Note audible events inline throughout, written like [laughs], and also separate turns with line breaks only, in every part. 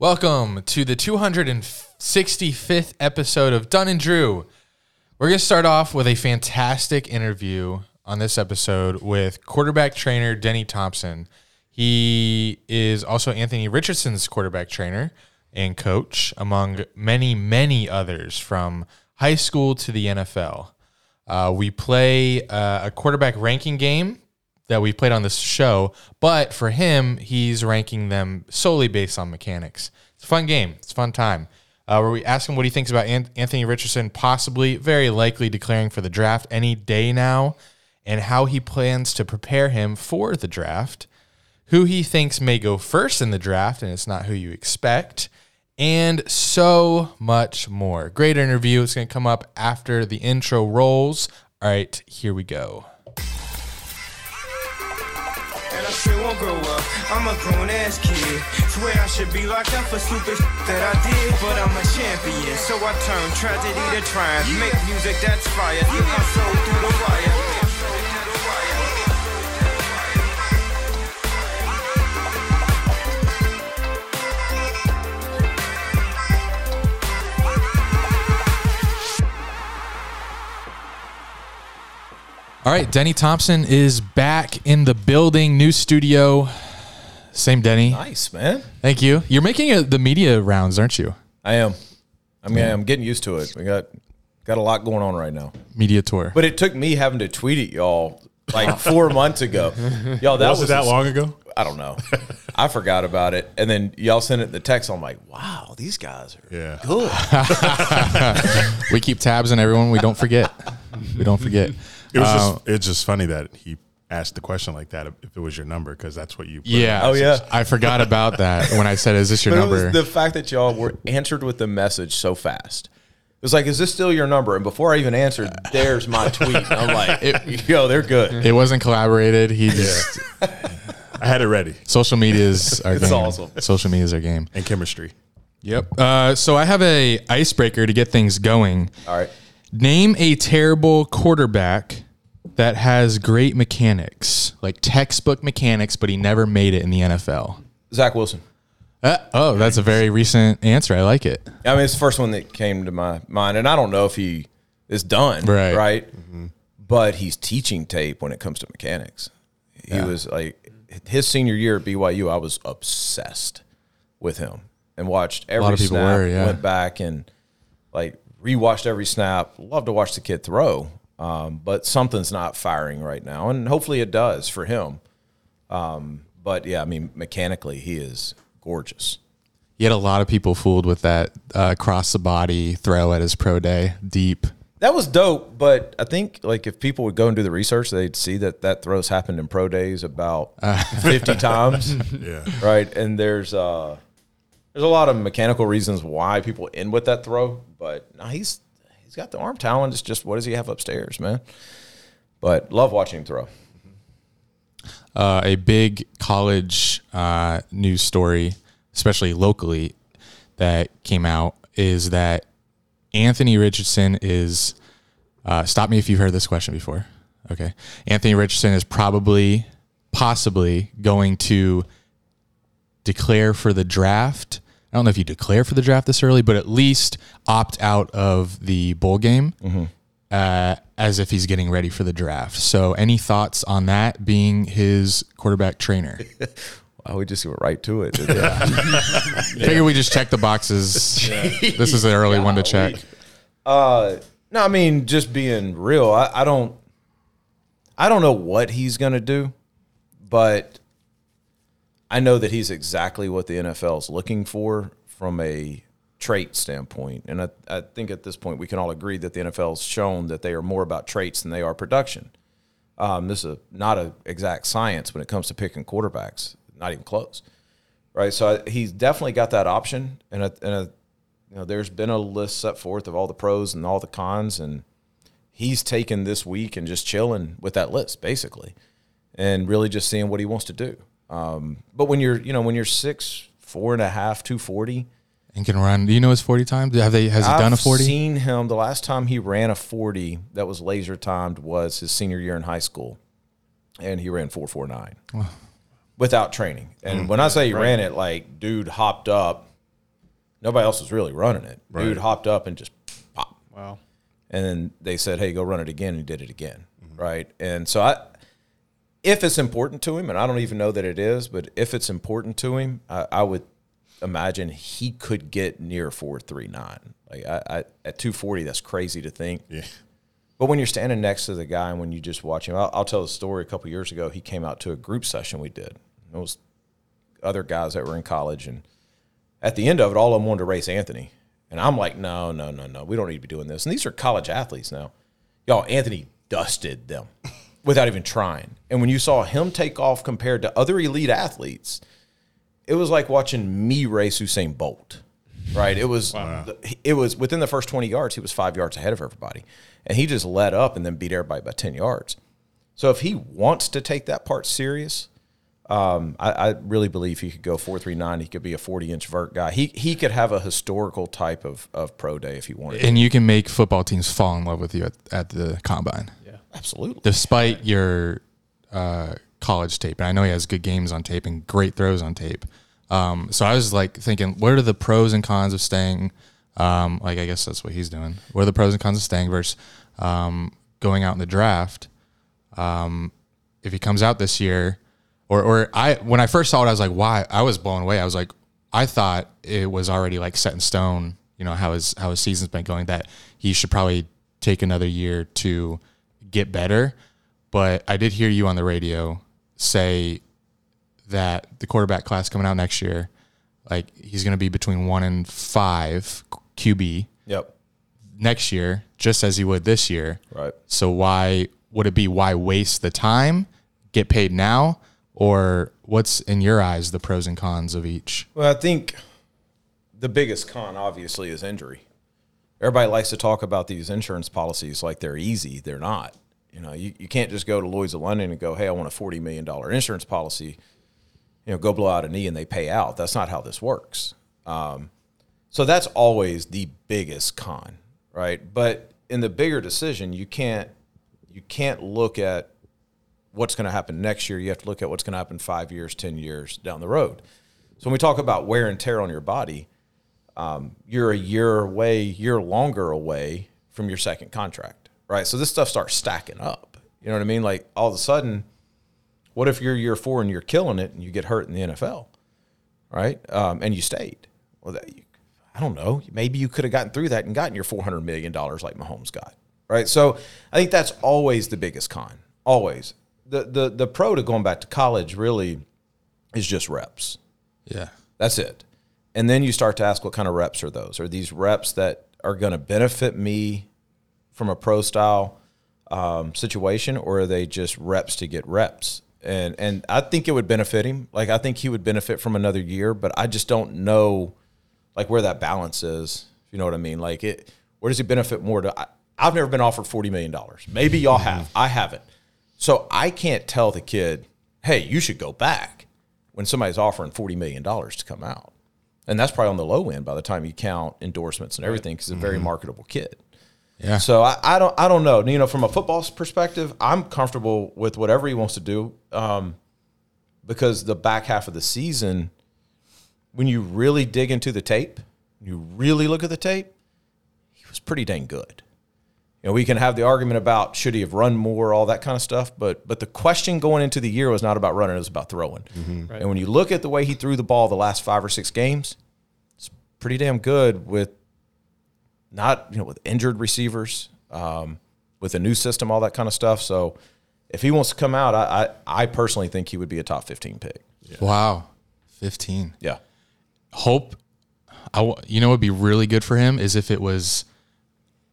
Welcome to the 265th episode of Dunn and Drew. We're going to start off with a fantastic interview on this episode with quarterback trainer Denny Thompson. He is also Anthony Richardson's quarterback trainer and coach, among many, many others from high school to the NFL. Uh, we play uh, a quarterback ranking game that we played on this show, but for him, he's ranking them solely based on mechanics. It's a fun game. It's a fun time. Uh, where we ask him what he thinks about An- Anthony Richardson possibly, very likely declaring for the draft any day now, and how he plans to prepare him for the draft, who he thinks may go first in the draft, and it's not who you expect, and so much more. Great interview. It's going to come up after the intro rolls. All right, here we go.
And I still won't grow up. I'm a grown ass kid. Swear I should be locked up for stupid that I did. But I'm a champion, so I turn tragedy to triumph. Make music that's fire. Get my soul through the wire.
All right, Denny Thompson is back in the building, new studio. Same Denny.
Nice, man.
Thank you. You're making uh the media rounds, aren't you?
I am. I mean, I'm getting used to it. We got got a lot going on right now.
Media tour.
But it took me having to tweet at y'all [laughs] like four months ago. Y'all,
Oh,
that was, a-
ago?
I don't know. I forgot about it, and then y'all sent it the text. I'm like, wow, these guys are
Yeah.
good.
We keep tabs on everyone. We don't
[laughs]
forget. we don't forget.
It was
Uh,
just it's just funny that he asked the question like that if it was your number because that's what you. put.
Yeah.
Oh, yeah.
I forgot about that when I said, "Is this your
But it
number?"
was the fact that y'all were answered with the message so fast. It was like, is this still your number? And before I even answered, there's my tweet. And I'm like, yo, they're good.
it wasn't collaborated. He just
I had it ready
social media
[laughs]
is our
It's
game.
awesome.
Social media is our game.
in
[laughs]
chemistry.
Yep. Uh, so I have a icebreaker to get things going.
All right.
Name a terrible quarterback that has great mechanics, like textbook mechanics, but he never made it in the NFL.
Zach Wilson.
Uh, oh, that's a very recent answer. I like it.
I mean, it's the first one that came to my mind, and I don't know if he is done,
Right.
But he's teaching tape when it comes to mechanics. He was like his senior year at BYU. I was obsessed with him and watched every
of people
snap.
were, yeah.
Went back and like rewatched every snap. Love to watch the kid throw, um, but something's not firing right now, and hopefully it does for him. Um, but yeah, I mean, mechanically, he is gorgeous.
He had a lot of people fooled with that uh, cross the body throw at his pro day, deep.
That was dope, but I think like if people would go and do the research, they'd see that that throws happened in pro days about fifty times,
Yeah.
right? And there's uh there's a lot of mechanical reasons why people end with that throw, but no, he's he's got the arm talent. It's just what does he have upstairs, man? But love watching him throw.
uh, a big college uh, news story, especially locally, that came out is that Anthony Richardson is. Uh, stop me if you've heard this question before. Okay. Anthony Richardson is probably, possibly going to declare for the draft. I don't know if you declare for the draft this early, but at least opt out of the bowl game uh, as if he's getting ready for the draft. So, any thoughts on that being his quarterback trainer?
Oh, we just went right to it.
Figure we just check the
[laughs]
boxes. This is the early one to check.
Uh, no, I mean just being real. I, I don't, I don't know what he's gonna do, but I know that he's exactly what the NFL is looking for from a trait standpoint, and I, I think at this point we can all agree that the NFL has shown that they are more about traits than they are production. Um, this is a, not an exact science when it comes to picking quarterbacks, not even close. Right, so I, he's definitely got that option, and I, and I you know, there's been a list set forth of all the pros and all the cons, and he's taken this week and just chilling with that list basically, and really just seeing what he wants to do. Um, but when you're, you know, when you're six, four and a half, two forty,
And can run. Do you know his 40 time? Have they, has he
I've
done a 40?
seen him. The last time he ran a forty that was laser timed was his senior year in high school, and he ran four four nine without training. And when I say he ran it, like dude hopped up Nobody else was really running it.
Right.
Dude hopped up and just pop.
Wow.
And then they said, "Hey, go run it again." And he did it again, right? And so I, if it's important to him, and I don't even know that it is, but if it's important to him, I, I would imagine he could get near four three nine. Like I, I at two forty, that's crazy to think.
Yeah.
But when you're standing next to the guy and when you just watch him, I'll, I'll tell the story. A couple years ago, he came out to a group session we did. It was other guys that were in college, and at the end of it, all of them wanted to race Anthony, and I'm like, no, no, no, no, we don't need to be doing this. And these are college athletes now, y'all. Anthony dusted them [laughs] without even trying. And when you saw him take off compared to other elite athletes, it was like watching me race Usain Bolt. Right. It was it was within the first 20 yards, he was five yards ahead of everybody. And he just let up and then beat everybody by 10 yards. So if he wants to take that part serious, um, I, I really believe he could go four three nine. He could be a forty inch vert guy. He he could have a historical type of, of pro day if he wanted. to.
And you can make football teams fall in love with you at, at the combine,
Absolutely.
despite your uh, college tape. And I know he has good games on tape and great throws on tape. Um, so I was like thinking, what are the pros and cons of staying? Um, like I guess that's what he's doing. What are the pros and cons of staying versus um, going out in the draft? if he comes out this year, or or I when I first saw it, I was like, why? I was blown away. I was like, I thought it was already like set in stone. You know how his how his season's been going. That he should probably take another year to get better. But I did hear you on the radio say that the quarterback class coming out next year, like he's going to be between one and five QB
Yep.
next year, just as he would this year.
Right.
So why would it be why waste the time, get paid now, or what's in your eyes the pros and cons of each?
Well, I think the biggest con, obviously, is injury. Everybody likes to talk about these insurance policies like they're easy. They're not. You know, you, you can't just go to Lloyd's of London and go, hey, I want a $40 million insurance policy. You know, go blow out a knee and they pay out. That's not how this works. Um, So that's always the biggest con, right? But in the bigger decision, you can't you can't look at what's going to happen next year. You have to look at what's going to happen 5 years, 10 years down the road. So when we talk about wear and tear on your body, um, you're a year away, year longer away from your second contract, right? So this stuff starts stacking up. You know what I mean? Like all of a sudden, what if you're year four and you're killing it and you get hurt in the NFL? right? Um, and you stayed. Well, that, you, I don't know. Maybe you could have gotten through that and gotten your four hundred million dollars like Mahomes got, right? So I think that's always the biggest con. Always the the the pro to going back to college really is just reps.
Yeah.
That's it. And then you start to ask what kind of reps are those? Are these reps that are going to benefit me from a pro style um, situation, or are they just reps to get reps? And and I think it would benefit him. Like I think he would benefit from another year, but I just don't know like where that balance is. If you know what I mean, like it, where does he benefit more? To I, I've never been offered forty million dollars. Maybe y'all have. I haven't. So I can't tell the kid, hey, you should go back when somebody's offering forty million dollars to come out, and that's probably on the low end by the time you count endorsements and everything because he's a very marketable kid.
Yeah.
So I, I don't I don't know. You know, from a football perspective, I'm comfortable with whatever he wants to do, um, because the back half of the season, when you really dig into the tape, you really look at the tape, he was pretty dang good. You know, we can have the argument about should he have run more, all that kind of stuff, but but the question going into the year was not about running; it was about throwing. And when you look at the way he threw the ball the last five or six games, it's pretty damn good with not you know with injured receivers, um, with a new system, all that kind of stuff. So if he wants to come out, I I, I personally think he would be a top fifteen pick.
Wow. 15.
Yeah,
Hope I w- you know what would be really good for him is if it was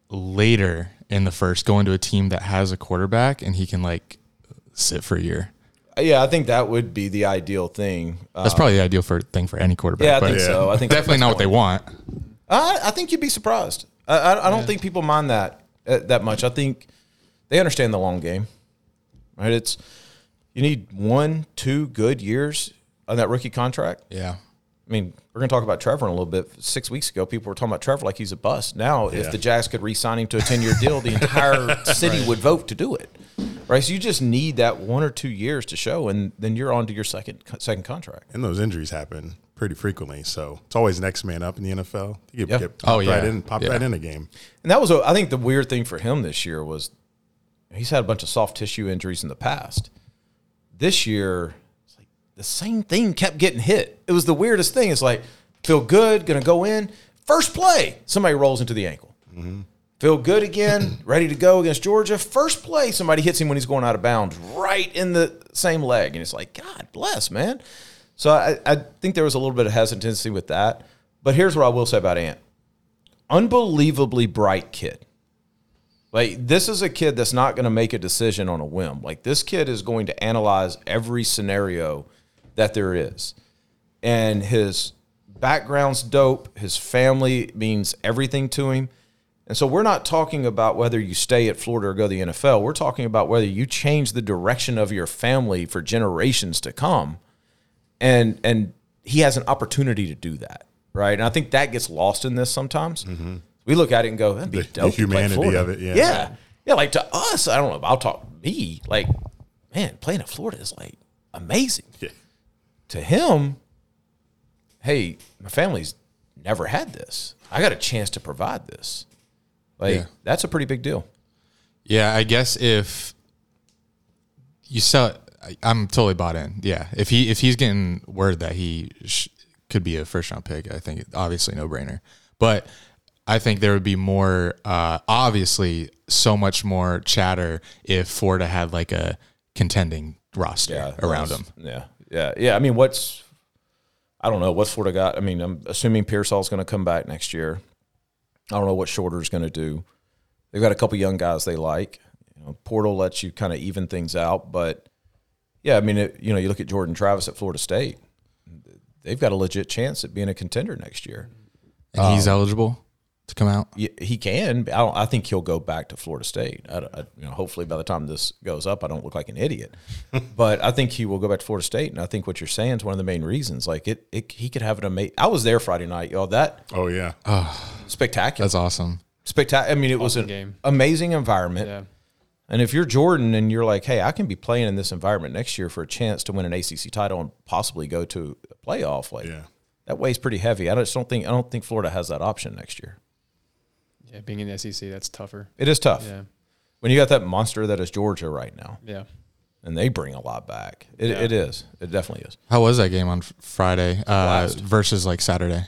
later in the first going to a team that has a quarterback and he can like sit for a year.
yeah, I think that would be the ideal thing. Uh,
That's probably the ideal for thing for any quarterback.
yeah, I
but
think so. I think
definitely not what they want.
I, I think you'd be surprised. I, I, I don't think people mind that uh, that much. I think they understand the long game, right? It's you need one, two good years on that rookie contract.
Yeah.
I mean, we're going to talk about Trevor in a little bit. Six weeks ago, people were talking about Trevor like he's a bust. Now, if
Yeah.
the Jags could re-sign him to a ten-year deal, the entire city would vote to do it. Right, so you just need that one or two years to show, and then you're on to your second second contract.
And those injuries happen pretty frequently. So it's always next man up in the NFL. You
Yeah.
get, get
Oh,
popped right
yeah.
in, popped
Yeah.
right in a game.
And that was, a, I think, the weird thing for him this year was he's had a bunch of soft tissue injuries in the past. This year, it's like the same thing kept getting hit. It was the weirdest thing. It's like feel good, gonna go in first play. Somebody rolls into the ankle. Feel good again, ready to go against Georgia. First play, somebody hits him when he's going out of bounds, right in the same leg, and it's like God bless, man. So I, I think there was a little bit of hesitancy with that. But here's what I will say about Ant unbelievably bright kid. Like this is a kid that's not going to make a decision on a whim. Like this kid is going to analyze every scenario that there is. And his background's dope, his family means everything to him. And so we're not talking about whether you stay at Florida or go to the NFL. We're talking about whether you change the direction of your family for generations to come and and he has an opportunity to do that, right? And I think that gets lost in this sometimes. We look at it and go, "That'd be
Mm-hmm. The- the
dope." to play
humanity
Florida."
of it, yeah.
yeah, yeah. Like to us, I don't know. I'll talk me. Like, man, playing at Florida is like amazing.
Yeah.
To him, hey, my family's never had this. I got a chance to provide this. Like,
Yeah.
that's a pretty big deal.
Yeah, I guess if you sell it, I, I'm totally bought in. Yeah, if he if he's getting word that he sh- could be a first round pick, I think it- obviously no brainer. But I think there would be more, uh, obviously, so much more chatter if Florida had like a contending roster around him.
Yeah, yeah, yeah. I mean, what's I don't know what's Florida got. I mean, I'm assuming Pearsall's going to come back next year. I don't know what Shorter's going to do. They've got a couple young guys they like. You know, Portal lets you kind of even things out, but yeah, I mean, it, you know, you look at Jordan Travis at Florida State. They've got a legit chance at being a contender next year.
And he's eligible to come out.
Y- He can. but I, don't, I think he'll go back to Florida State. I, I- you know, hopefully, by the time this goes up, I don't look like an
[laughs]
idiot. but I think he will go back to Florida State, and I think what you're saying is one of the main reasons. Like it, it he could have an amazing. I was there Friday night, y'all. That
Oh yeah.
Uh.
spectacular,
That's awesome.
spectacular. I mean, it was
Awesome
an
game.
amazing environment.
Yeah.
And if you're Jordan and you're like, hey, I can be playing in this environment next year for a chance to win an ACC title and possibly go to a playoff, like
Yeah.
that weighs pretty heavy. I just don't think I don't think Florida has that option next year.
Yeah. Being in the SEC, that's tougher.
It is tough.
Yeah.
When you got that monster that is Georgia right now.
Yeah.
and they bring a lot back. It,
Yeah.
it is. It definitely is.
How was that game on f- Friday uh,
Blast.
versus like Saturday?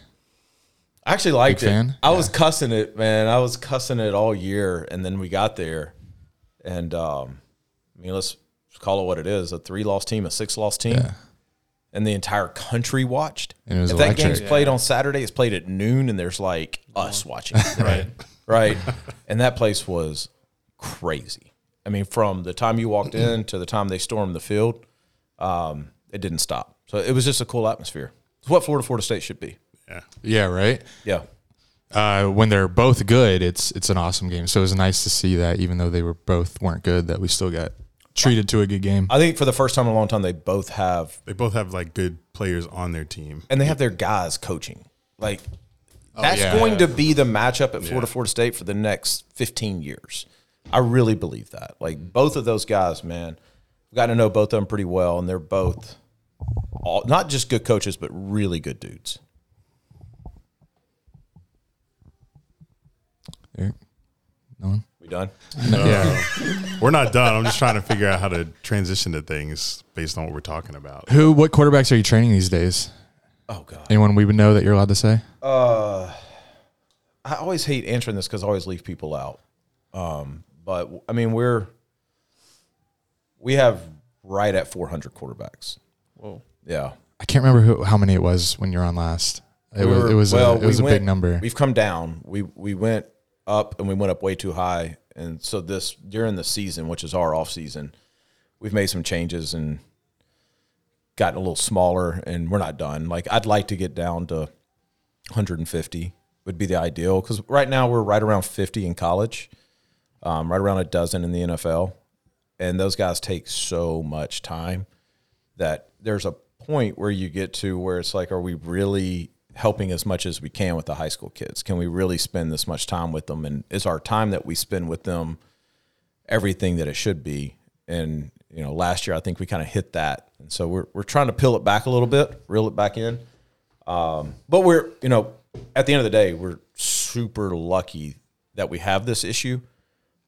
I actually liked
Big
it.
fan?
I was cussing it, man. I was cussing it all year, and then we got there, and um, I mean, let's call it what it is: a three-loss team, a six-loss team, and the entire country watched.
And it was
if that
electric.
game's played on Saturday, it's played at noon, and there's like us watching, right? right, and that place was crazy. I mean, from the time you walked in to the time they stormed the field, um, it didn't stop. So it was just a cool atmosphere. It's what Florida Florida State should be.
Yeah.
Yeah, right.
Yeah.
uh, when they're both good, it's it's an awesome game. So it was nice to see that even though they were both weren't good, that we still got treated to a good game.
I think for the first time in a long time, they both have,
They both have like good players on their team.
and they have their guys coaching. Like, that's
yeah.
going to be the matchup at Florida Florida State for the next 15 years. I really believe that. Like, both of those guys, man, I've gotten to know both of them pretty well, and they're both all, not just good coaches, but really good dudes.
Eric?
We done?
Yeah.
Uh, [laughs] We're not done. I'm just trying to figure out how to transition to things based on what we're talking about.
Who? What quarterbacks are you training these days?
Oh, God.
Anyone we would know that you're allowed to say?
I always hate answering this because I always leave people out. Um, but I mean, we're we have right at 400 quarterbacks.
Whoa.
Yeah,
I can't remember who, how many it was when you were on last. It was it was a, it was a
we
big
went-
number.
We've come down. We we went up and we went up way too high. And so this during the season, which is our off season, we've made some changes and gotten a little smaller. And we're not done. Like I'd like to get down to 150 would be the ideal because right now we're right around 50 in college, um, right around a dozen in the NFL, and those guys take so much time that there's a point where you get to where it's like, are we really helping as much as we can with the high school kids? Can we really spend this much time with them? And is our time that we spend with them everything that it should be? And you know, last year I think we kind of hit that, and so we're we're trying to peel it back a little bit, reel it back in. Um, but we're you know at the end of the day we're super lucky that we have this issue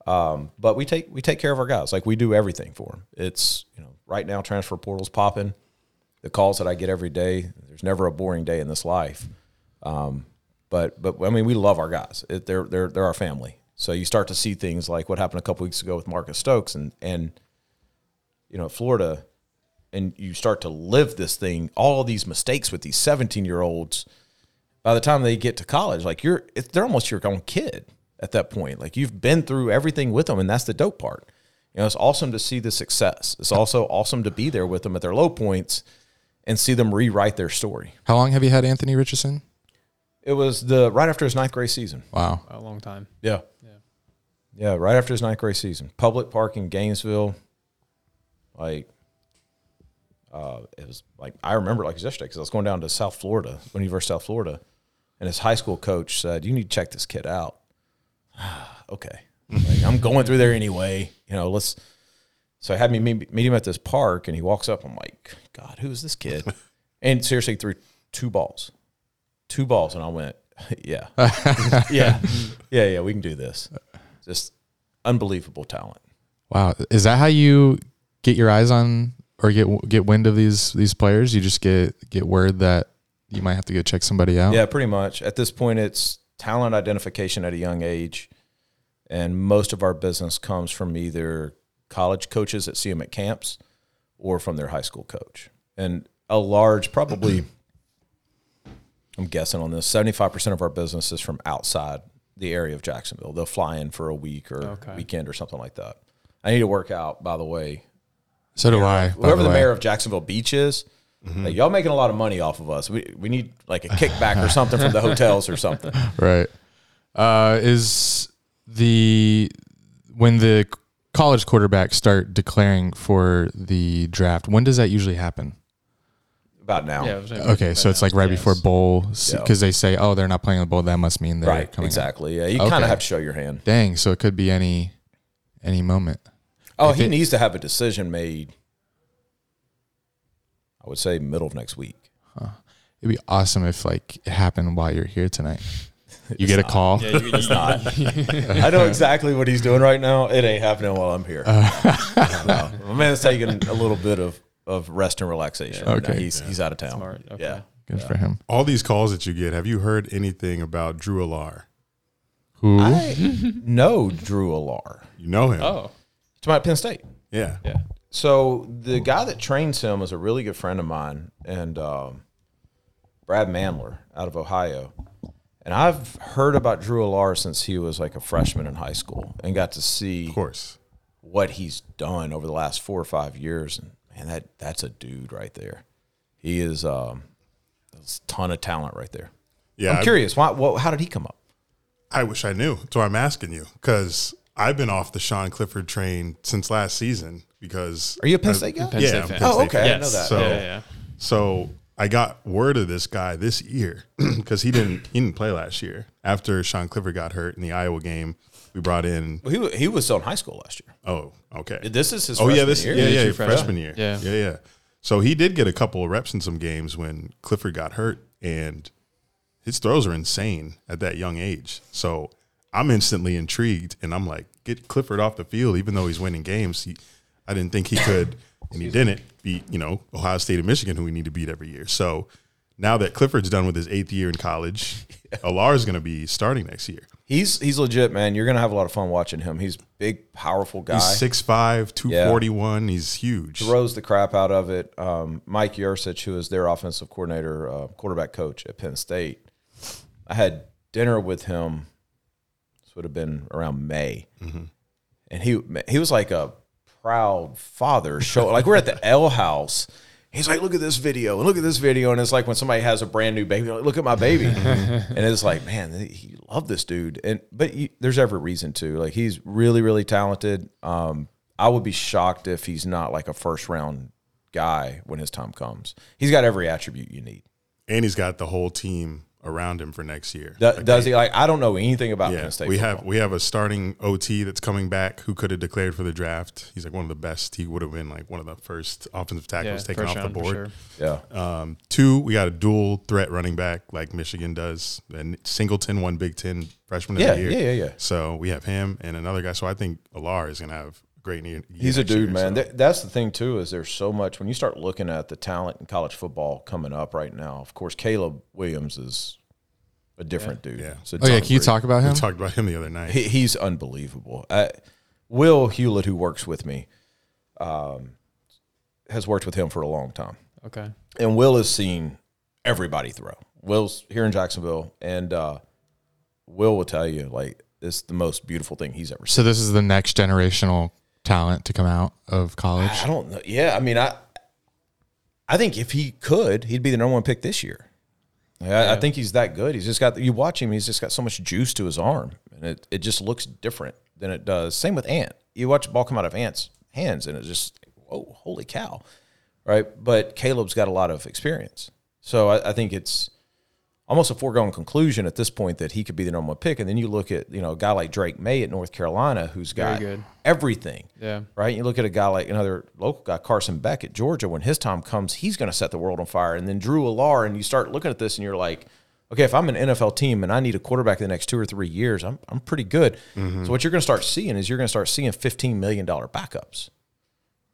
um, but we take we take care of our guys like we do everything for them it's you know right now transfer portals popping the calls that i get every day there's never a boring day in this life um, but but i mean we love our guys it, they're they're they're our family so you start to see things like what happened a couple weeks ago with marcus stokes and and you know florida and you start to live this thing, all of these mistakes with these 17 year olds, by the time they get to college, like you're, it, they're almost your own kid at that point. Like you've been through everything with them, and that's the dope part. You know, it's awesome to see the success. It's also awesome to be there with them at their low points and see them rewrite their story.
How long have you had Anthony Richardson?
It was the right after his ninth grade season.
Wow.
a long time.
Yeah. Yeah. Yeah. Right after his ninth grade season, public park in Gainesville. Like, uh, it was like, I remember like it was yesterday because I was going down to South Florida, University of South Florida, and his high school coach said, You need to check this kid out. [sighs] okay. Like, I'm going through there anyway. You know, let's. So I had me meet, meet him at this park, and he walks up. I'm like, God, who is this kid? and seriously, threw two balls, two balls, and I went, [laughs] Yeah, yeah, [laughs] yeah, yeah. We can do this. Just unbelievable talent.
Wow. Is that how you get your eyes on or get get wind of these these players? You just get get word that you might have to go check somebody out.
Yeah, pretty much. At this point, it's talent identification at a young age, and most of our business comes from either college coaches that see them at camps or from their high school coach. And a large, probably, [clears throat] I'm guessing on this, 75% of our business is from outside the area of Jacksonville. They'll fly in for a week or weekend or something like that. I need to work out, by the way,
So do I. by
whoever the,
way. Mm-hmm.
mayor of Jacksonville Beach is, like, y'all making a lot of money off of us. We, we need like a kickback or something from the hotels
[laughs]
or something.
Right. Uh, is the when the college quarterbacks start declaring for the draft? When does that usually happen?
About now.
Yeah. it was-
Okay, so it's like right
Yes.
before bowl because
Yeah.
they say, oh, they're not playing the bowl. That must mean they're
right.
coming. up.
Exactly. Yeah. You kind
Okay.
of have to show your hand.
Dang. So it could be any any moment.
Oh, he
it-
needs to have a decision made. I would say middle of next week.
It'd be awesome if like it happened while you're here [laughs] tonight. You get a call.
Yeah,
[laughs]
you, you, [laughs]
I know exactly what he's doing right now. It ain't happening while
[laughs]
I'm here. no. My man's taking a little bit of, of rest and relaxation. right now.
Okay.
He's, he's out of town.
Smart, okay.
Yeah.
Good for him.
All these calls that you get, have you heard anything about Drew Alar?
Who?
No, Drew Alar.
You know him.
oh,
It's about Penn State.
Yeah.
yeah.
So the guy that trains him is a really good friend of mine, and um, Brad Mandler out of Ohio. And I've heard about Drew Alar since he was like a freshman in high school, and got to see
Of course.
what he's done over the last four or five years. And man, that that's a dude right there. He is um, there's a ton of talent right there.
Yeah.
I'm
I-
curious, why? What, how did he come up?
I wish I knew. So I'm asking you because I've been off the Sean Clifford train since last season because
Are you a Penn State guy?
Penn
yeah,
State
I'm
fan.
Penn
Oh,
State
okay.
fan.
I know that.
So
yeah, yeah.
So I got word of this guy this year [clears throat] because he didn't he didn't play last year after Sean Clifford got hurt in the Iowa game. We brought in
Well, he wa- he was still in high school last year.
oh okay
This is his.
oh yeah
freshman
this
year.
yeah yeah,
true
freshman,
freshman.
year
Yeah.
yeah yeah so he did get a couple of reps in some games when Clifford got hurt and his throws are insane at that young age so I'm instantly intrigued and I'm like get Clifford off the field even though he's winning games he, I didn't think he could and he didn't beat you know Ohio State and Michigan who we need to beat every year so now that Clifford's done with his eighth year in [laughs] college Alar is going to be starting next year
He's he's legit, man. You're gonna have a lot of fun watching him. He's a big, powerful guy.
he's 6'5 241 he's huge
Throws the crap out of it. Um, Mike Yursich, who is their offensive coordinator, uh, quarterback coach at Penn State, I had dinner with him. This would have been around May, and he he was like a proud father. Show like we're at the L House. He's like, look at this video and look at this video, and it's like when somebody has a brand new baby, like, look at my
[laughs]
baby, and it's like, man, he loved this dude. And but you, there's every reason to like he's really really talented. Um, I would be shocked if he's not like a first round guy when his time comes. He's got every attribute you need.
and he's got the whole team around him for next year.
Do- does he like? I don't know anything about
Yeah,
Penn State.
we
football.
have we have a starting OT that's coming back who could have declared for the draft. He's like one of the best. He would have been like one of the first offensive
Yeah,
tackles taken
first
off the
round for
board.
sure.
yeah.
Um, two, we got a dual threat running back like Michigan does, and Singleton won Big Ten freshman
Yeah,
of the year.
yeah, yeah, yeah.
So we have him and another guy. So I think Alar is going to have a great year.
He's a
next
dude,
year.
man.
So
Th- That's the thing too is there's so much when you start looking at the talent in college football coming up right now. Of course, Caleb Williams is a different dude.
Yeah.
It's a
Oh yeah,
different
can you
breed.
talk about
we
him?
talked about him the other night.
He, he's unbelievable. Uh, Will Hewlett, who works with me, um, has worked with him for a long time,
Okay.
and Will has seen everybody throw. Will's here in Jacksonville, and uh, Will will tell you like it's the most beautiful thing he's ever seen.
So this is the next generational talent to come out of college.
I don't know. Yeah, I mean, I I think if he could, he'd be the number one pick this year. Like, I, I think he's that good. He's just got you watch him. He's just got so much juice to his arm, and it it just looks different than it does. Same with Ant. You watch the ball come out of Ant's hands, and it's just whoa, holy cow, right? But Caleb's got a lot of experience, so I, I think it's almost a foregone conclusion at this point that he could be the number one pick. And then you look at you know a guy like Drake May at North Carolina, who's got
good.
everything
Yeah.
right? You look at a guy like another local guy, Carson Beck at Georgia. When his time comes, he's going to set the world on fire. And then Drew Alar, and you start looking at this, and you're like, okay, if I'm an NFL team and I need a quarterback the next two or three years, I'm I'm pretty good. So what you're going to start seeing is you're going to start seeing 15 million dollar backups,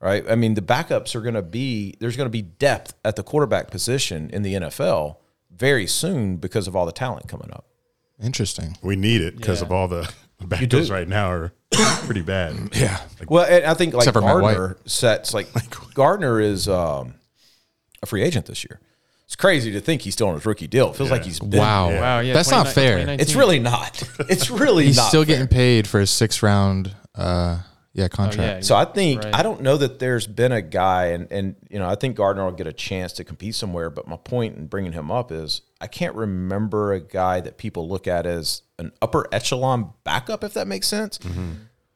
right? I mean, the backups are going to be there's going to be depth at the quarterback position in the NFL very soon because of all the talent coming up.
Interesting.
We need it because
Yeah.
of all the [laughs]
do.
backups right now are pretty bad.
[coughs]
Yeah.
Well, and I think like
Except for Matt White.
Gardner sets like Gardner is um, a free agent this year. It's crazy to think he's still on his rookie deal. It feels like he's been-
Wow.
Wow. Yeah.
That's not
29
fair.
2019.
It's really not. It's really
He's
not
still
fair.
getting paid for a six round uh yeah contract.
Oh, yeah.
So I think
Right.
I don't know that there's been a guy, and and you know I think Gardner will get a chance to compete somewhere. But my point in bringing him up is I can't remember a guy that people look at as an upper echelon backup, if that makes sense.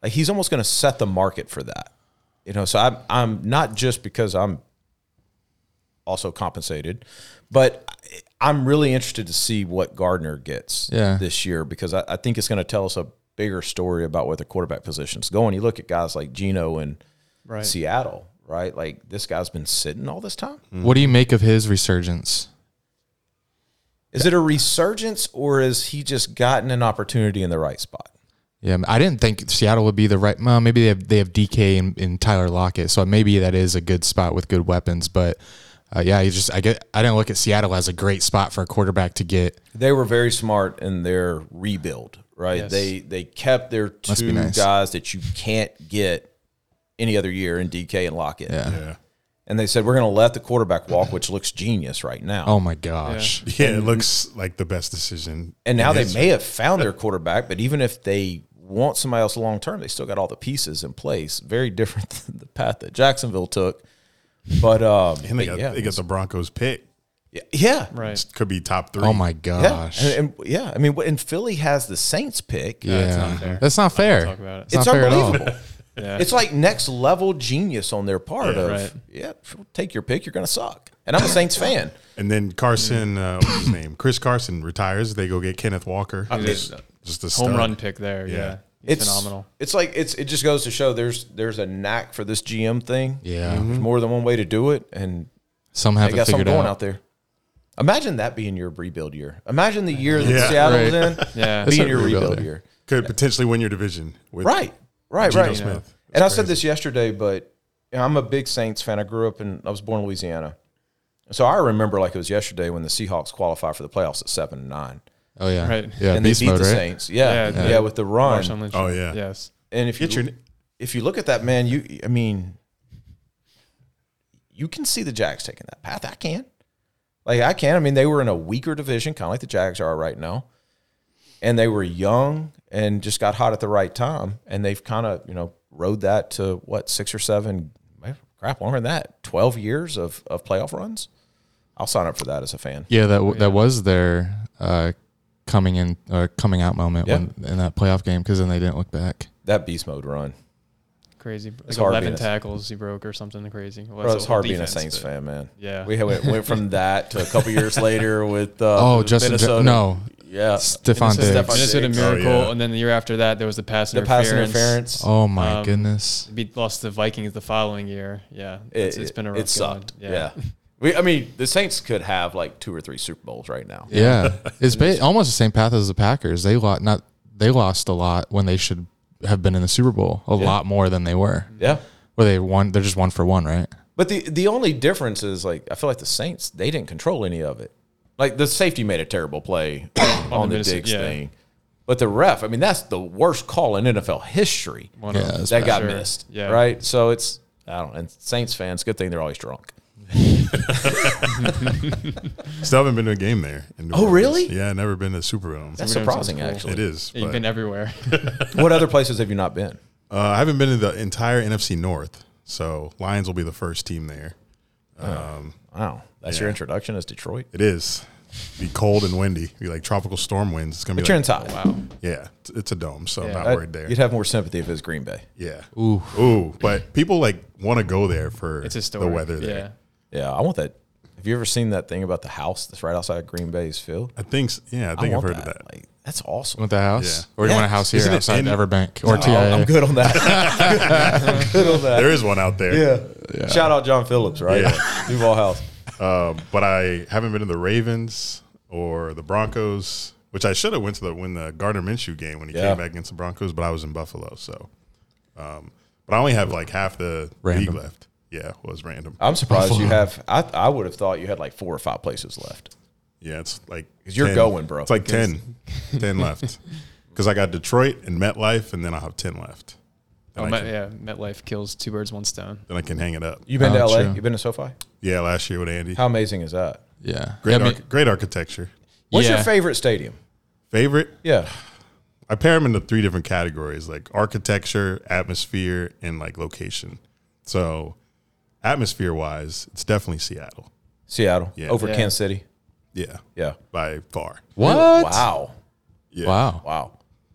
Like he's almost going to set the market for that, you know. So I'm I'm not just because I'm also compensated, but I'm really interested to see what Gardner gets
Yeah.
this year because I, I think it's going to tell us a bigger story about where the quarterback position's going. You look at guys like Gino and
Right.
Seattle, right? Like this guy's been sitting all this time.
What do you make of his resurgence?
Is it a resurgence or is he just gotten an opportunity in the right spot?
Yeah, I didn't think Seattle would be the right. Well, maybe they have they have DK and, and Tyler Lockett, so maybe that is a good spot with good weapons. But uh, yeah, you just I get I didn't look at Seattle as a great spot for a quarterback to get.
They were very smart in their rebuild, right?
Yes.
They they kept their
Must be
two
nice.
guys that you can't get any other year in DK and Lockett.
Yeah.
and they said we're going to let the quarterback walk, which looks genius right now.
Oh my gosh,
[laughs] Yeah, it looks like the best decision.
and now
in
they
history.
may have found their quarterback, but even if they want somebody else long term, they still got all the pieces in place. Very different [laughs] than the path that Jacksonville took. But um,
And they
but
got,
yeah,
they got the Broncos pick.
yeah, yeah,
Right.
Could be top three.
oh my
yeah.
gosh, yeah,
And, and- yeah. I mean, and Philly has the Saints pick.
it's not fair.
that's not fair.
talk about it.
It's,
It's
not fair at all.
unbelievable.
Yeah.
It's like next level genius on their part of
Right.
yeah, sure, take your pick, you're gonna suck. And I'm a Saints fan.
And then Carson, uh, what's his name? Chris Carson retires. They go get Kenneth Walker.
just-
Just, just a
home
stud.
run pick there. Yeah.
Yeah.
It's, phenomenal.
It's like it's it just goes to show there's there's a knack for this GM thing.
Yeah,
There's more than one way to do it, and
some
they
have it
got something
figured out.
going out there. Imagine that being your rebuild year. Imagine the year that
Yeah,
Seattle was in
right. [laughs]
Yeah.
being
not
your
rebuild
rebuild
year.
year.
Could potentially win your division. With
Right, right,
Geno
right.
Smith.
And I said this yesterday, but you know, I'm a big Saints fan. I grew up in I was born in Louisiana, so I remember like it was yesterday when the Seahawks qualified for the playoffs at seven and nine,
Oh yeah,
Right.
yeah,
and
beast
they beat
mode,
the
right?
Saints. Yeah,
Yeah,
yeah,
yeah.
with the run.
Marshawn Lynch.
Oh, yeah.
Yes.
And if
Get
you
your-
if you look at that man, you I mean, you can see the Jags taking that path. I can, like I can. I mean, they were in a weaker division, kind of like the Jags are right now, and they were young and just got hot at the right time, and they've kind of you know rode that to what six or seven, well, crap, longer than that, twelve years of of playoff runs. I'll sign up for that as a fan.
Yeah, that that was their uh, coming in or coming out moment
Yeah.
when, in that playoff game because then they didn't look back.
That beast mode run.
Crazy. Like
hard being
11
a-
tackles he broke or something crazy. Well,
Bro,
that's
it's
the whole
hard being a
defense,
Saints
but-
fan, man.
Yeah.
we went, went
[laughs]
from that to a couple years later with uh,
Oh, Justin. Jo-
Minnesota.
no,
yeah,
Stephon
Minnesota,
Diggs.
Diggs.
Minnesota
Diggs.
Miracle.
Oh, yeah.
And then the year after that, there was the pass
the pass
interference.
interference.
Oh my
Um,
goodness.
Beat, lost to the Vikings the following year. Yeah. It's, it's been a rough
it sucked.
going.
Yeah. we. I mean, the Saints could have like two or three Super Bowls right now.
Yeah, it's ba- almost the same path as the Packers. They lost not they lost a lot when they should have been in the Super Bowl. A lot more than they were.
Yeah.
Where they won, they're just one for one, right?
But the the only difference is like I feel like the Saints they didn't control any of it. Like the safety made a terrible
[coughs]
play on,
the
the
Minnesota-
Diggs
yeah.
thing, but the ref. I mean, that's the worst call in NFL history
One
Yeah,
of them.
that's
that got
Sure.
missed.
Yeah.
Right. So it's I don't. know. And Saints fans, good thing they're always drunk.
Still haven't been to a game there. in New
Oh,
Orleans.
really?
Yeah, never been to Superdome.
That's
Superdome sounds
surprising,
cool.
actually.
It is.
You've
but,
been everywhere. [laughs]
What other places have you not been?
uh, I haven't been to the entire NFC North, so Lions will be the first team there.
Wow, that's your introduction as Detroit.
It is. Be cold and windy. Be like tropical storm winds. It's gonna
But
be
you're
like,
inside.
wow.
yeah. It's, it's a dome, so I'm
Yeah.
not
I-
worried there.
You'd have more sympathy if it was Green Bay.
yeah. Ooh. Ooh. But people like want to go there for
It's
the
historic.
weather there.
Yeah.
Yeah, I want that. Have you ever seen that thing about the house that's right outside Green Bay's field?
I think. s- Yeah. I think I have
want
heard of that.
Like, that's awesome.
With the house,
Yeah.
or you
Yeah.
want a house here
Isn't it
outside
in-
Everbank or
Oh,
TIA?
I'm good on that.
[laughs]
I'm good on that. [laughs]
there is one out there.
Yeah. Shout out John Phillips, right? [laughs] Duval House.
Um, but I haven't been to the Ravens or the Broncos, which I should have went to the when the Gardner Minshew game when he
Yeah.
came back against the Broncos, but I was in Buffalo, so. Um, but I only have like half the
Random.
league left. Yeah, it was random.
I'm surprised you have. I, I would have thought you had like four or five places left.
Yeah, it's like
'Cause you're going, bro.
It's like 10, 10 left. [laughs] Because I got Detroit and MetLife, and then I'll have ten left. Then,
Oh,
I
Met,
can,
yeah. MetLife kills two birds, one stone.
then I can hang it up.
You've been to
Oh,
LA.
true.
You've been to SoFi.
Yeah, last year with Andy.
How amazing is that?
Yeah,
great,
Yeah, I mean-
arch- great architecture.
What's
Yeah.
your favorite stadium?
Favorite?
Yeah,
I pair them into three different categories like architecture, atmosphere, and like location. So, atmosphere wise, it's definitely Seattle.
Seattle
Yeah.
over
Yeah.
Kansas City.
Yeah.
Yeah.
By far.
What?
Wow.
Yeah.
Wow.
Wow.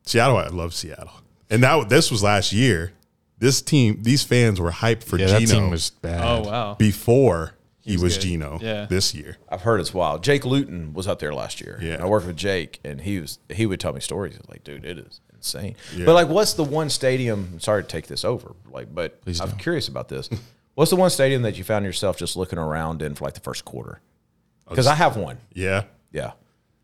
Seattle, I love Seattle. And that this was last year. This team, these fans were hyped for
Yeah,
Geno
that team was bad.
Oh, wow.
before he, was,
good.
Geno
Yeah.
this year.
I've heard it's wild. Jake Luton was up there last year.
Yeah.
And I worked with Jake, and he was he would tell me stories. He's like, dude, it is insane.
Yeah.
But like, what's the one stadium? I'm sorry to take this over, like, but I'm curious about
[laughs]
this. what's the one stadium that you found yourself just looking around in for like the first quarter?
Oh,
Because I have one.
Yeah.
Yeah,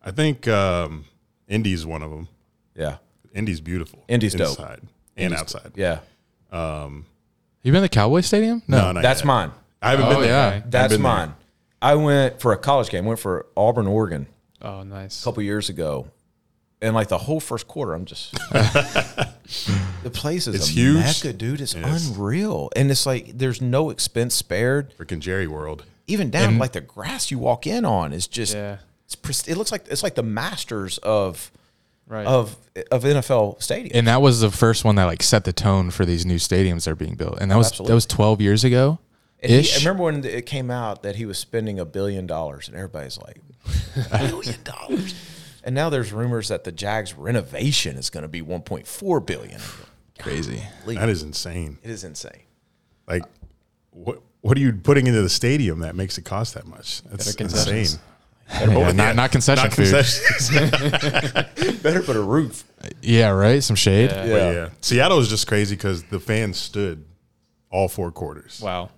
I think um, Indy's one of them.
yeah,
Indy's beautiful.
Indy's dope.
Inside and outside.
yeah.
You been to Cowboy Stadium?
No, not
That's
yet.
mine.
I haven't
Oh,
been there.
yeah.
I've
That's
been there.
mine. I went for a college game. Went for Auburn, Oregon,
Oh, nice.
couple years ago, and like the whole first quarter, I'm just the place is
It's
a
huge.
mecca, dude. It's
Yes.
unreal, and it's like there's no expense spared.
Freaking Jerry World.
Even down like the grass you walk in on is just
Yeah.
it's prist- it looks like it's like the masters of
Right.
of of NFL stadium.
And that was the first one that like set the tone for these new stadiums that are being built, and that was that was 12 years ago.
And he-
Ish.
I remember when it came out that he was spending a billion dollars, and everybody's like, billion dollars. And now there's rumors that the Jags renovation is going to be 1.4 billion.
Crazy.
That is insane.
It is insane.
Like, what what are you putting into the stadium that makes it cost that much? That's
concessions.
insane.
Yeah, not not concession
Not
food.
concessions.
Better put a roof.
Yeah, right. Some shade.
Yeah.
But yeah. Seattle is just crazy because the fans stood all four quarters.
wow.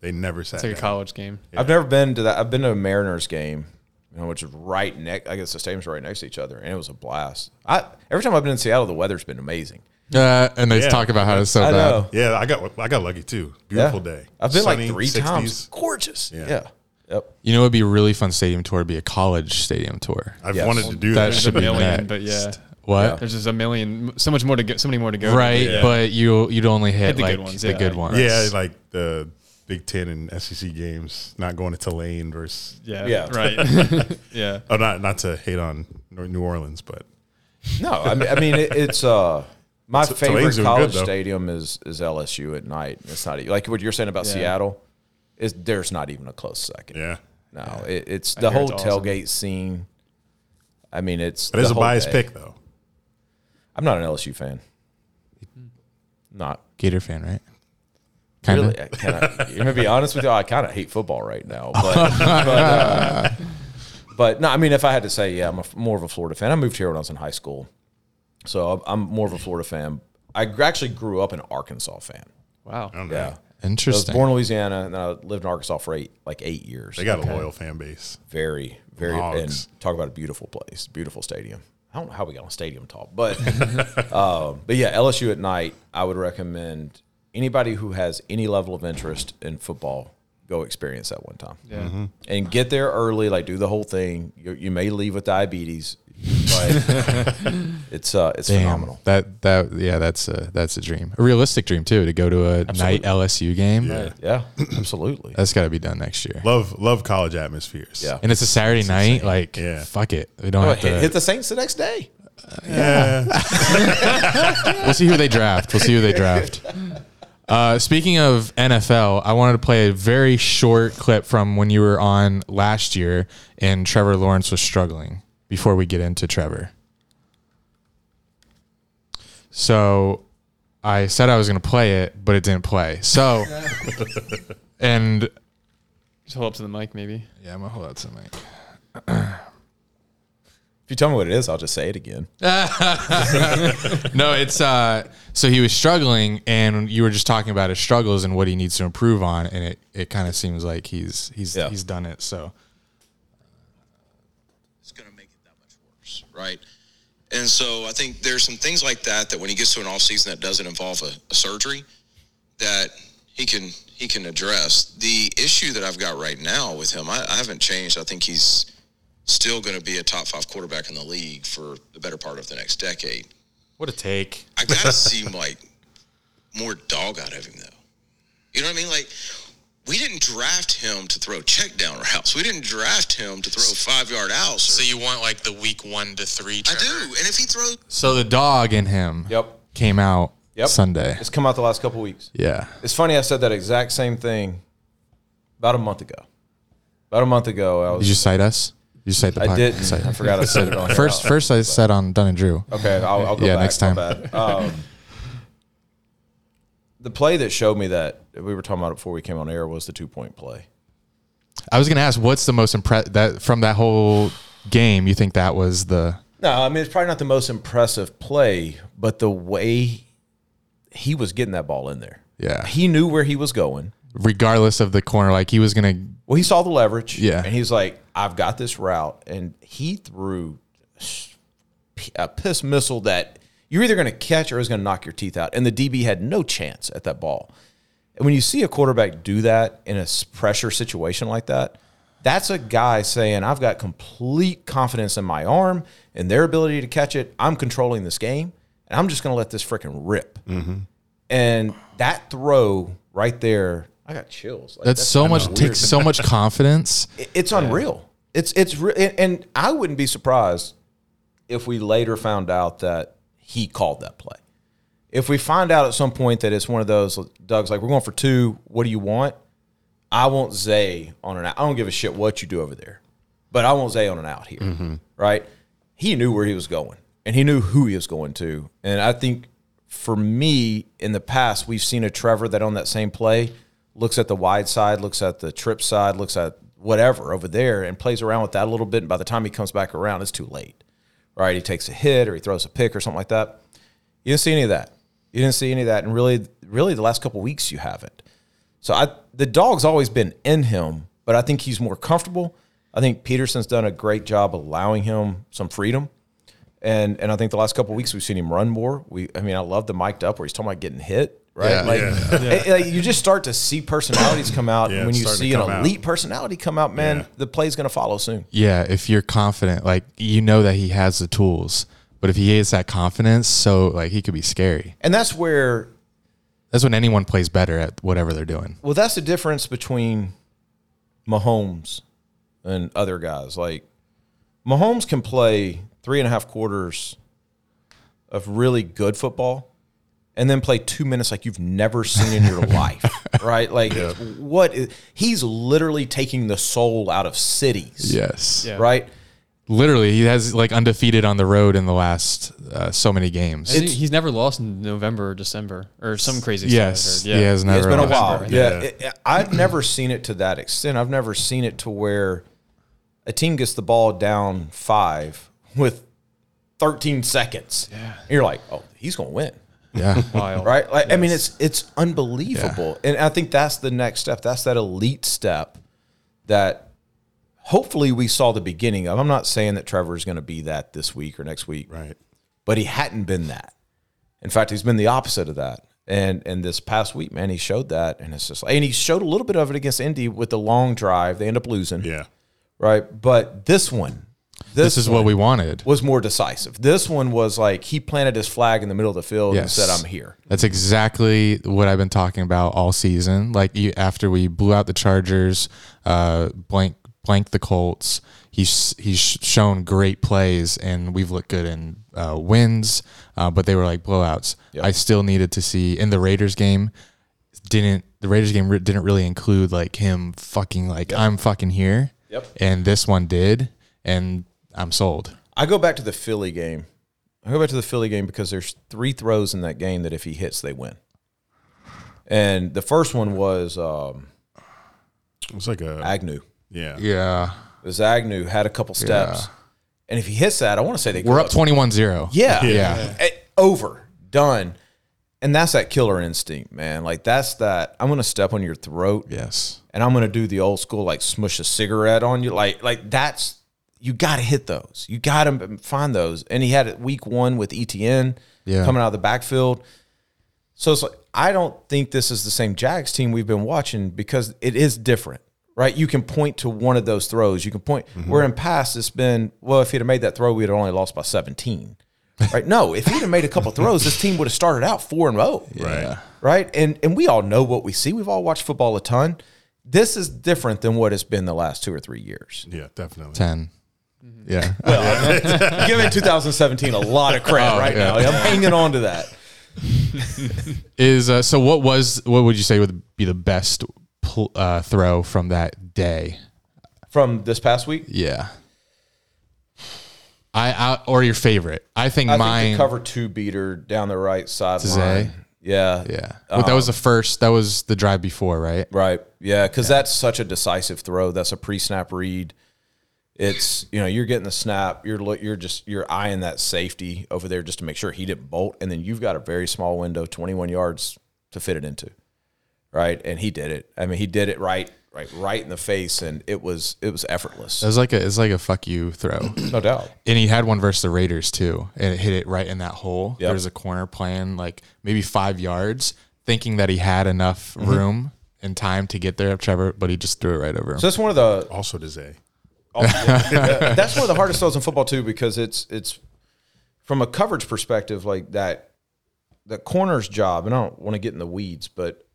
They never sat.
It's like a
down.
college game.
I've never been to that. I've been to a Mariners game, you know, which is right next. I guess the stadiums are right next to each other, and it was a blast. I every time I've been in Seattle, the weather's been amazing.
Uh, and they
Yeah.
talk about how it's so
I
bad.
know.
Yeah, I got I got lucky too. Beautiful
Yeah.
day.
I've been
Sunny,
like three
60s.
times. Gorgeous. Yeah. Yep.
You know, it'd be a really fun stadium tour. Would be a college stadium tour.
I've
Yes.
wanted to
That
do that.
There's a
should be
million,
next.
but yeah.
What?
There's just a million, so much more to go, so many more to go.
Right,
Yeah.
but you you'd only hit,
the
like
good ones,
the
yeah.
good ones.
yeah, like the Big Ten and SEC games. Not going to Tulane versus.
Yeah.
Yeah.
[laughs] Right. yeah.
Oh, not not to hate on Nor- New Orleans, but
No, I mean, I mean it, it's uh, my favorite
Tulane's doing
college
good, though.
stadium is is LSU at night. It's not e- like what you're saying about
Yeah.
Seattle. Is there's not even a close second.
yeah,
No, it, it's the
hear
whole
it's awesome.
tailgate scene. I mean, it's
that is
the
a
whole
biased
day.
pick though.
I'm not an LSU fan. Not
Gator fan, right? Kinda.
really. I kinda, I'm gonna be honest with you. I kind of hate football
[laughs]
right now, but but, uh, but no. I mean, if I had to say, yeah, I'm a, more of a Florida fan. I moved here when I was in high school, so I'm- I'm more of a Florida fan. I gr- actually grew up an Arkansas fan.
Wow.
I don't know.
Yeah, I was
Interesting.
born in Louisiana, and then I lived in Arkansas for eight, like eight years.
They got a loyal fan base.
very, very,
Logs.
and talk about a beautiful place, beautiful stadium. I don't know how we got on stadium talk, but, [laughs] um, but yeah, LSU at night. I would recommend anybody who has any level of interest in football go experience that one time.
Yeah.
And get there early, like do the whole thing. You, you may leave with diabetes, but it's uh, it's
Damn.
phenomenal.
That that yeah, that's a that's a dream. A realistic dream too to go to a night LSU game. [clears throat]
Yeah, absolutely.
That's got to be done next year.
Love love college atmospheres.
Yeah.
And it's a Saturday night. Like
Yeah.
fuck it. We don't
Oh,
have to.
hit, hit the Saints the next day.
Yeah.
We'll see who they draft. We'll see who they
[laughs]
draft. Uh, speaking of NFL, I wanted to play a very short clip from when you were on last year and Trevor Lawrence was struggling before we get into Trevor. So I said I was going to play it, but it didn't play.
[laughs]
So, and
Just hold up to the mic, maybe.
yeah, I'm going to hold out something.
If you tell me what it is, I'll just say it again.
No, it's uh so he was struggling and you were just talking about his struggles and what he needs to improve on and it it kind of seems like he's he's
Yeah.
he's done it. So
it's going to make it that much worse, right? And so I think there's some things like that that when he gets to an off season that doesn't involve a, a surgery, that he can he can address. The issue that I've got right now with him, I, I haven't changed. I think he's still going to be a top five quarterback in the league for the better part of the next decade.
what a take.
I
[laughs]
gotta see like more dog out of him though. You know what I mean? Like we didn't draft him to throw check down routes. We didn't draft him to throw five yard outs.
So you want like the week one to three?
I
Trevor?
do. And if he throws
So the dog in him
Yep.
came out
Yep.
Sunday.
It's come out the last couple weeks.
Yeah.
It's funny I said that exact same thing about a month ago. About a month ago, I
Did
was.
you cite us? Did you cite the
I
pod-
didn't.
cite-
I forgot I said it on
[laughs]
here.
First first I said on Dunn and Drew.
Okay, I'll, I'll go
Yeah,
back.
next
my
time.
bad. Um, the play that showed me that that we were talking about it before we came on air was the two point play.
I was going to ask what's the most impre- that from that whole game you think that was the
No, I mean it's probably not the most impressive play, but the way he was getting that ball in there,
Yeah.
he knew where he was going.
regardless of the corner like he was going to
Well, he saw the leverage.
Yeah.
And he's like, I've got this route. And he threw a piss missile that you're either going to catch or it's going to knock your teeth out. And the DB had no chance at that ball. And when you see a quarterback do that in a s- pressure situation like that, that's a guy saying, I've got complete confidence in my arm and their ability to catch it. I'm controlling this game and I'm just going to let this freaking rip.
Mm-hmm.
And that throw right there, I got chills. Like,
that's, so much takes so
[laughs]
much confidence.
it- it's unreal. It's it's re- and, and I wouldn't be surprised if we later found out that he called that play. If we find out at some point that it's one of those Doug's like we're going for two, what do you want? I want Zay on an out. I don't give a shit what you do over there, but I want Zay on an out here, right? He knew where he was going and he knew who he was going to, and I think for me in the past we've seen a Trevor that on that same play looks at the wide side, looks at the trip side, looks at whatever over there, and plays around with that a little bit. And by the time he comes back around, it's too late, right? He takes a hit or he throws a pick or something like that. You didn't see any of that. You didn't see any of that, and really, really, the last couple weeks you haven't. So I the dog's always been in him, but I think he's more comfortable. I think Peterson's done a great job allowing him some freedom. And and I think the last couple of weeks we've seen him run more. We I mean, I love the mic'd up where he's talking about getting hit, right?
Yeah.
like, it- like, you just start to see personalities come out.
Yeah,
and when
it's
you
starting to
see an
come out.
elite personality come out, man,
Yeah.
the play's gonna follow soon.
Yeah, if you're confident, like you know that he has the tools, but if he has that confidence, so like he could be scary.
And that's where
That's when anyone plays better at whatever they're doing.
Well, that's the difference between Mahomes and other guys. Like Mahomes can play three and a half quarters of really good football and then play two minutes like you've never seen in your life. Right? Like what is, he's literally taking the soul out of cities.
Yes.
Yeah.
Right?
Literally, he has like undefeated on the road in the last uh, so many games.
He- He's never lost in November or December or some crazy. stat I've
yes,
heard.
he has never.
It's been a
lost.
while.
Yeah.
Yeah, It- it- I've never seen it to that extent. I've never seen it to where a team gets the ball down five with 13 seconds. Yeah. you're like, oh, he's gonna win,
Yeah,
Wild.
right? Like, I mean, it's it's unbelievable, and I think that's the next step. That's that elite step that hopefully we saw the beginning of. I'm not saying that Trevor's going to be that this week or next week,
Right.
but he hadn't been that. In fact, he's been the opposite of that. And and this past week, man, he showed that, and it's just like, and he showed a little bit of it against Indy with the long drive. They end up losing,
Yeah.
right? But this one, this,
this is what we wanted.
was more decisive. This one was like he planted his flag in the middle of the field
Yes.
and said, "I'm here."
That's exactly what I've been talking about all season. Like you, after we blew out the Chargers, uh, blank blank the Colts. He's he's shown great plays, and we've looked good in uh, wins, uh, but they were like blowouts. I still needed to see in the Raiders game. Didn't the Raiders game re- didn't really include like him fucking like I'm fucking here. Yep. And this one did, and I'm sold.
I go back to the Philly game. I go back to the Philly game because there's three throws in that game that if he hits, they win. And the first one was um,
It was like a
Agnew.
yeah.
Yeah.
It was Agnew had a couple steps, and if he hits that, I want to say they go
We're up 21-0.
Yeah.
Yeah.
Eh, over. Done. And that's that killer instinct, man. Like that's that. I'm gonna step on your throat,
Yes.
and I'm gonna do the old school, like smush a cigarette on you. Like, like that's you got to hit those. You got to find those. And he had it week one with ETN
Yeah.
coming out of the backfield. So it's like I don't think this is the same Jags team we've been watching because it is different, right? You can point to one of those throws. You can point where in past it's been well, if he'd have made that throw, we'd have only lost by seventeen, right? no, if he'd have made a couple throws, this team would have started out four and oh. zero,
Right.
right? And and we all know what we see. We've all watched football a ton. This is different than what it's been the last two or
[laughs]
three years.
Yeah, definitely.
10.
Mm-hmm. [laughs]
Yeah.
Giving 2017 a lot of credit right
Oh, yeah.
now. I'm hanging on to that.
is uh, so what was what would you say would be the best pl- uh, throw from that day
From this past week,
yeah I, I or your favorite i think
I
mine
think the cover two beater down the right
Zay?
sideline. Yeah.
yeah But that
Um,
was the first that was the drive before right
Right. Yeah. Cause that's such a decisive throw. That's a pre snap read. It's, you know, you're getting the snap. You're, look, you're just, you're eyeing that safety over there just to make sure he didn't bolt. And then you've got a very small window, 21 yards to fit it into. Right. And he did it. I mean, he did it right, right, right in the face. And it was, it was effortless.
it was like a it's like a fuck you [coughs] throw
No doubt.
and he had one versus the Raiders too, and it hit it right in that hole. There
Yep.
was a corner plan, like maybe five yards, thinking that he had enough
Mm-hmm.
room and time to get there, Trevor, but he just threw it right over him.
So that's one of the,
Also to say.
[laughs] that's one of the hardest throws in football too because it's it's from a coverage perspective like that the corner's job and I don't want to get in the weeds but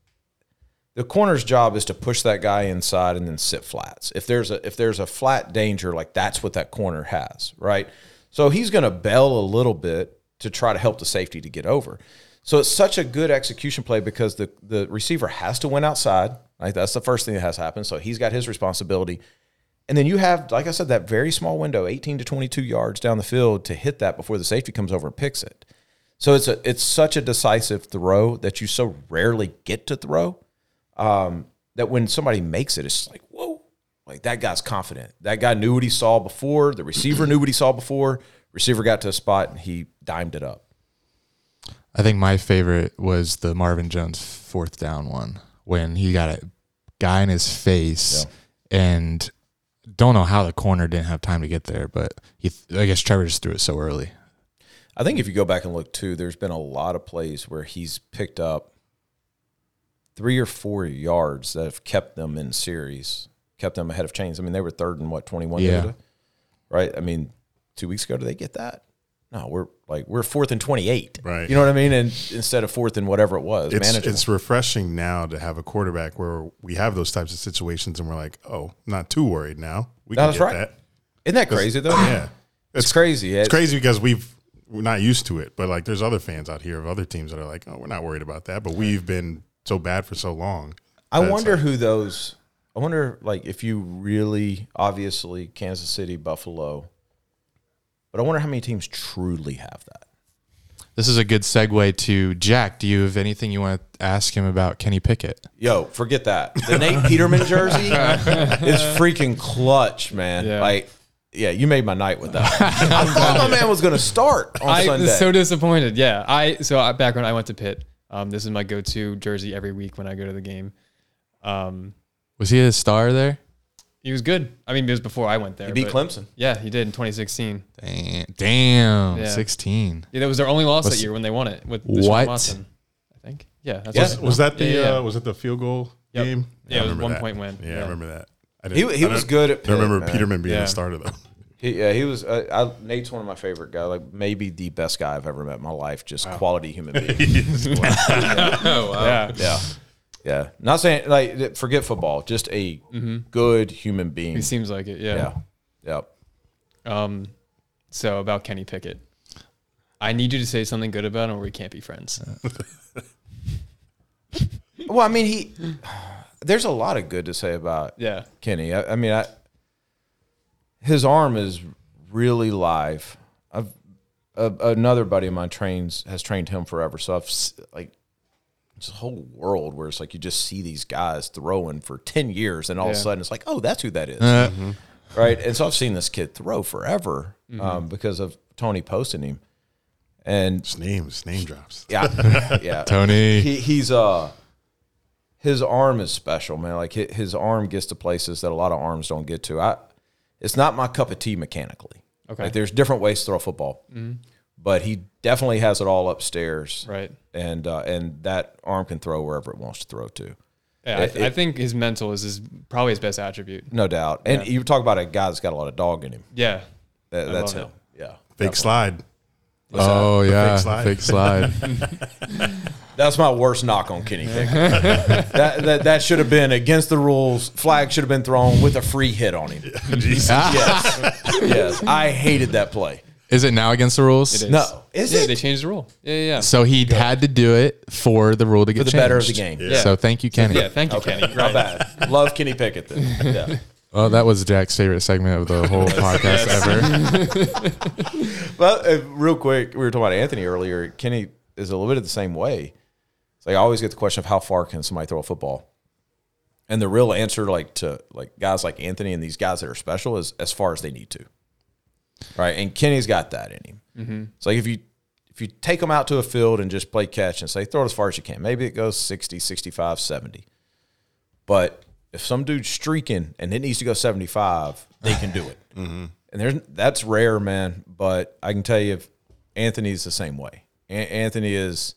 the corner's job is to push that guy inside and then sit flats if there's a if there's a flat danger like that's what that corner has right so he's going to bail a little bit to try to help the safety to get over so it's such a good execution play because the the receiver has to win outside like that's the first thing that has happened so he's got his responsibility and then you have, like I said, that very small window, 18 to 22 yards down the field to hit that before the safety comes over and picks it. So it's a, it's such a decisive throw that you so rarely get to throw um, that when somebody makes it, it's just like, whoa, like that guy's confident. That guy knew what he saw before. The receiver knew what he saw before. Receiver got to a spot and he dimed it up.
I think my favorite was the Marvin Jones fourth down one when he got a guy in his face and don't know how the corner didn't have time to get there, but he I guess Trevor just threw it so early.
I think if you go back and look too, there's been a lot of plays where he's picked up three or four yards that have kept them in series, kept them ahead of chains. I mean, they were third and what twenty one,
Yeah.
right? I mean, two weeks ago, did they get that? No, we're like we're fourth and twenty eight,
Right.
You know what I mean? And instead of fourth and whatever it was,
It's
manageable.
it's refreshing now to have a quarterback where we have those types of situations and we're like, oh, not too worried now. We can
That's
get
right.
that.
Isn't that crazy though?
Yeah.
it's, crazy.
It's crazy because we've we're not used to it, but like there's other fans out here of other teams that are like, oh, we're not worried about that, but we've been so bad for so long.
I
That's
wonder who those. I wonder, like, if you really, obviously, Kansas City, Buffalo, But I wonder how many teams truly have that.
This is a good segue to Jack. Do you have anything you want to ask him about Kenny Pickett?
Yo, forget that. The
[laughs]
Nate Peterman jersey is freaking clutch, man.
Yeah.
Like, yeah, you made my night with that.
[laughs]
I thought my man was going to start on
I
Sunday.
was so disappointed. Yeah, I so I, back when I went to Pitt, um, this is my go-to jersey every week when I go to the game. Um,
Was he a star there?
he was good. I mean, it was before I went there.
he beat
but-
Clemson.
Yeah, he did in 2016.
Damn, damn
Yeah.
16.
Yeah, that was their only loss
Was-
that year when they won it with
What?
Deshaun Watson. I think. Yeah, that's
Yeah.
what-
Was that the
Yeah, yeah.
Uh, was that the field goal
Yep.
game?
Yeah, it
I
was
remember
one
that.
point win.
Yeah, I
Yeah.
remember that. I
He-
didn't-
he
I
was
don't-
good at
I don't
Pitt,
remember
man.
Peterman being
Yeah.
the starter though.
He, yeah, he was. Uh, I, Nate's one of my favorite guys. Like maybe the best guy I've ever met in my life. Just quality
[laughs]
human being. Oh,
[laughs] yeah.
yeah, yeah. Not saying like th- forget football. Just a good human being.
He seems like it.
yeah,
Yeah.
yeah.
Um, so about Kenny Pickett, I need you to say something good about him, or we can't be friends.
Well, I mean, he. [sighs] There's a lot of good to say about
[laughs] yeah.
Kenny. I, I mean, I, his arm is really live. I've a, another buddy of mine trains has trained him forever, so I've s- like it's a whole world where it's like you just see these guys throwing for ten years, and all of a
Yeah.
sudden it's like, oh, that's who that is, right? And so I've seen this kid throw forever um, because of Tony posting him, and
Just names, name drops.
yeah, yeah,
Tony.
he, he's uh his arm is special, man. Like hi- his arm gets to places that a lot of arms don't get to. I it's not my cup of tea mechanically.
Okay. Mm-hmm.
Like there's different ways to throw a football. But he definitely has it all upstairs.
Right.
And uh, and that arm can throw wherever it wants to throw to.
Yeah. I, th- I think his mental is his probably his best attribute.
No doubt. And you talk about a guy that's got a lot of dog in him.
Yeah.
That-
I
that's
love
him. Yeah.
Fake slide.
Oh, yeah.
fake slide?
Fake slide.
That's my worst knock on Kenny Pickett. [laughs] that, that that should have been against the rules. Flag should have been thrown with a free hit on him.
Jesus.
Yes. yes. I hated that play.
is it now against the rules?
It is.
No. Is
yeah,
it?
they changed the rule. Yeah, yeah, yeah.
So he had to do it for the rule to get
For the better of the
changed.
game.
Yeah.
So thank you, Kenny.
Yeah, thank you, Kenny.
Not bad. Love Kenny Pickett then. Yeah.
Oh, that was Jack's favorite segment of the whole podcast ever.
[laughs] Well, uh, real quick, we were talking about Anthony earlier. Kenny is a little bit of the same way. It's like I always get the question of how far can somebody throw a football? And the real answer, like to like guys like Anthony and these guys that are special, is as far as they need to, right? And Kenny's got that in him. It's like if you if you take them out to a field and just play catch and say throw it as far as you can, maybe it goes 60, 65, 70. But if some dude's streaking and it needs to go 75, they can do it. And there's that's rare, man. But I can tell you, if Anthony's the same way. A- Anthony is,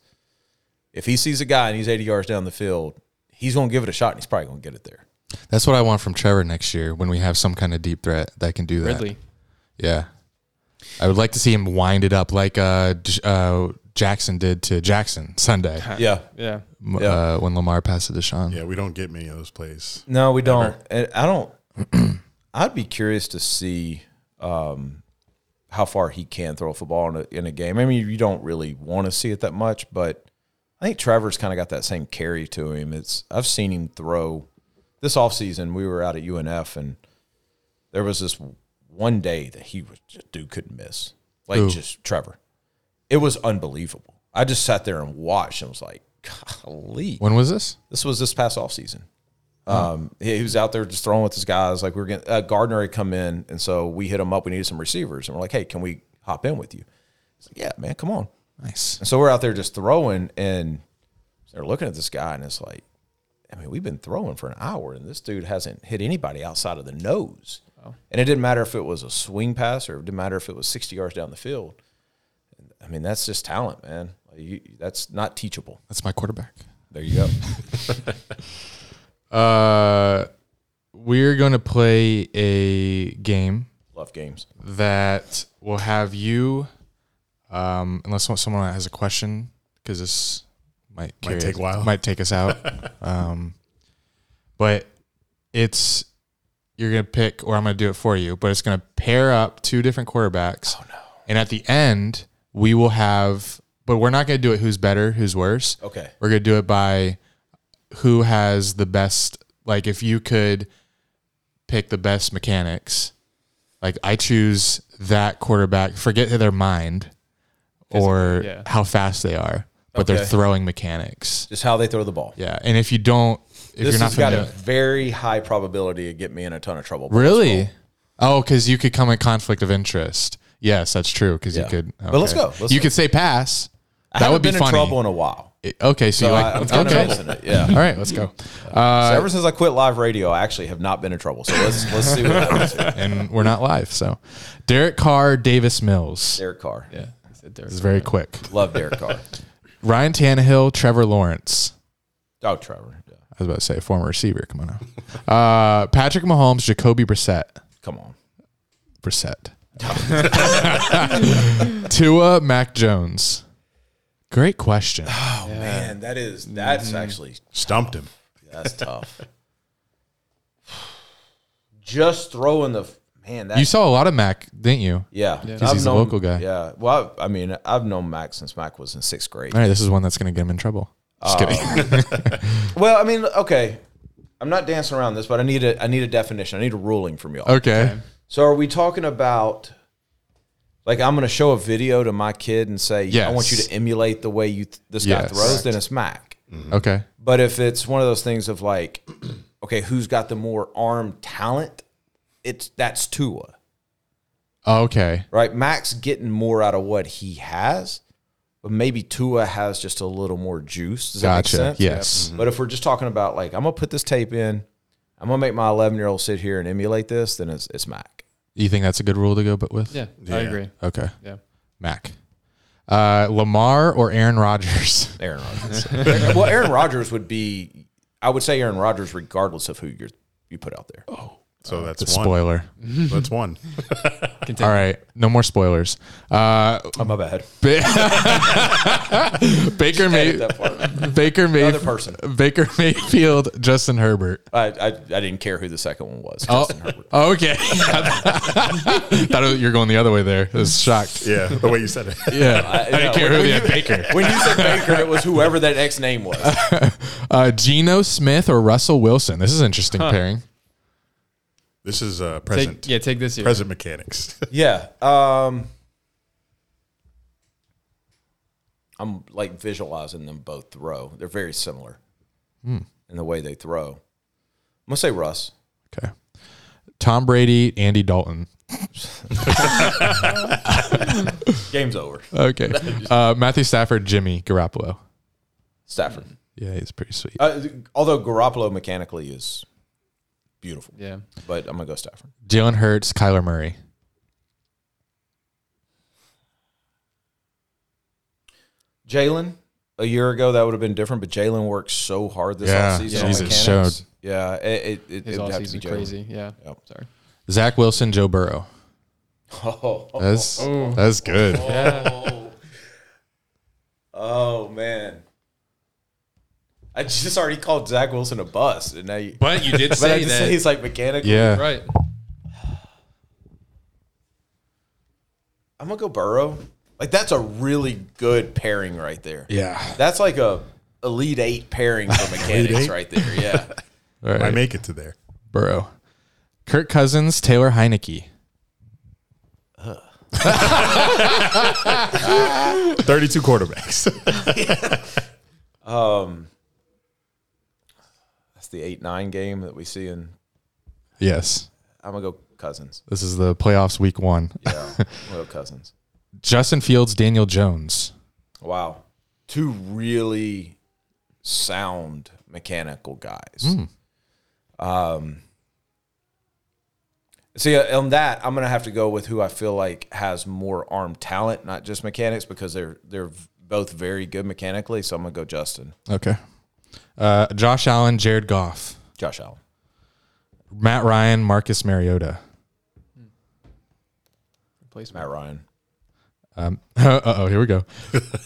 if he sees a guy and he's 80 yards down the field, he's going to give it a shot and he's probably going to get it there.
That's what I want from Trevor next year when we have some kind of deep threat that can do that.
Ridley.
Yeah. I would like to see him wind it up like uh, J- uh, Jackson did to Jackson Sunday
Yeah.
Yeah.
m-
Yeah.
uh, when Lamar passed it to Deshaun.
Yeah, we don't get many of those plays.
No, we don't. And I don't. [clears throat] I'd be curious to see um, how far he can throw a football in a, in a game. I mean, you don't really want to see it that much, but I think Trevor's kind of got that same carry to him. It's I've seen him throw this offseason. We were out at UNF, and there was this one day that he was just, dude couldn't miss, like
Who?
just Trevor. It was unbelievable. I just sat there and watched, and was like, golly,
When was this?
this was this past offseason. Um, he, he was out there just throwing with his guys. Like we were getting uh, Gardner had come in, and so we hit him up. We needed some receivers, and we're like, "Hey, can we hop in with you?" He's like, "Yeah, man, come on."
Nice.
And so we're out there just throwing, and they're looking at this guy, and it's like, I mean, we've been throwing for an hour, and this dude hasn't hit anybody outside of the nose. And it didn't matter if it was a swing pass or it didn't matter if it was sixty yards down the field. I mean, that's just talent, man. Like, you, that's not teachable.
That's my quarterback.
There you go.
Uh, we're going to play a game
Love games.
that will have you, um, unless someone has a question, because this might, carry-
take a while.
might take us out. um, but it's you're gonna pick, or I'm gonna do it for you. But it's gonna pair up two different quarterbacks. Oh no! And at the end, we will have, but we're not gonna do it. Who's better? Who's worse?
Okay.
We're gonna do it by who has the best. Like, if you could pick the best mechanics Like I choose that quarterback. Forget their mind or
yeah.
how fast they are, but their
Okay.
throwing mechanics.
Just how they throw the ball.
Yeah, and if you don't, if
this
you're not
has got a
familiar,
very high probability of getting me in a ton of trouble. but let's
really,
go.
oh, because you could come in conflict of interest. Yes, that's true. Because
Yeah.
you could.
But let's
okay.
go, let's
you
go.
could say pass.
I
that
haven't
would be
been
funny.
in trouble in a while.
okay, so,
So
you
I, I'm
like
kind
okay. Uh,
of missing it. Yeah.
All right, let's go.
so ever since I quit live radio, I actually have not been in trouble. So let's let's see what happens.
[laughs]
here.
and we're not live. So, Derek Carr, Davis Mills.
Derek Carr.
Yeah. I said Derek
This is very quick.
Love Derek Carr.
Ryan Tannehill, Trevor Lawrence.
Oh, Trevor. Yeah.
I was about to say former receiver. Come on now. Uh, Patrick Mahomes, Jacoby Brissett.
Come on.
Brissett. [laughs] Tua, Mac Jones. Great question.
Man, that is that's
Mm-hmm.
actually
Stumped him.
that's tough. Just throwing the man. That,
You saw a lot of Mac, didn't you?
yeah,
'Cause he's a
known,
local guy.
Yeah. Well, I, I mean, I've known Mac since Mac was in sixth grade.
All right, this is one that's going to get him in trouble. Just kidding.
Well, I mean, okay. I'm not dancing around this, but I need a I need a definition. I need a ruling from y'all.
[laughs] okay.
So are we talking about like I'm going to show a video to my kid and say, I want you
Yes.
to emulate the way you th- this guy
Yes.
throws, then it's Mac.
Okay.
But if it's one of those things of like, [clears throat] okay, who's got the more arm talent? It's that's Tua,
Okay.
right? Mac's getting more out of what he has, but maybe Tua has just a little more juice. Does that
Gotcha.
make sense?
Yes.
Mm-hmm. But if we're just talking about like, I'm gonna put this tape in, I'm gonna make my 11 year old sit here and emulate this, then it's, it's Mac.
You think that's a good rule to go but with?
Yeah, I agree.
Okay.
Yeah.
Mac. Uh, Lamar or Aaron Rodgers?
[laughs] Aaron Rodgers. well, Aaron Rodgers would be, I would say Aaron Rodgers, regardless of who you you put out there.
So
Uh,
that's
The
one.
[laughs]
spoiler.
That's one.
All right, no more spoilers. Uh,
Oh, my bad.
Ba- [laughs] Baker
Edit
May-
that part.
Baker
Another
Mayfield,
person.
Baker Mayfield, Justin Herbert.
I, I, I didn't care who the second one was.
Oh,
Justin Herbert.
okay. [laughs] Thought you're going the other way there. I was shocked.
Yeah, the way you said it.
[laughs]
Yeah, I,
no,
didn't care who they had. Baker,
[laughs] When you said Baker, it was whoever that ex name was.
uh, Geno Smith or Russell Wilson. This is an interesting pairing.
This is uh, present.
Take, yeah, take this year.
Present mechanics. [laughs]
Yeah. Um, I'm like visualizing them both throw. They're very similar in the way they throw. I'm gonna say Russ.
Okay, Tom Brady, Andy Dalton.
Game's over. [laughs]
Okay, uh, Matthew Stafford, Jimmy Garoppolo.
Stafford.
Yeah, he's pretty sweet.
Uh, although Garoppolo mechanically is beautiful,
Yeah.
but I'm gonna go Stafford.
Jalen Hurts, Kyler Murray.
Jalen. A year ago, that would have been different, but Jalen worked so hard this
Yeah,
offseason. on
Jesus
mechanics.
showed.
Yeah, it, it, it,
His
it would have to be
offseason
Jalen.
crazy. Yeah.
Yep.
Sorry.
Zach Wilson, Joe Burrow.
Oh, oh,
That's that's good.
oh, man. I just already called Zach Wilson a bust, and now you.
But you did
But I
say
just
that.
say he's like mechanical.
Yeah.
Right.
I'm gonna go Burrow. Like that's a really good pairing right there.
Yeah.
That's like a elite eight
[laughs]
pairing for mechanics right there. Yeah.
All right.
I make it to there.
Burrow. Kirk Cousins, Taylor Heineke.
32 quarterbacks. [laughs]
That's the eight nine game that we see in
Yes.
I'm gonna go cousins.
This is the playoffs week one. Uh,
Yeah. I'm gonna go cousins.
Justin Fields, Daniel Jones.
Wow. Two really sound mechanical guys. Um See, uh, on that, I'm gonna have to go with who I feel like has more arm talent, not just mechanics, because they're they're both very good mechanically. So I'm gonna go Justin,
Okay. Uh, Josh Allen, Jared Goff.
Josh Allen.
Matt Ryan, Marcus Mariota. [laughs]
Matt Ryan.
uh oh, here we
[laughs]
go.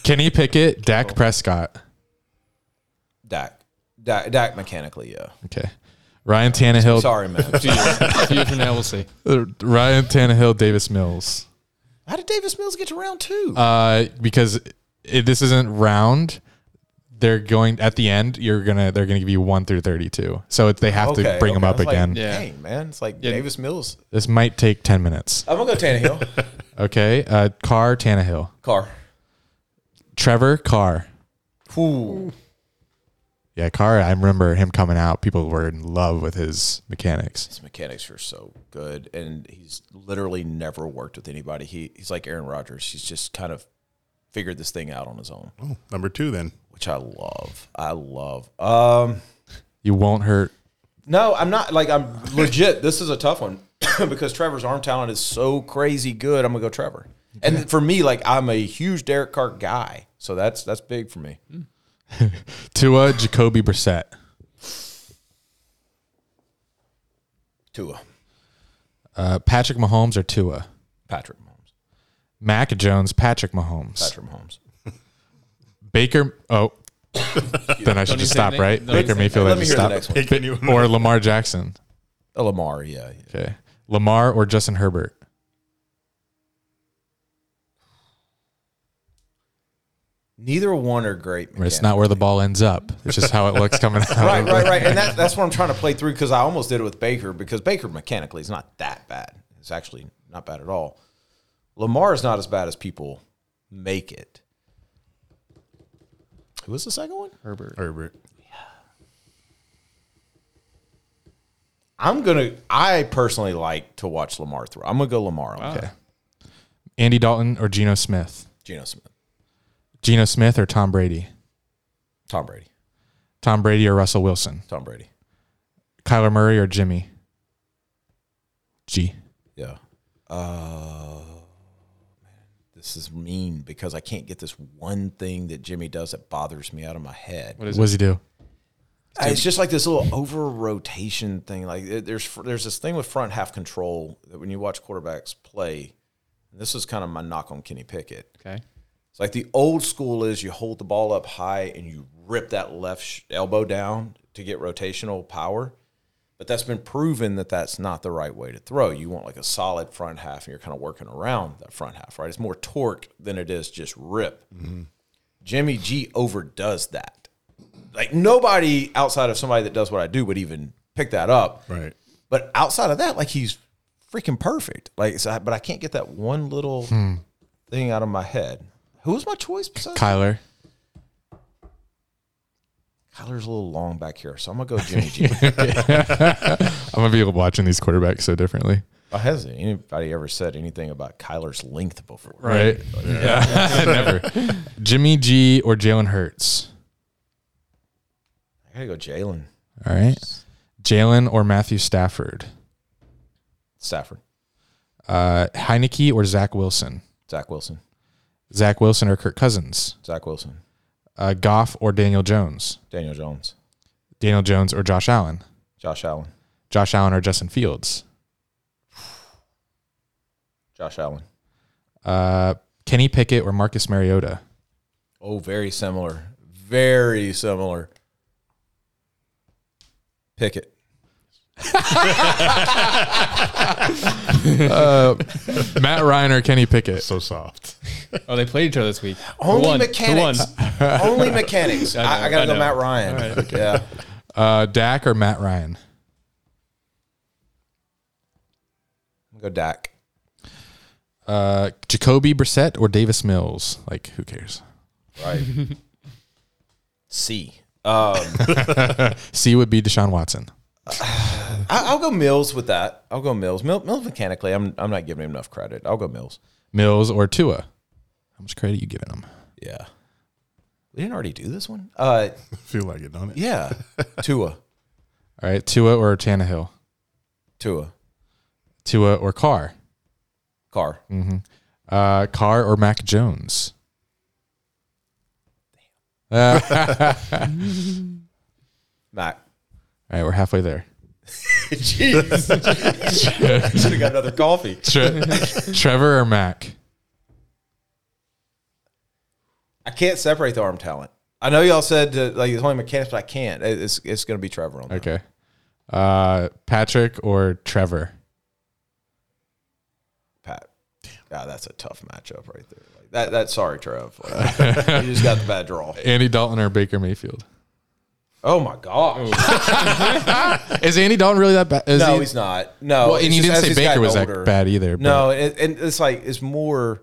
Kenny Pickett,
Oh.
Dak Prescott.
Dak. Dak, Dak mechanically, yeah.
Okay. Ryan Tannehill.
Sorry, man.
A few from now, we'll see.
uh, Ryan Tannehill, Davis Mills.
How did Davis Mills get to round two?
Uh, because it, this isn't round. they're going at the end. You're gonna they're gonna give you one through thirty two. So it's, they have to bring them
okay.
up
It's like,
again.
Yeah.
Dang, man. It's like Davis Mills.
This might take ten minutes.
I'm going to go [laughs] Tannehill.
Okay, uh, Carr Tannehill,
Carr.
Trevor Carr.
Ooh.
Yeah, Carr. I remember him coming out. People were in love with his mechanics.
His mechanics are so good, and he's literally never worked with anybody. He he's like Aaron Rodgers. He's just kind of figured this thing out on his own,
Oh, number two, then
which I love. I love. Um,
You won't hurt.
no, I'm not like I'm legit. This is a tough one [coughs] because Trevor's arm talent is so crazy good. I'm gonna go Trevor. And for me, like I'm a huge Derek Carr guy, so that's that's big for
Mm-hmm.
me.
Tua Jacoby Brissett,
Tua,
uh, Patrick Mahomes or Tua,
Patrick Mahomes,
Mac Jones, Patrick Mahomes,
Patrick Mahomes.
Baker.
[laughs]
Oh, then I should
you
just
say
stop,
anything?
right?
Don't you
Baker
say
Mayfield. I
Let me
just
hear the
stop.
next one.
pick anyone.
Or Lamar Jackson.
Uh, Lamar, yeah, yeah.
Okay, Lamar or Justin Herbert.
Neither one are great.
It's
mechanics.
not where the ball ends up. It's just how it looks
[laughs]
coming out.
right, right, right.
[laughs]
And that, that's what I'm trying to play through because I almost did it with Baker because Baker mechanically is not that bad. It's actually not bad at all. Lamar is not as bad as people make it. Who was the second one?
Herbert.
Herbert.
I'm gonna. I personally like to watch Lamar throw. I'm gonna go Lamar. on that.
Okay. Andy Dalton or Geno Smith.
Geno Smith,
Geno Smith or Tom Brady.
Tom Brady,
Tom Brady or Russell Wilson.
Tom Brady.
Kyler Murray or Jimmy. G.
Yeah. Uh, man, this is mean because I can't get this one thing that Jimmy does that bothers me out of my head.
What does he do?
It's just like this little over rotation thing. Like it- there's fr- there's this thing with front half control that when you watch quarterbacks play, and this is kind of my knock on Kenny Pickett.
Okay.
It's like the old school is you hold the ball up high and you rip that left sh- elbow down to get rotational power. But that's been proven that that's not the right way to throw. You want like a solid front half and you're kind of working around that front half, right? It's more torque than it is just rip. Jimmy G overdoes that. Like nobody outside of somebody that does what I do would even pick that up.
Right.
But outside of that, like he's freaking perfect. Like, so I, but I can't get that one little thing out of my head. Who was my choice? Besides
Kyler.
Kyler's a little long back here, so I'm gonna go Jimmy G.
I'm gonna be watching these quarterbacks so differently.
Why has anybody ever said anything about Kyler's length before?
Right? Yeah. [laughs] Never. Jimmy G or Jalen Hurts.
I gotta go Jalen
All right. Jalen or Matthew Stafford.
Stafford,
Uh, Heineke or Zach Wilson.
Zach Wilson,
Zach Wilson or Kirk Cousins.
Zach Wilson,
Uh, Goff or Daniel Jones.
Daniel Jones,
Daniel Jones or Josh Allen.
Josh Allen,
Josh Allen or Justin Fields.
Josh Allen.
Uh, Kenny Pickett or Marcus Mariota.
Oh, very similar, very similar. Pickett,
Matt Ryan or Kenny Pickett.
So soft. [laughs]
Oh, they played each other this week.
only
one,
mechanics,
[laughs]
only mechanics. I, I,
know,
gotta
I
go
know.
Matt Ryan. Yeah,
Uh, Dak or Matt Ryan.
I'm gonna go Dak.
Uh, Jacoby Brissett or Davis Mills. Like, who cares?
Right. C. Um,
C would be Deshaun Watson.
I, I'll go Mills with that. I'll go Mills. Mills, Mills mechanically, I'm I'm not giving him enough credit. I'll go Mills.
Mills or Tua. How much credit you giving him?
Yeah. We didn't already do this one. Uh,
Feel like it, don't it?
[laughs]
yeah. Tua,
All right. Tua or Tannehill.
Tua,
Tua or Carr.
Carr,
Uh, Carr or Mac Jones. Uh, [laughs]
Mac.
All right. We're halfway there.
Jeez, should have got another coffee.
[laughs] Tre- Trevor or Mac.
I can't separate the arm talent. I know y'all said uh, like it's only mechanics, but I can't. It- It's it's gonna be Trevor on that.
Okay. Uh, Patrick or Trevor.
Pat. Yeah, that's a tough matchup right there. Like That that's sorry, Trev. Like, [laughs] you just got the bad draw.
Andy Dalton or Baker Mayfield?
Oh my god.
Is Andy Dalton really that bad? Is
No,
he-
he's not. No,
Well, and
it's
you
just
didn't
as
say
he's
Baker
gotten
was that bad either,
No, and, and it's like it's more.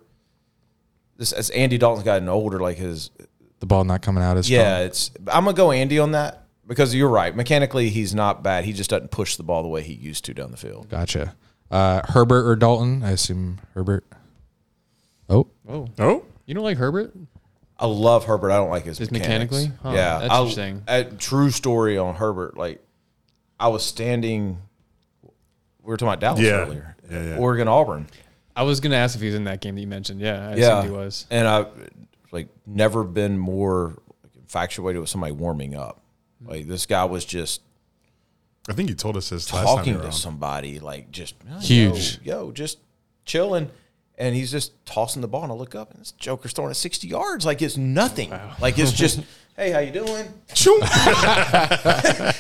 This, as Andy Dalton's gotten older, like his
the ball not coming out as
yeah,
strong.
it's I'm gonna go Andy on that because you're right. Mechanically, he's not bad. He just doesn't push the ball the way he used to down the field.
Gotcha. Uh, Herbert or Dalton? I assume Herbert. Oh,
Oh,
You don't like Herbert?
I love Herbert. I don't like his
Just
mechanics.
mechanically? Huh,
yeah,
that's
I-
interesting.
A true story on Herbert. Like I was standing. We were talking about Dallas
Yeah.
earlier.
Yeah, yeah.
Oregon Auburn.
I was gonna ask if he was in that game that you mentioned. Yeah, I
yeah,
assumed he was.
And I've like never been more infatuated with somebody warming up. Like this guy was just
I think you told us this last
talking
time.
to
around.
somebody, like just yo,
Huge.
yo, just chilling. And he's just tossing the ball, and I look up, and this Joker's throwing it sixty yards, like it's nothing, like it's just, [laughs] hey, how you doing? [laughs]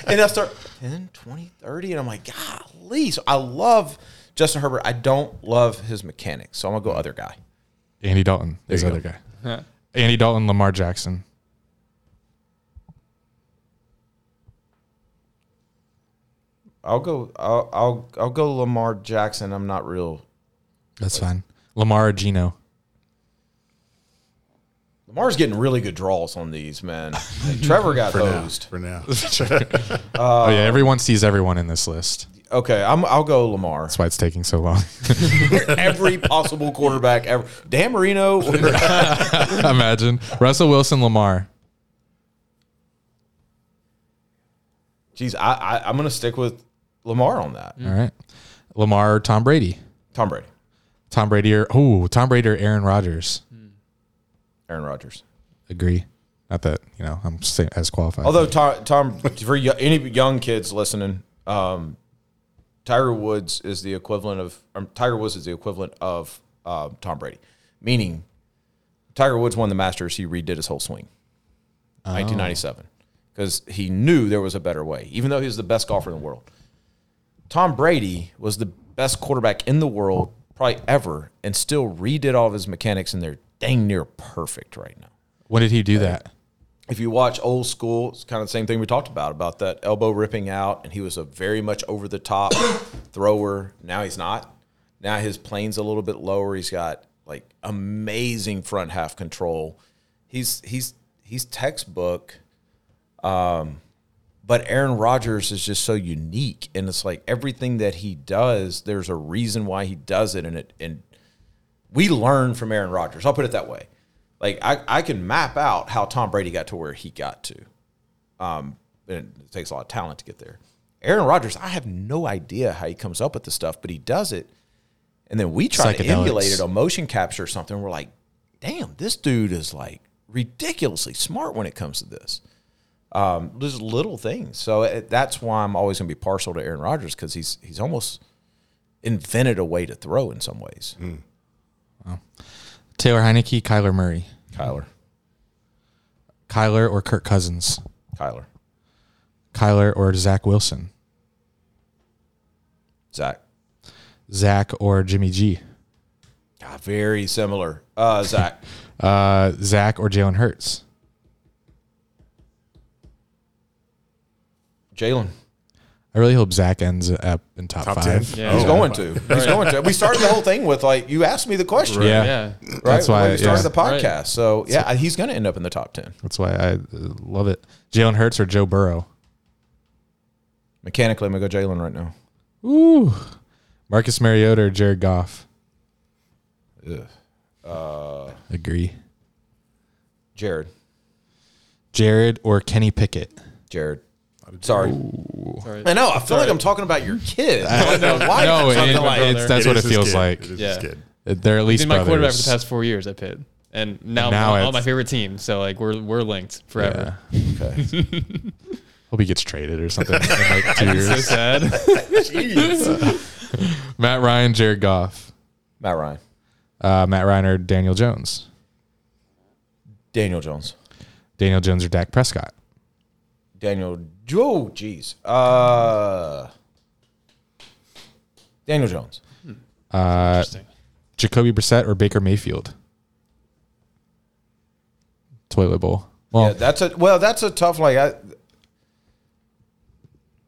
and I start 10, 20, 30, and I'm like, golly. So I love Justin Herbert. I don't love his mechanics, so I'm gonna go other guy.
Andy Dalton is the
you
other guy. Andy Dalton, Lamar Jackson.
I'll go. I'll I'll, I'll go Lamar Jackson. I'm not real.
That's fine. Lamar or Gino.
Lamar's getting really good draws on these,
[laughs]
man. Trevor got hosed.
for
[laughs]
now.
oh yeah, everyone sees everyone in this list.
Okay, I'm, I'll go Lamar.
That's why it's taking so long. [laughs]
Every possible quarterback ever. Dan Marino. or-
Imagine Russell Wilson, Lamar.
Jeez, I, I I'm gonna stick with Lamar on that.
All right, Lamar or Tom Brady.
Tom Brady,
Tom Brady or oh, Tom Brady or Aaron Rodgers.
Aaron Rodgers.
Agree. Not that you know I'm sa- as qualified.
Although Tom, Tom for yo- any young kids listening, um, Tiger Woods is the equivalent of um, Tiger Woods is the equivalent of uh, Tom Brady, meaning Tiger Woods won the Masters. He redid his whole swing, 1997, because he knew there was a better way, even though he was the best golfer in the world. Tom Brady was the best quarterback in the world, probably ever, and still redid all of his mechanics, and they're dang near perfect right now
when did he do that?
if you watch old school, it's kind of the same thing we talked about about that elbow ripping out, and he was a very much over the top [coughs] thrower. Now he's not. Now his plane's a little bit lower. He's got like amazing front half control. He's he's he's textbook. Um, but Aaron Rodgers is just so unique, and it's like everything that he does, there's a reason why he does it, and it and we learn from Aaron Rodgers. I'll put it that way. Like I, I can map out how Tom Brady got to where he got to. Um, and it takes a lot of talent to get there. Aaron Rodgers, I have no idea how he comes up with this stuff, but he does it. And then we try to
Psychedelics.
emulate it on motion capture or something. We're like, damn, this dude is like ridiculously smart when it comes to this. Um, just little things. So it, that's why I'm always going to be partial to Aaron Rodgers because he's he's almost invented a way to throw in some ways.
Taylor Heineke, Kyler Murray,
Kyler.
Kyler or Kirk Cousins,
Kyler.
Kyler or Zach Wilson,
Zach.
Zach or Jimmy G,
Ah, very similar.
[laughs]
Uh, Zach.
uh, Zach or Jalen Hurts,
Jalen.
I really hope Zach ends up in top,
Top
five.
10?
Yeah.
Oh.
He's going
[laughs]
to. He's going to. We started the whole thing with like you asked me the question, right?
Yeah.
Yeah.
That's
when
why-
we started
yeah.
the podcast. So yeah, he's going to end up in the top ten.
That's why I uh, love it. Jalen Hurts or Joe Burrow.
Mechanically, I'm gonna go Jalen right now.
Ooh, Marcus Mariota or Jared Goff.
Ugh.
Uh,
Agree.
Jared.
Jared or Kenny Pickett.
Jared. Sorry.
Sorry.
I know. I feel like I'm talking about your
[laughs]
kid. I know. Why?
No, it,
something like-
it's, that's
It
what it
is his
feels
kid.
like.
It is
Yeah.
his kid.
They're at least
He's been my quarterback for
brothers.
the past four years at Pitt, and now,
now
I'm on-
it's-
on my favorite team. So like we're we're linked forever.
Hope he gets traded or
[laughs]
something. in like two
So
years.
[laughs] sad.
Matt Ryan, Jared Goff.
Matt Ryan.
Uh, Matt Ryan or Daniel Jones.
Daniel Jones.
Daniel Jones or Dak Prescott.
Daniel. Oh, jeez. Uh, Daniel Jones.
Interesting.
Jacoby Brissett or Baker Mayfield.
toilet bowl. Well,
Oh.
Yeah, that's a well. That's a tough. Like I,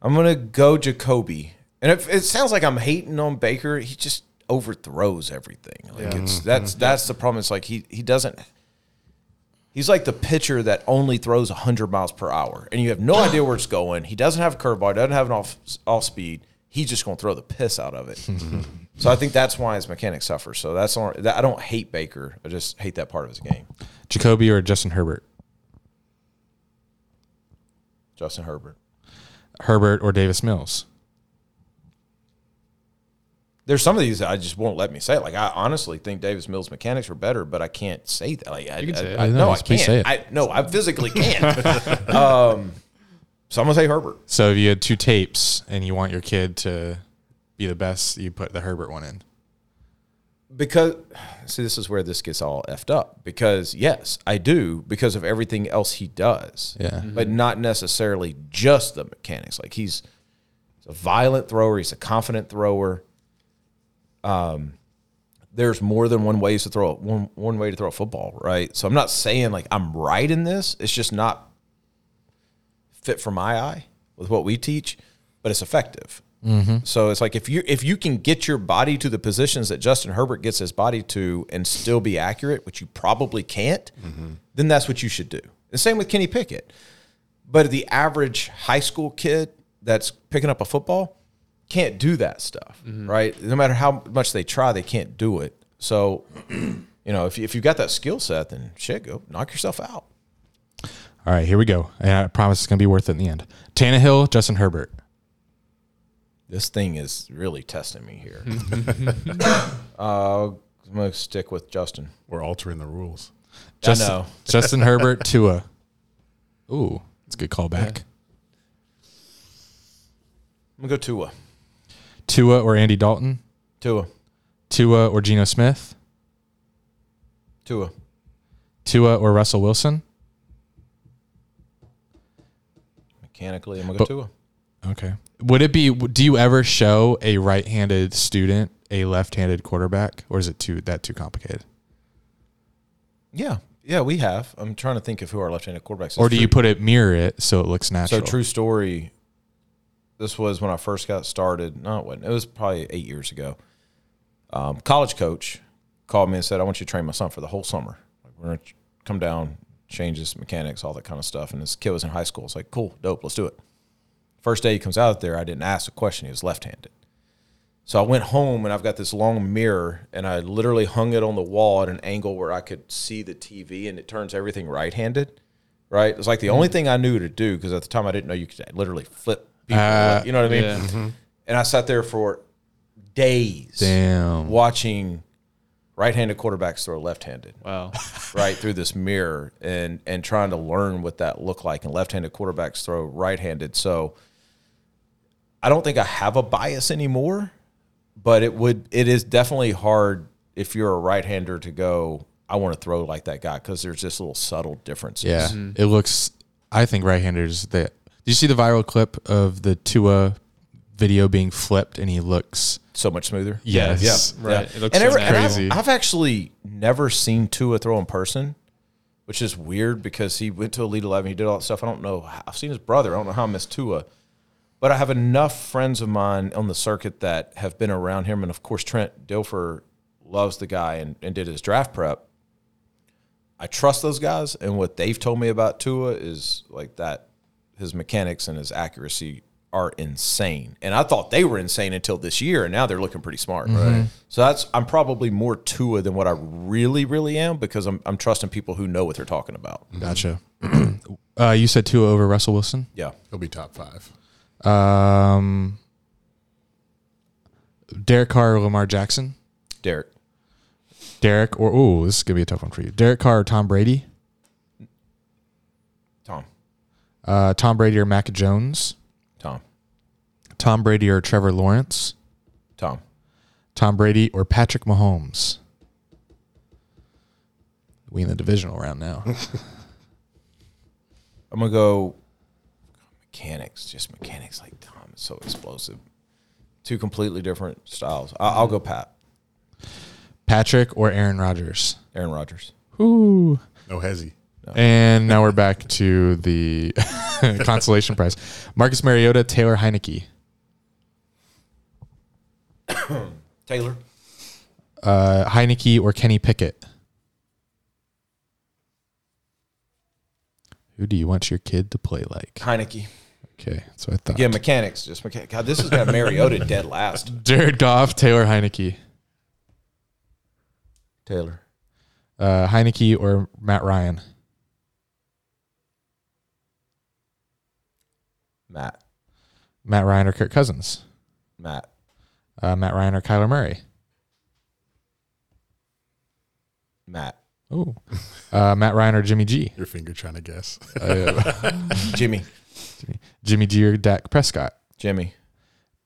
I'm gonna go Jacoby, and if it sounds like I'm hating on Baker, he just overthrows everything. Like it's that's that's the problem. It's like he he doesn't. He's like the pitcher that only throws 100 miles per hour, and you have no idea where it's going. He doesn't have a curveball, doesn't have an off off speed. He's just gonna throw the piss out of it. so I think that's why his mechanics suffer. So that's all, that, I don't hate Baker. I just hate that part of his game.
Jacoby or Justin Herbert?
Justin Herbert.
Herbert or Davis Mills?
there's some of these that I just won't let me say. Like I honestly think Davis Mills' mechanics were better, but I can't say that. Like I,
You can say it.
I, I,
I know,
no, I
just please
can't.
say it.
I no, I physically can't. [laughs] um, so I'm gonna say Herbert.
So if you had two tapes and you want your kid to be the best, you put the Herbert one in.
because see this is where this gets all effed up because yes i do because of everything else he does
Yeah.
but not necessarily just the mechanics like he's, he's a violent thrower he's a confident thrower um there's more than one ways to throw one one way to throw a football right so i'm not saying like i'm right in this it's just not fit for my eye with what we teach but it's effective so it's like if you if you can get your body to the positions that Justin Herbert gets his body to and still be accurate, which you probably can't, then that's what you should do. The same with Kenny Pickett. But the average high school kid that's picking up a football can't do that stuff, right? No matter how much they try, they can't do it. So, you know, if you, if you've got that skill set, then shit, go knock yourself out.
All right, here we go. And I promise it's going to be worth it in the end. Tannehill, Justin Herbert.
This thing is really testing me here. [laughs] uh, I'm gonna stick with Justin.
We're altering the rules.
Justin,
know. [laughs]
Justin Herbert, Tua. Ooh, it's a good callback.
I'm gonna go Tua.
Tua or Andy Dalton?
Tua.
Tua or Geno Smith?
Tua.
Tua or Russell Wilson?
Mechanically, I'm gonna go
But-
Tua.
Okay. Would it be? Do you ever show a right-handed student a left-handed quarterback, or is it too that too complicated?
Yeah, yeah, we have. I'm trying to think of who our left-handed quarterbacks.
Or do you put it mirror it so it looks
So
natural?
true story. This was when I first got started. No, it wasn't. It was probably eight years ago. Um, college coach called me and said, "I want you to train my son for the whole summer. Like, we're gonna ch- come down, change his mechanics, all that kind of stuff." And this kid was in high school. It's like, cool, dope, let's do it. First day he comes out there, I didn't ask a question. He was left-handed. So I went home and I've got this long mirror and I literally hung it on the wall at an angle where I could see the TV and it turns everything right-handed. Right? It's like the
Mm-hmm.
only thing I knew to do because at the time I didn't know you could literally flip people.
Ah,
you know what I mean?
yeah.
And I sat there for days
Damn.
watching right-handed quarterbacks throw left-handed
Wow.
right through this mirror and and trying to learn what that looked like and left-handed quarterbacks throw right-handed so i don't think i have a bias anymore but it would it is definitely hard if you're a right-hander to go i want to throw like that guy because there's just little subtle differences
Yeah, it looks. I think right-handers. That did you see the viral clip of the Tua video being flipped and he looks?
so much smoother
Yes.
Yeah.
Right.
Yeah.
It looks
and,
so
every- and I've-
crazy.
I've, actually never seen Tua throw in person, which is weird because he went to Elite 11. He did all that stuff. I don't know. how- I've seen his brother. I don't know how I missed Tua. But I have enough friends of mine on the circuit that have been around him. And of course, Trent Dilfer loves the guy and, and did his draft prep. I trust those guys. And what they've told me about Tua is like that his mechanics and his accuracy are insane. And I thought they were insane until this year, and now they're looking pretty smart. Right. So that's I'm probably more Tua than what I really, really am because I'm I'm trusting people who know what they're talking about.
Gotcha. [clears throat] uh, you said Tua over Russell Wilson.
Yeah.
He'll be top five.
Um, Derek Carr or Lamar Jackson?
Derek.
Derek or ooh, this is gonna be a tough one for you. Derek Carr or Tom Brady?
Tom.
Uh, Tom Brady or Mac Jones?
Tom.
Tom Brady or Trevor Lawrence?
Tom.
Tom Brady or Patrick Mahomes? We in the divisional round now.
I'm gonna go mechanics, just mechanics like Tom is so explosive. Two completely different styles. I, I'll go Pat.
Patrick or Aaron Rodgers?
Aaron Rodgers.
Ooh.
No hezzy.
And now we're back to the [laughs] consolation prize. Marcus Mariota, Taylor Heineke.
Taylor.
Uh, Heineke or Kenny Pickett? Who do you want your kid to play like?
Heineke.
Okay, so I thought.
Yeah, mechanics. Just mechanic. God, this is got Mariota dead last.
Jared Goff, Taylor Heineke.
Taylor.
Uh, Heineke or Matt Ryan?
Matt.
Matt Ryan or Kirk Cousins?
Matt.
Uh, Matt Ryan or Kyler Murray?
Matt.
Oh, uh, Matt Ryan or Jimmy G? Uh,
Your finger trying to guess. [laughs]
Jimmy.
Jimmy G or Dak Prescott?
Jimmy.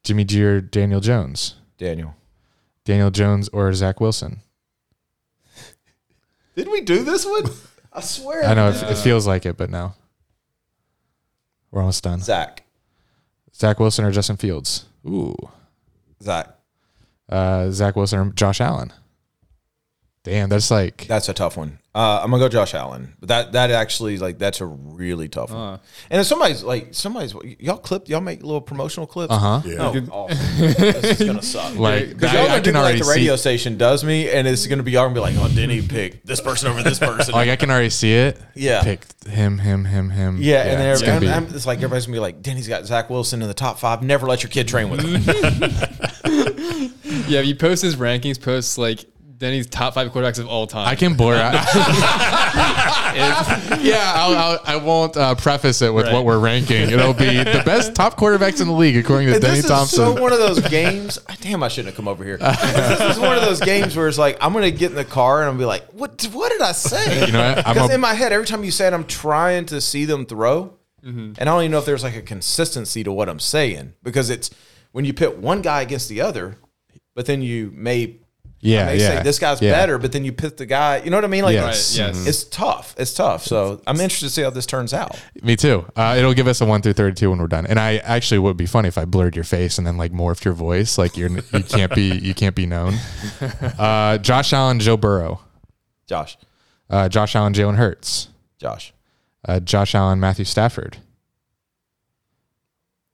Jimmy G or Daniel Jones?
Daniel.
Daniel Jones or Zach Wilson?
Did we do this one? I swear.
I know it, it feels like it, but no. We're almost done.
Zach.
Zach Wilson or Justin Fields? Ooh.
Zach.
Uh, Zach Wilson or Josh Allen? Damn, that's like
That's a tough one. Uh, I'm gonna go Josh Allen. But that that actually like that's a really tough one. And if somebody's like somebody's y'all clip y'all make little promotional clips. Uh huh.
Yeah.
Oh.
No, awful. this is gonna suck.
Uh-huh. like
Because
I-
y'all
I
gonna do
can
like
already
the radio
see
station does me, and it's gonna be y'all gonna be like, oh, Denny picked this person over this
[laughs]
person.
like I can already see it.
Yeah.
pick him, him, him, him.
yeah, and then
it's gonna
everybody,
be-
I'm, I'm- it's like everybody's gonna be like, Denny's got Zach Wilson in the top five. Never let your kid train with him.
Yeah, if you post his rankings, post like Denny's top five quarterbacks of all time.
I can blur out. [laughs] yeah, I'll, I'll, I won't uh, preface it with what we're ranking. It'll be the best top quarterbacks in the league according to Denny
this is
Thompson.
so one of those games. [laughs] Damn, I shouldn't have come over here. this is one of those games where it's like I'm gonna get in the car and I'll be like, what? What did I say?
You know what? I'm
Because
a-
in my head, every time you say it, I'm trying to see them throw,
Mm-hmm.
and I don't even know if there's like a consistency to what I'm saying because it's when you pit one guy against the other, but then you may
yeah,
may
yeah.
say this guy's
yeah. Mm-hmm.
better, but then you pit the guy. You know what I mean? Like
Yeah.
it's,
Right, yes.
it's tough. It's tough. So I'm interested to see how this turns out.
Me too. Uh, it'll give us a one through thirty-two when we're done. And I actually would be funny if I blurred your face and then like morphed your voice, like you're you can't be you can't be
[laughs]
known. Uh, Josh Allen, Joe Burrow,
Josh,
uh, Josh Allen, Jalen Hurts,
Josh,
uh, Josh Allen, Matthew Stafford.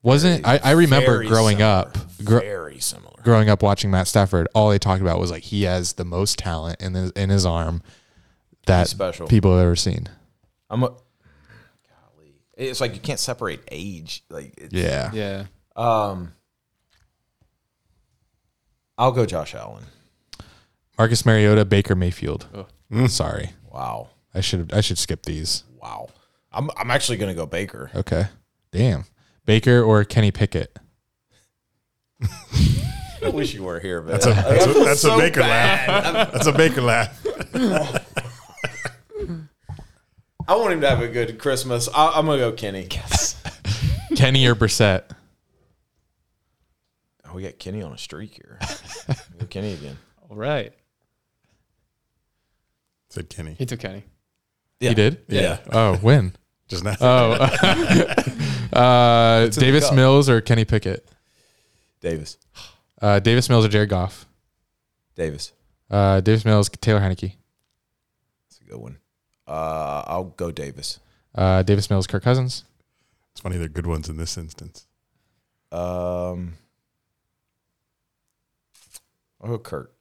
Wasn't I, I remember
Very
growing
similar.
up gr-
very similar.
growing up watching Matt Stafford, all they talked about was like he has the most talent in his in his arm that
special.
people have ever seen.
I'm a. Golly. It's like you can't separate age. Like it's,
Yeah.
[laughs] yeah.
Um, I'll go Josh Allen.
Marcus Mariota, Baker Mayfield. Sorry.
Wow,
I should I should skip these.
wow. I'm I'm actually gonna go Baker.
Okay. Damn. Baker or Kenny Pickett?
I wish you were here, but
That's, a, that's a Baker laugh. [laughs] That's a Baker laugh.
I want him to have a good Christmas. I, I'm gonna go Kenny.
Kenny or Brissett?
Oh, we got Kenny on a streak here. go Kenny again.
All right.
Said Kenny.
He took Kenny.
He did?
Yeah.
Oh, when?
Just not.
Oh. uh, Davis
cup.
Mills or Kenny Pickett?
Davis,
Uh, Davis Mills or Jared Goff?
Davis.
Uh, Davis Mills, Taylor Heineke.
That's a good one. Uh, I'll go Davis.
Uh, Davis Mills, Kirk Cousins.
it's funny they're good ones in this instance.
Um, I'll go Kirk.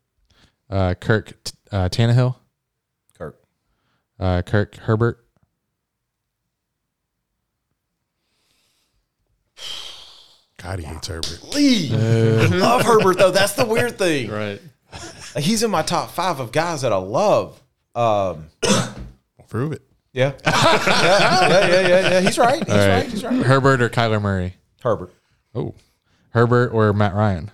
Uh, Kirk t- uh, Tannehill.
Kirk.
Uh, Kirk Herbert.
God, he hates Herbert.
Lee, love Herbert though. That's the weird thing.
Right.
Like, he's in my top five of guys that I love. Um,
Prove it.
yeah. [laughs] yeah, yeah, yeah, yeah, yeah. He's right. He's right. He's right.
Herbert or Kyler Murray.
Herbert.
Oh, Herbert or Matt Ryan.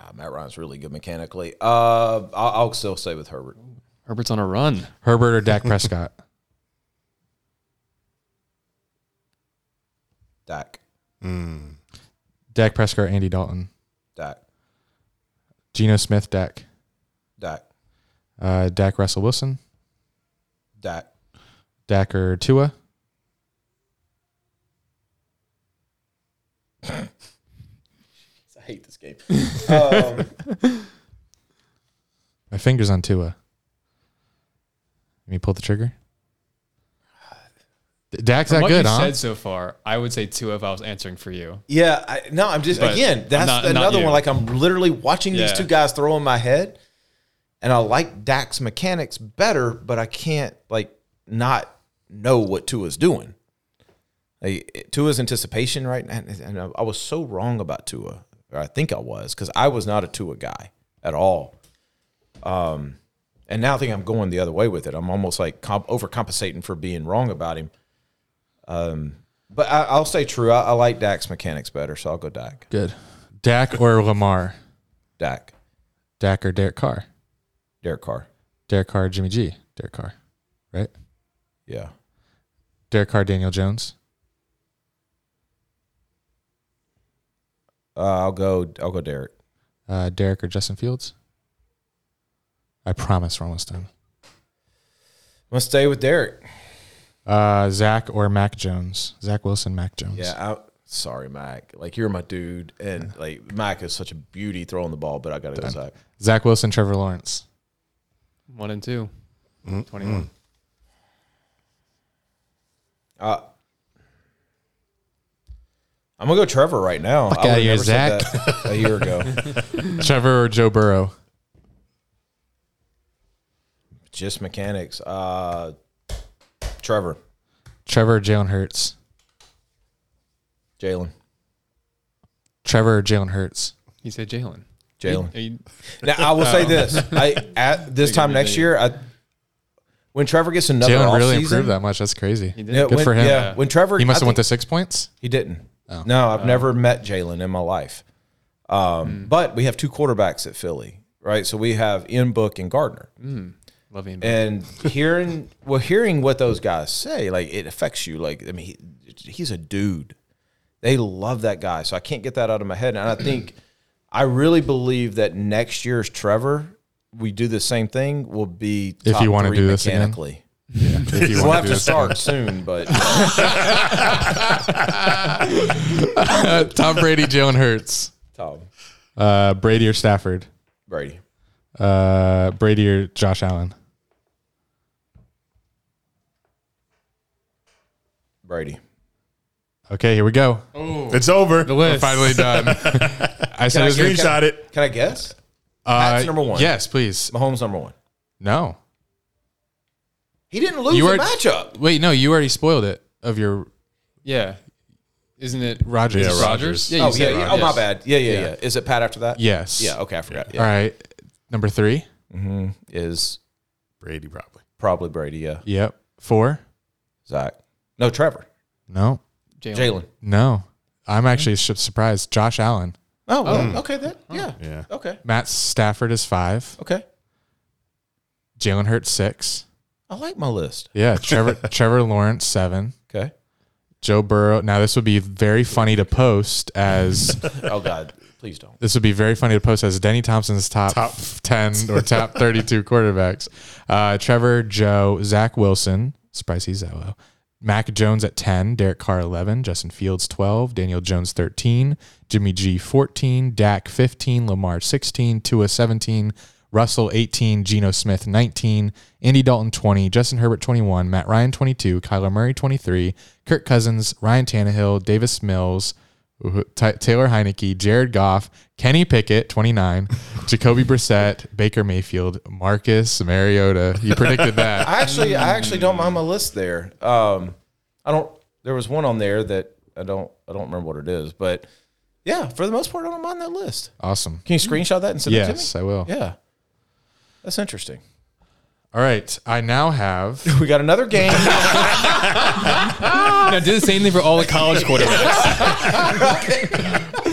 Ah, Matt Ryan's really good mechanically. Uh, I'll, I'll still say with Herbert.
Herbert's on a run.
Herbert or [laughs] Dak Prescott.
Dak.
Dak Prescott or Andy Dalton.
Dak.
Geno Smith. Dak.
Dak.
Uh, Dak Russell Wilson.
Dak.
Dak or Tua.
I hate this game. Um,
My fingers on Tua. Can you pull the trigger? Dak's that
what
good,
you
huh?
said so far, I would say two if I was answering for you.
Yeah, I, no, I'm just
But
again. That's
not- not
another
you.
one. Like I'm literally watching
Yeah.
these two guys throw in my head, and I like Dak's mechanics better, but I can't like not know what Tua's doing. Like, it- Tua's anticipation, right? And, and I- I was so wrong about Tua, or I think I was, because I was not a Tua guy at all. Um, and now I think I'm going the other way with it. I'm almost like comp- overcompensating for being wrong about him. Um, But I, I'll stay true. I, I like Dak's mechanics better, so I'll go Dak.
Good. Dak or Lamar?
Dak.
Dak or Derek Carr?
Derek Carr.
Derek Carr, Jimmy G. Derek Carr, right?
Yeah.
Derek Carr, Daniel Jones.
Uh, I'll go. I'll go Derek.
Uh, Derek or Justin Fields. I promise we're almost done.
I'm gonna stay with Derek.
Uh, Zach or Mac Jones. Zach Wilson, Mac Jones.
Yeah. I, sorry, Mac. Like you're my dude, and like Mac is such a beauty throwing the ball, but I gotta go Zach.
Zach Wilson, Trevor Lawrence.
One and 2
Mm-hmm.
21.
Uh, I'm gonna go Trevor right now. I
outta
would've
here,
never said that a
[laughs]
year ago,
Trevor or Joe Burrow.
just mechanics. Uh, Trevor,
Trevor or Jalen Hurts.
Jalen,
Trevor or Jalen Hurts.
You said Jalen.
[laughs]
Jalen.
Are you-
Now I will
Um,
say this: I at this time next year, I when Trevor gets another
Jalen really
offseason-
improved that much. That's crazy. He,
did.
Yeah,
Good
when,
for him.
Yeah, when Trevor,
must
I
have went
think-
to six points.
He didn't. No, I've never met Jalen in my life. Um, But we have two quarterbacks at Philly, right? So we have Inbook and Gardner.
Love you. man.
And hearing, well, hearing what those guys say, like it affects you. Like I mean, he, he's a dude. They love that guy, so I can't get that out of my head. And I think, I really believe that next year's Trevor, we do the same thing. Will be
If
top
you wanna
three
do this again.
mechanically.
If you
We'll
wanna
have
do
to
this.
start soon, but
[laughs] Tom Brady, Jalen Hurts.
Tom
Uh, Brady or Stafford.
Brady,
Uh, Brady or Josh Allen.
Brady.
Okay, here we go.
It's over.
We're finally [laughs] done. I said
I
this
get
was-
a cap-
Screenshot it.
Can I guess?
uh,
number one?
Yes, please.
Mahomes number one.
No.
He didn't lose
You
the
are-
matchup.
Wait, no, you already spoiled it of your
Yeah. Isn't it
Rogers.
Yeah, Rogers.
Yeah, you
Oh yeah,
said
yeah. Oh
Rodgers.
my bad. Yeah, yeah, yeah, Is it Pat after that?
Yes.
Yeah. Okay, I forgot.
All
Yeah.
right. Number three.
Is
Brady probably.
probably Brady. Yeah.
Yep. Four.
Zach. No, Trevor.
No.
Jalen.
No. I'm actually su- surprised. Josh Allen.
Oh, well, okay then. Yeah.
Yeah.
Okay.
Matt Stafford is five.
Okay.
Jalen Hurts six.
I like my list.
Yeah. [laughs] Trevor Trevor Lawrence seven.
Okay.
Joe Burrow. Now this would be very funny to post as
Oh God, please don't.
this would be very funny to post as Denny Thompson's top,
Top.
ten or top thirty two quarterbacks. Uh, Trevor, Joe, Zach Wilson, spicy Zello, Mac Jones at ten, Derek Carr eleven, Justin Fields twelve, Daniel Jones thirteen, Jimmy G fourteen, Dak fifteen, Lamar sixteen, Tua seventeen. Russell 18, Geno Smith 19, Andy Dalton 20, Justin Herbert 21, Matt Ryan 22, Kyler Murray 23, Kirk Cousins, Ryan Tannehill, Davis Mills, Ty- Taylor Heineke, Jared Goff, Kenny Pickett,
[laughs]
29, Jacoby Brissett, Baker Mayfield, Marcus Mariota. You predicted
[laughs]
that.
I actually, I actually don't mind my list there. Um, I don't. There was one on there that I don't. I don't remember what it is, but yeah, for the most part, I don't mind that list.
Awesome.
Can you screenshot that and send
Yes,
it
I will.
to me? Yeah. That's interesting. [laughs]
All right. I now have.
We got another game.
Now, do the same thing for all the
[laughs]
college quarterbacks.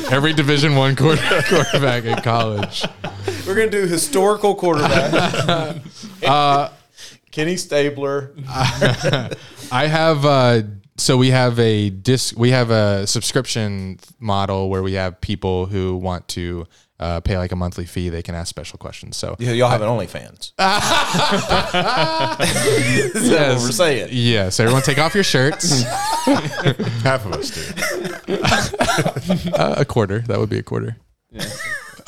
Every Division One quarter- [laughs] quarterback in college.
[laughs] We're gonna do historical quarterback. [laughs] Uh, Kenny Stabler.
I have uh so we have a disc we have a subscription model where we have people who want to uh, pay like a monthly fee. They can ask special questions. So
Yeah, y'all have an [laughs] OnlyFans. That's what we're saying.
yeah, so everyone take off your
[laughs]
shirts.
Half of
[laughs]
us do.
Uh, a quarter. That would be a quarter.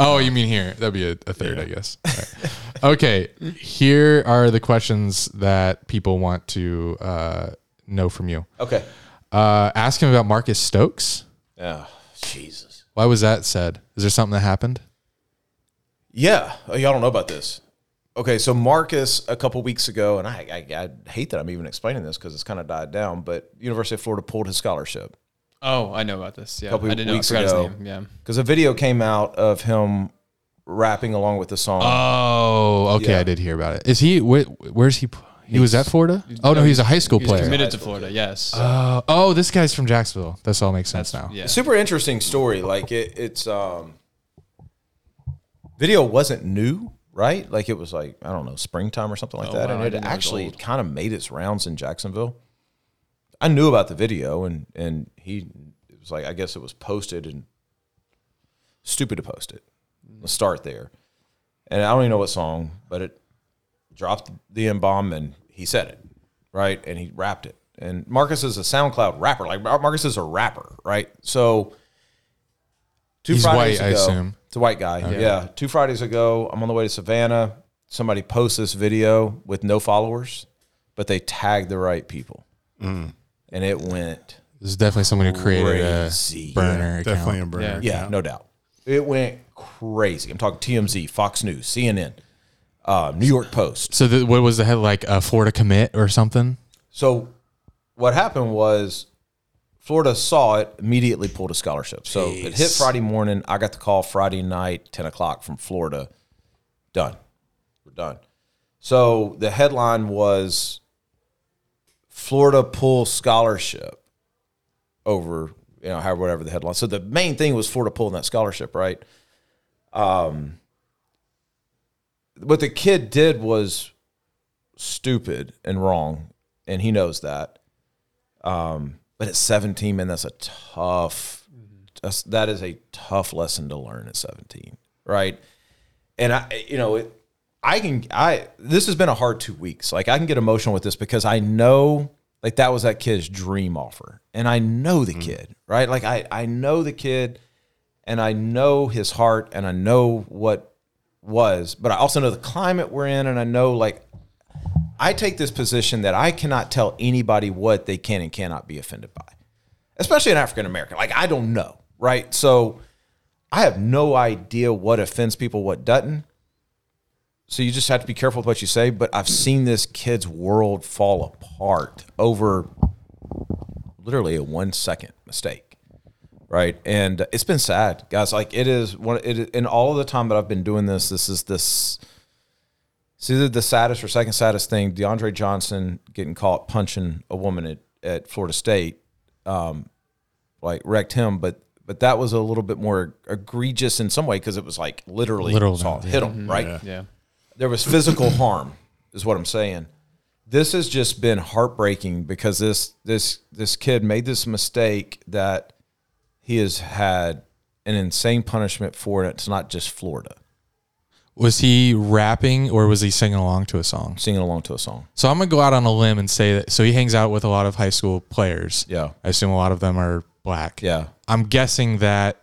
Oh, you mean here? That'd be a, a third, I guess. All right. Okay, here are the questions that people want to uh, know from you.
Okay.
Uh, ask him about Marcus Stokes.
Oh, Jesus.
Why was that said? Is there something that happened?
Yeah. Oh, y'all don't know about this. Okay, so Marcus a couple weeks ago, and I, I, I hate that I'm even explaining this because it's kind of died down, but University of Florida pulled his scholarship.
Oh, I know about this. Yeah,
Couple
I didn't know. I
weeks
forgot his
ago.
name. Yeah.
because a video came out of him rapping along with the song.
Oh, okay,
Yeah.
I did hear about it. Is he? Where, where's he? He was at Florida. Oh no, he's a high school
He's
player.
committed to Florida. Yes.
Uh,
Oh, oh, this guy's from Jacksonville. This all makes sense now.
yeah.
Super interesting story. Like it, it's um, video wasn't new, right? Like it was like I don't know springtime or something like that,
Oh, wow,
and
I
it
didn't know it was
actually
old.
kind of made its rounds in Jacksonville. I knew about the video, and and he it was like I guess it was posted and stupid to post it. Let's start there, and I don't even know what song, but it dropped the M bomb and he said it, right? And he rapped it. And Marcus is a SoundCloud rapper. Like Mar- Marcus is a rapper, right? So two
He's
Fridays
white, I
ago,
assume.
It's a white guy. Yeah. Two Fridays ago, I'm on the way to Savannah. Somebody posts this video with no followers, but they tagged the right people. And it went
This is definitely someone who created
Crazy.
a burner account.
Definitely a burner.
Yeah.
yeah, no doubt. It went crazy. I'm talking TMZ, Fox News, CNN, uh, New York Post.
So the, what was the head like? Uh, Florida commit or something?
So what happened was Florida saw it, immediately pulled a scholarship. So it hit Friday morning. I got the call Friday night, 10 o'clock from Florida. Done. We're done. So the headline was Florida pull scholarship over, you know, however, whatever the headline. So the main thing was Florida pulling that scholarship, right? Um, what the kid did was stupid and wrong, and he knows that. Um, but at 17, man, that's a tough. That's, that is a tough lesson to learn at 17, right? And I, you know, it, I can. I this has been a hard two weeks. Like I can get emotional with this because I know, like that was that kid's dream offer, and I know the kid, right? Like I, I know the kid, and I know his heart, and I know what was, but I also know the climate we're in, and I know like I take this position that I cannot tell anybody what they can and cannot be offended by, especially an African American. Like, I don't know, right? So I have no idea what offends people, what doesn't. So you just have to be careful with what you say. But I've seen this kid's world fall apart over literally a one second mistake, right? And it's been sad, guys. Like, it is one, it, is- in all of the time that I've been doing this, this is this. It's either the saddest or second saddest thing. DeAndre Johnson getting caught punching a woman at, at Florida State, um, like wrecked him. But but that was a little bit more egregious in some way because it was like literally
Literal,
saw-
yeah.
hit him right.
Yeah.
There was physical harm, is what I'm saying. This has just been heartbreaking because this this this kid made this mistake that he has had an insane punishment for, and it's not just Florida
Was he rapping or was he singing along to a song?
singing along to a song.
So I'm gonna go out on a limb and say that. So he hangs out with a lot of high school players.
Yeah.
I assume a lot of them are black.
Yeah.
I'm guessing that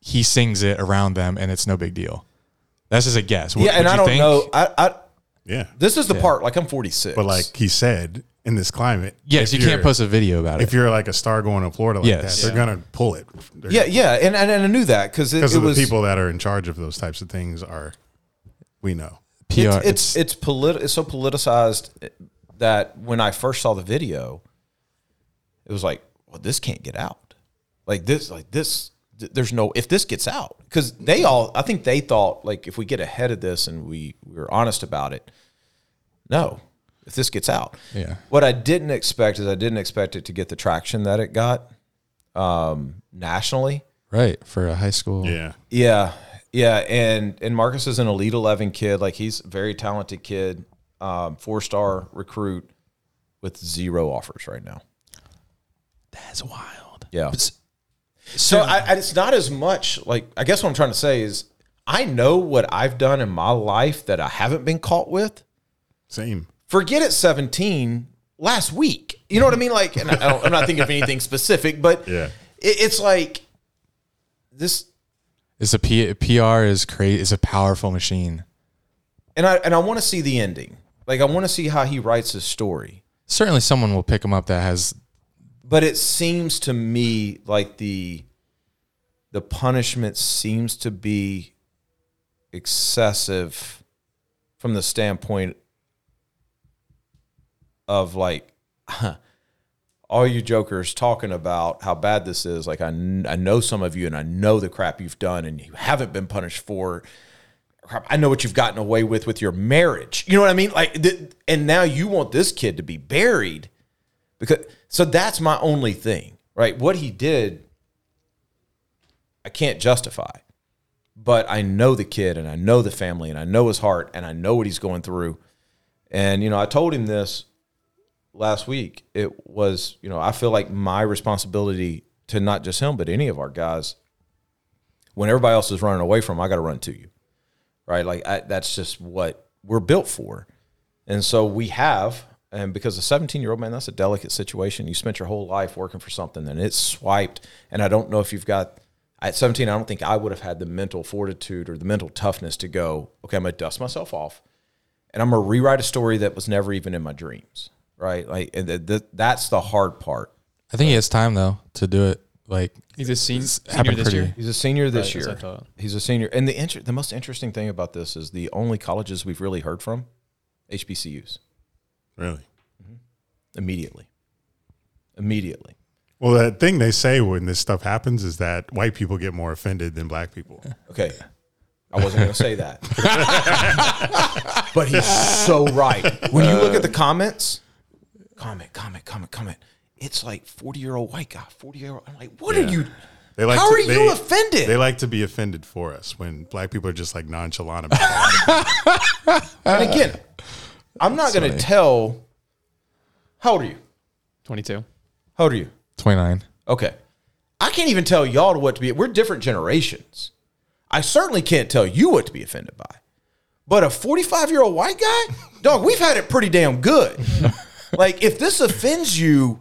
he sings it around them and it's no big deal. That's just a guess. What-
Yeah, and
what
I
you
don't
think?
know. I, I
Yeah.
This is the part. Like I'm 46.
But like he said, in this climate,
Yes,
if
you can't
you're-
post a video about
If
it.
you're like a star going to Florida like
Yes.
that, they're gonna pull it. They're
yeah, yeah, and and, and I knew that because it,
because
it
of the
was
people that are in charge of those types of things are we know
PR,
It's it's it's, politi- it's so politicized that when I first saw the video, it was like, well, this can't get out. Like this, like this. th- There's no if this gets out because they all. I think they thought like if we get ahead of this and we we're honest about it, no. If this gets out,
Yeah.
What I didn't expect is I didn't expect it to get the traction that it got um, nationally.
right for a high school.
yeah
Yeah, yeah, and and Marcus is an elite eleven kid. Like he's a very talented kid, um, four star recruit with zero offers right now.
That's wild.
Yeah. So I, I- it's not as much like I guess what I'm trying to say is I know what I've done in my life that I haven't been caught with.
same
Forget at 17 last week. You know what I mean? Like, and I don't, I'm not thinking of anything specific, but
Yeah.
it, it's like this.
It's a P, PR is crazy. It's a powerful machine.
and I and I want to see the ending. Like I want to see how he writes his story.
Certainly, someone will pick him up that has
But it seems to me like the the punishment seems to be excessive from the standpoint of like [laughs] all you jokers talking about how bad this is like I, kn- I know some of you and i know the crap you've done and you haven't been punished for crap, I know what you've gotten away with with your marriage. You know what I mean? Like, th- and now you want this kid to be buried because. So that's my only thing, right? What he did, I can't justify, but I know the kid and I know the family and I know his heart and I know what he's going through. And you know, I told him this last week. It was, you know, I feel like my responsibility to not just him but any of our guys. When everybody else is running away from, 'em, I got to run to you right? Like I, that's just what we're built for. And so we have, and because a 17 year old man, that's a delicate situation. You spent your whole life working for something and it's swiped. And I don't know if you've got, at 17, I don't think I would have had the mental fortitude or the mental toughness to go, okay, I'm going to dust myself off and I'm going to rewrite a story that was never even in my dreams, right? Like, and th- th- that's the hard part.
I think he has time though to do it. Like
He's a sen- senior
happened
this
pretty-
year.
He's a senior this
Right, that's
year.
what I thought.
He's a senior, and the inter- the most interesting thing about this is the only colleges we've really heard from, HBCUs,
Really?
immediately, immediately.
Well, that thing they say when this stuff happens is that white people get more offended than black people.
Okay, I wasn't going to say that, but he's so right. When you look at the comments, comment, comment, comment, comment. It's like forty year old white guy, forty year old. I'm like, what are you?
They like
How
to-
are
they-
you offended?
They like to be offended for us when black people are just like nonchalant about it.
and again, I'm not going to tell. How old are you?
22.
How old are you?
twenty nine.
Okay. I can't even tell y'all what to be. We're different generations. I certainly can't tell you what to be offended by. But a 45 year old white guy, [laughs] dog, we've had it pretty damn good. like, if this offends you,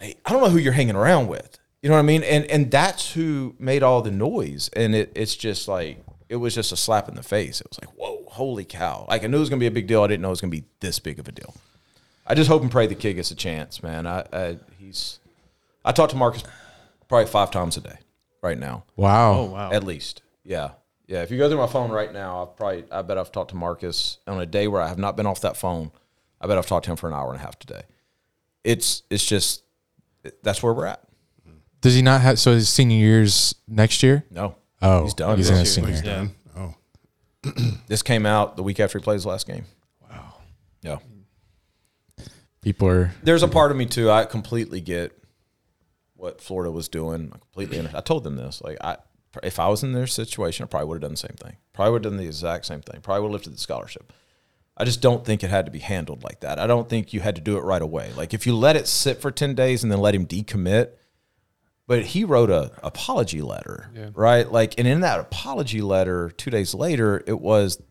like, I don't know who you're hanging around with. You know what I mean? And and that's who made all the noise. And it, it's just like, it was just a slap in the face. It was like, whoa, holy cow. Like, I knew it was going to be a big deal. I didn't know it was going to be this big of a deal. I just hope and pray the kid gets a chance, man. I, I he's I talk to Marcus probably five times a day right now,
Wow.
Oh,
at least. Yeah, yeah. If you go through my phone right now, I've probably I bet I've talked to Marcus on a day where I have not been off that phone. I bet I've talked to him for an hour and a half today. It's it's just that's where we're at.
Does he not have? So his senior year's next year.
No,
Oh,
he's done.
He's in his
this,
senior.
He's
year.
done. Oh,
this came out the week after he plays his last game. Wow. Yeah.
People are.
there's a part of me too. I completely get what Florida was doing. I completely. under- I told them this. Like I, if I was in their situation, I probably would have done the same thing. Probably would have done the exact same thing. Probably would have lifted the scholarship. I just don't think it had to be handled like that. I don't think you had to do it right away. Like if you let it sit for ten days and then let him decommit, but he wrote a apology letter, right? Like, and in that apology letter, two days later, it was the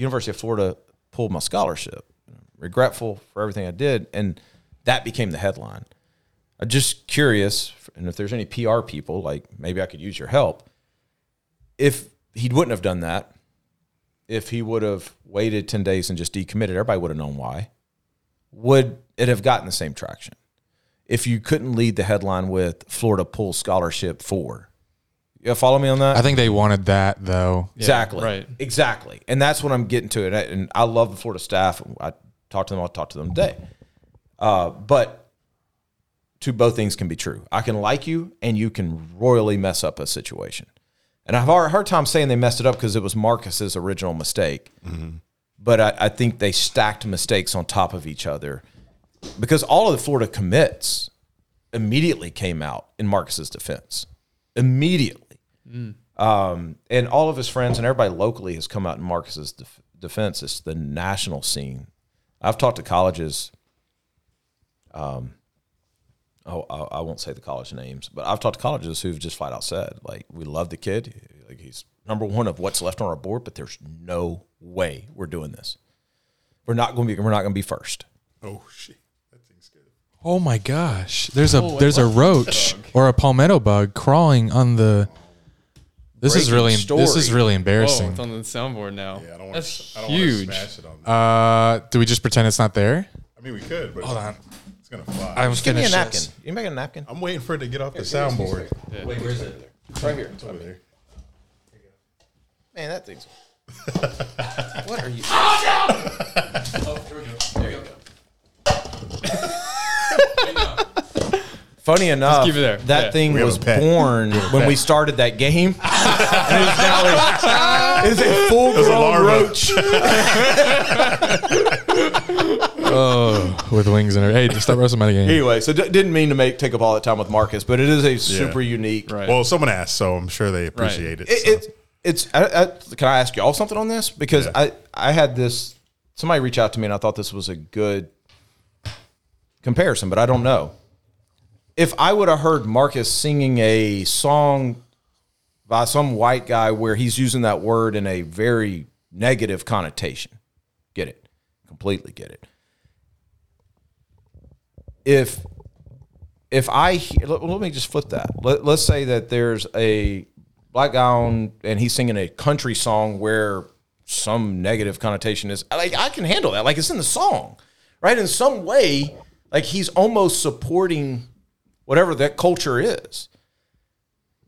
University of Florida pulled my scholarship. Regretful for everything I did, and that became the headline. I'm just curious, and if there's any PR people, like maybe I could use your help. If he wouldn't have done that, if he would have waited ten days and just decommitted, everybody would have known why. Would it have gotten the same traction? If you couldn't lead the headline with Florida pull scholarship for, you follow me on that?
I think they wanted that though.
Exactly.
right.
Exactly. And that's what I'm getting to. And I, and I love the Florida staff. I talk to them. I'll talk to them today. Uh, but to both things can be true. I can like you, and you can royally mess up a situation. And I've already hard time saying they messed it up because it was Marcus's original mistake. But I, I think they stacked mistakes on top of each other because all of the Florida commits immediately came out in Marcus's defense. Immediately and all of his friends and everybody locally has come out in Marcus's def- defense. It's the national scene. I've talked to colleges. Um, oh, I, I won't say the college names, but I've talked to colleges who've just flat out said, like, we love the kid. Like, he's number one of what's left on our board, but there's no way we're doing this. We're not going to be. We're not going to be first.
oh shit. That thing's good.
Oh my
Oh,
gosh! There's a there's a roach or a palmetto bug crawling on the This is
breaking
really this is
story. Oh,
really
Whoa,
embarrassing.
it's on the soundboard now.
Yeah, I don't want
That's
to. I don't want to
huge. [laughs]
smash it on. That.
Uh, do we just pretend it's not there?
I mean, we could, but
Hold on.
it's gonna fly.
I'm
I'm,
Give me a
finished.
napkin. You make a napkin?
waiting for it to get off the soundboard.
Wait,
where is it?
Right here.
It's over there.
Man, that
[laughs]
thing's. what are you?
[laughs]
Funny enough,
keep it there.
that
Yeah.
thing
We have
was
a pet.
born when we started that
[laughs]
game. and it's now a, it's a
It's a
full-grown
larva.
roach.
With wings in her. Hey, just stop WrestleMania game.
anyway, so d- didn't mean to make take up all that time with Marcus, but it is a super unique.
Right.
Well, someone asked, so I'm sure they appreciate it.
It,
so.
it, it's. I, I, can I ask y'all something on this? Because
Yeah.
I I had this somebody reach out to me and I thought this was a good comparison, but I don't know if I would have heard Marcus singing a song by some white guy where he's using that word in a very negative connotation. Get it? Completely get it. If if I he- let, let me just flip that. Let, let's say that there's a black guy on and he's singing a country song where some negative connotation is like I can handle that. Like it's in the song, right? In some way, like he's almost supporting whatever that culture is.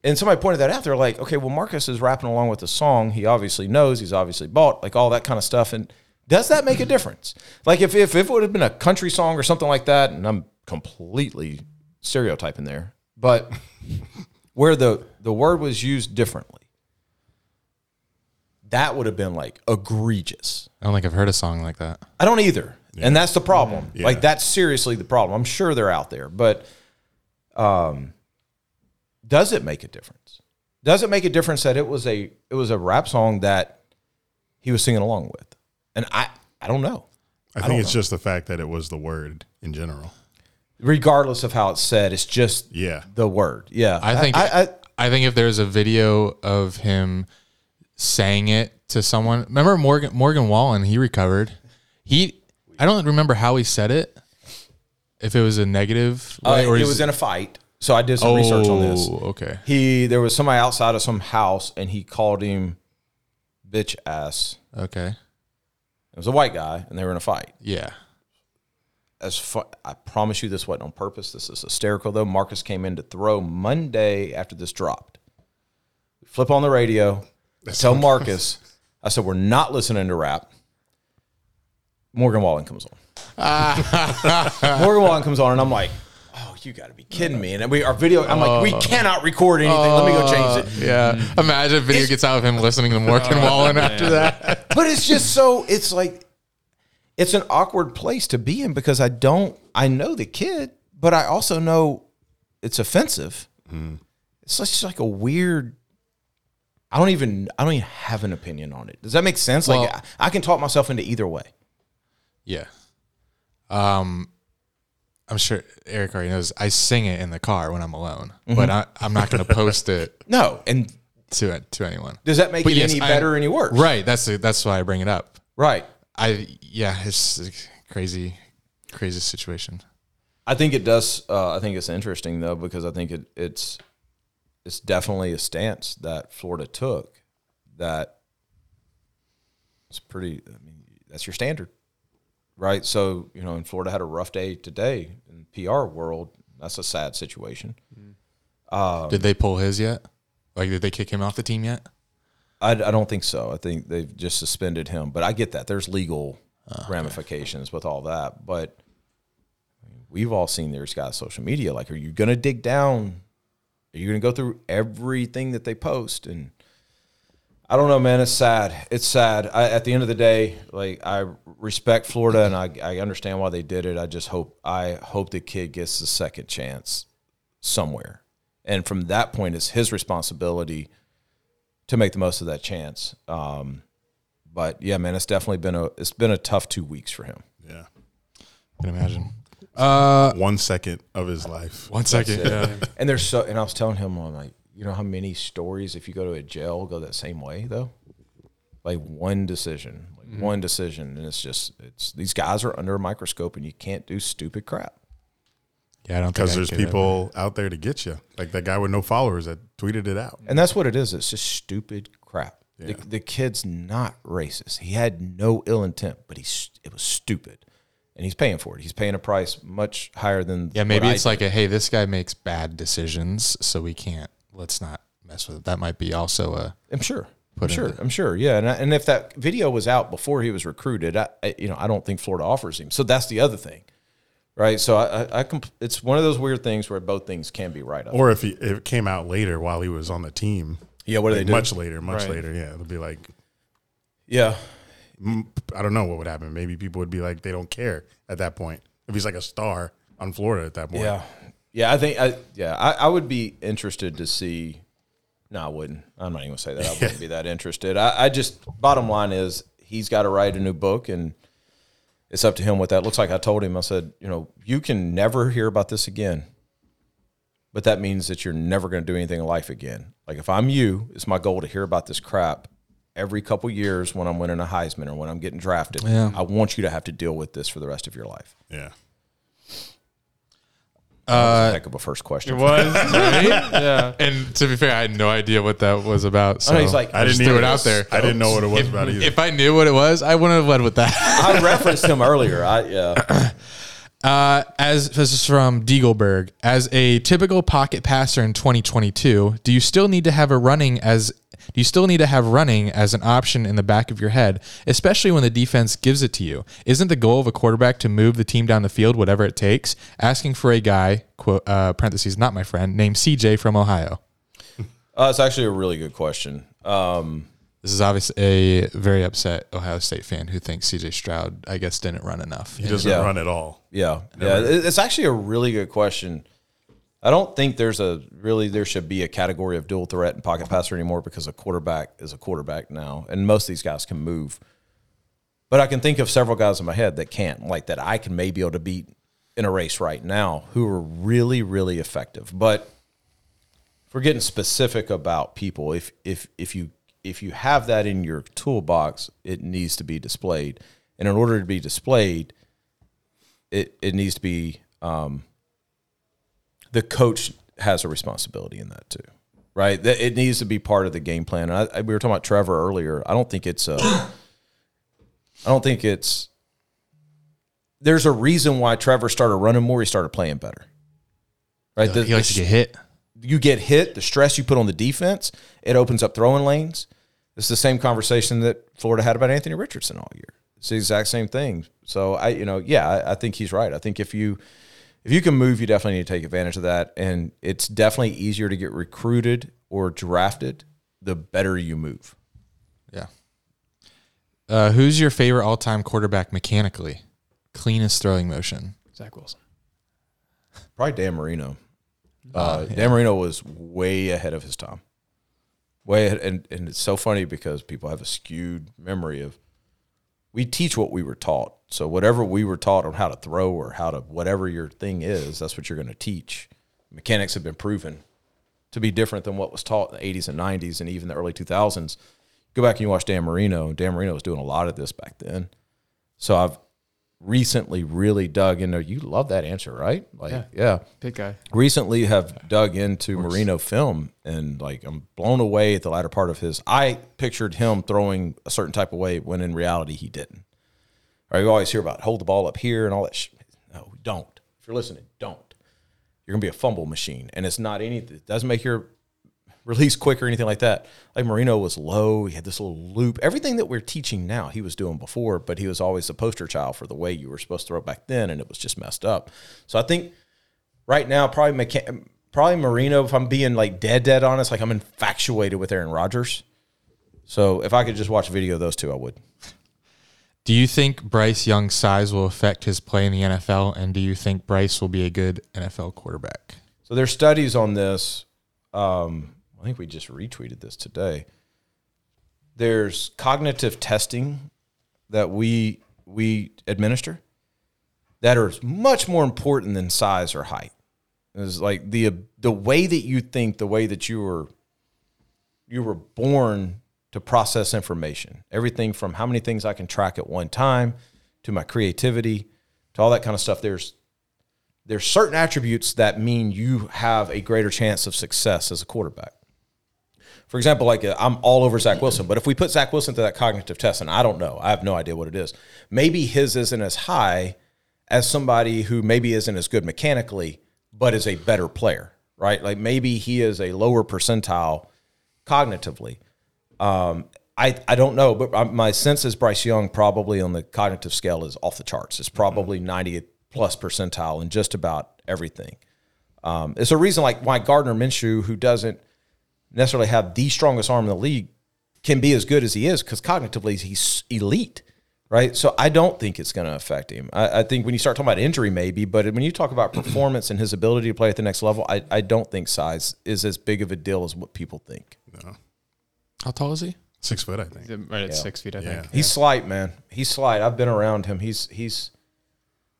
And somebody pointed that out. They're like, okay, well, Marcus is rapping along with the song. He obviously knows. He's obviously bought, like all that kind of stuff. And does that make a difference? Like, if, if, if it would have been a country song or something like that, and I'm completely stereotyping there, but where the, the word was used differently, that would have been like egregious.
I don't think I've heard a song like that.
I don't either. And that's the problem.
Yeah.
Like that's seriously the problem. I'm sure they're out there, but um does it make a difference? Does it make a difference that it was a it was a rap song that he was singing along with? And I I don't know.
I think it's just the fact that it was the word in general.
Regardless of how it's said, it's just
Yeah.
the word. Yeah.
I think
I, I,
I think if there's a video of him saying it to someone, remember Morgan Morgan Wallen? He recovered. He I don't remember how he said it. If it was a negative,
uh,
way, or
it
he's-
was in a fight. So I did some research on this.
Oh, okay.
He there was somebody outside of some house and he called him bitch ass.
Okay.
It was a white guy and they were in a fight.
Yeah.
as far, I promise you this wasn't on purpose. This is hysterical though. Marcus came in to throw Monday after this dropped. Flip on the radio. tell Marcus. I said we're not listening to rap. Morgan Wallen comes on. Morgan Wallen comes on, and I'm like, "Oh, you got to be kidding me!" And then we, our video, I'm like, "We cannot record anything. Let me go change it."
Yeah. [laughs] Imagine if video gets out of him listening to Morgan Wallen after that.
[laughs] but it's just so it's like it's an awkward place to be in because I don't I know the kid, but I also know it's offensive.
Mm-hmm.
It's just like a weird. I don't even I don't even have an opinion on it. Does that make sense? like
Well-
I, I can talk myself into either way.
Yeah. Um, I'm sure Eric already knows. I sing it in the car when I'm alone, but I, I'm not going to post it
No, and
to to
[laughs]
anyone.
does that make
But
it
yes,
any
I-
better or any worse?
Right. That's that's why I bring it up.
right.
I yeah, it's a crazy, crazy situation.
I think it does. Uh, I think it's interesting though because I think it, it's it's definitely a stance that Florida took that it's pretty. I mean, that's your standard, right? So you know, and Florida had a rough day today in the PR world. That's a sad situation. Um,
did they pull his yet? Like, did they kick him off the team yet?
I, I don't think so. I think they've just suspended him, but I get that there's legal ramifications with all that. But we've all seen there's guys social media. Like, are you going to dig down? Are you going to go through everything that they post? And I don't know, man. It's sad. It's sad. I, at the end of the day, like I respect Florida and I, I understand why they did it. I just hope I hope the kid gets a second chance somewhere. And from that point, it's his responsibility to make the most of that chance. Um, but yeah, man, it's definitely been a it's been a tough two weeks
[laughs]
for him.
Yeah.
I can imagine.
Uh, One second of his life.
One second.
And there's so and I was telling him I'm like, you know how many stories if you go to a jail go that same way though? Like one decision, like
Mm-hmm.
one decision, and it's just it's these guys are under a microscope and you can't do stupid crap.
Yeah, I don't think I
because
could
there's
do that.
people out there to get you. Like that guy with no followers that tweeted it out.
And that's what it is. It's just stupid crap. The,
Yeah.
the kid's not racist. He had no ill intent, but he's it was stupid, and he's paying for it. He's paying a price much higher than
Yeah, maybe
what I
it's like a hey, this guy makes bad decisions, so we can't. Let's not mess with it. That might be also a
I'm sure. I'm
Put
sure.
into-
I'm sure. Yeah, and I, and if that video was out before he was recruited, I, I you know I don't think Florida offers him. So that's the other thing, right? So I I, I comp- it's one of those weird things where both things can be right up.
Or if, he, if it came out later while he was on the team,
yeah, what do they
like
do?
much later, much
Right.
later, yeah, it'll be like
yeah,
mm, I don't know what would happen. Maybe people would be like they don't care at that point if he's like a star on Florida at that point.
yeah, yeah. I think I yeah I, I would be interested to see. No, I wouldn't. I'm not even gonna say that. I wouldn't be that interested. I, I just bottom line is he's got to write a new book and. It's up to him what that looks like. I told him, I said, you know, you can never hear about this again. but that means that you're never going to do anything in life again. Like if I'm you, it's my goal to hear about this crap every couple years when I'm winning a Heisman or when I'm getting drafted. I want you to have to deal with this for the rest of your life.
yeah.
Uh, heck of a first
It
question.
was. Yeah.
[laughs] And to be fair, I had no idea what that was about. So
I know, he's like,
I
just
didn't
threw
even-
it out there.
I didn't know what it was about either.
If I knew what it was, I wouldn't have led with that.
I referenced him earlier. I yeah.
Uh, as this is from Diegelberg, as a typical pocket passer in 2022, do you still need to have a running as do you still need to have running as an option in the back of your head, especially when the defense gives it to you? Isn't the goal of a quarterback to move the team down the field, whatever it takes? Asking for a guy, quote, uh, parentheses, not my friend, named CJ from Ohio.
Uh, it's actually a really good question. Um,
This is obviously a very upset Ohio State fan who thinks CJ Stroud, I guess, didn't run enough.
He doesn't
Yeah.
run at all.
yeah, yeah. It- It's actually a really good question. I don't think there's a really there should be a category of dual threat and pocket passer anymore because a quarterback is a quarterback now, and most of these guys can move. But I can think of several guys in my head that can't, like that I can maybe able to beat in a race right now, who are really, really effective. But if we're getting specific about people, if if if you if you have that in your toolbox, it needs to be displayed. And in order to be displayed, it, it needs to be um, the coach has a responsibility in that too, right? That it needs to be part of the game plan. And I, I- we were talking about Trevor earlier. I don't think it's a, I don't think it's. There's a reason why Trevor started running more. He started playing better, right? The-
He likes
the-
to get hit.
you get hit, the stress you put on the defense, it opens up throwing lanes. It's the same conversation that Florida had about Anthony Richardson all year. It's the exact same thing. So I, you know, yeah, I, I think he's right. I think if you if you can move, you definitely need to take advantage of that. And it's definitely easier to get recruited or drafted the better you move.
Yeah. Uh, who's your favorite all time quarterback mechanically? Cleanest throwing motion.
Zach Wilson.
Probably Dan Marino. Uh, Dan Marino was way ahead of his time. Way ahead, and and it's so funny because people have a skewed memory of we teach what we were taught. So whatever we were taught on how to throw or how to whatever your thing is, that's what you're going to teach. Mechanics have been proven to be different than what was taught in the 80s and 90s and even the early 2000s. Go back and you watch Dan Marino. Dan Marino was doing a lot of this back then. So I've recently really dug into. You love that answer, right? Like, yeah
Pit guy.
recently have dug into Marino film and like I'm blown away at the latter part of his. I pictured him throwing a certain type of way when in reality he didn't. All right, you always hear about hold the ball up here and all that. Sh- no, don't. If you're listening, don't. You're gonna be a fumble machine, and it's not anything. It doesn't make your release quick or anything like that. Like Marino was low. He had this little loop. Everything that we're teaching now, he was doing before, but he was always the poster child for the way you were supposed to throw it back then, and it was just messed up. So I think right now, probably McCa- probably Marino. If I'm being like dead dead honest, like I'm infatuated with Aaron Rodgers. So if I could just watch a video of those two, I would.
Do you think Bryce Young's size will affect his play in the NFL? And do you think Bryce will be a good NFL quarterback?
So there's studies on this. Um, I think we just retweeted this today. There's cognitive testing that we we administer that are much more important than size or height. It's like the the way that you think, the way that you were you were born to process information. Everything from how many things I can track at one time to my creativity to all that kind of stuff. There's there's certain attributes that mean you have a greater chance of success as a quarterback. For example, like uh, I'm all over Zach Wilson, but if we put Zach Wilson to that cognitive test, and I don't know, I have no idea what it is. Maybe his isn't as high as somebody who maybe isn't as good mechanically, but is a better player, right? Like maybe he is a lower percentile cognitively. Um, I, I don't know, but I- my sense is Bryce Young probably on the cognitive scale is off the charts. It's probably 90 plus percentile in just about everything. Um, it's a reason like why Gardner Minshew, who doesn't necessarily have the strongest arm in the league, can be as good as he is because cognitively he's elite, right? So I don't think it's going to affect him. I, I think when you start talking about injury, maybe, but when you talk about performance and his ability to play at the next level, I, I don't think size is as big of a deal as what people think.
How tall is he?
Six foot, I think.
Right at six feet, I
Yeah.
think.
He's slight, man. He's slight. I've been around him. He's he's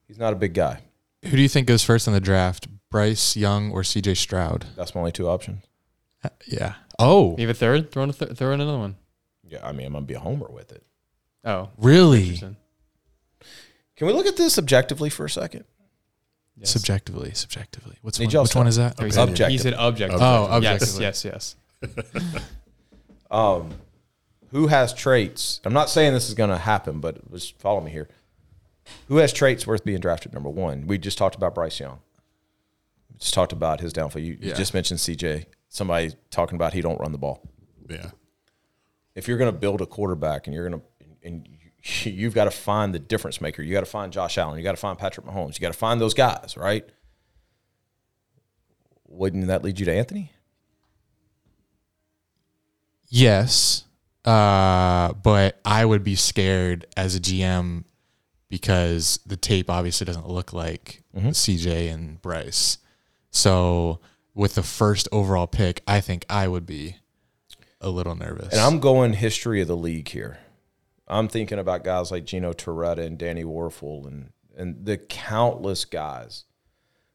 he's not a big guy.
Who do you think goes first in the draft? Bryce Young or CJ Stroud?
That's my only two options.
Yeah. Oh,
You have a third? Throw in, a th- throw in another one.
Yeah, I mean, I'm gonna be a homer with it.
Oh.
really?
Richardson.
Can we look at this objectively for a second?
Yes.
Subjectively, subjectively. What's
Need
one,
y'all
which one
stop.
is that?
Oh, he
Objective.
Said, he said objective.
Oh,
Yes,
objectively.
yes, yes.
Um, who has traits? I'm not saying this is going to happen, but just follow me here. Who has traits worth being drafted number one? We just talked about Bryce Young. We just talked about his downfall. You, you
Yeah.
just mentioned CJ. Somebody talking about he don't run the ball.
Yeah.
if you're going to build a quarterback and you're going to and you- [laughs] you've got to find the difference maker. You got to find Josh Allen. You got to find Patrick Mahomes. You got to find those guys, right? Wouldn't that lead you to Anthony?
Yes. Uh, but I would be scared as a GM because the tape obviously doesn't look like
Mm-hmm.
CJ and Bryce. So with the first overall pick, I think I would be a little nervous.
And I'm going history of the league here. I'm thinking about guys like Gino Toretta and Danny Warfel and and the countless guys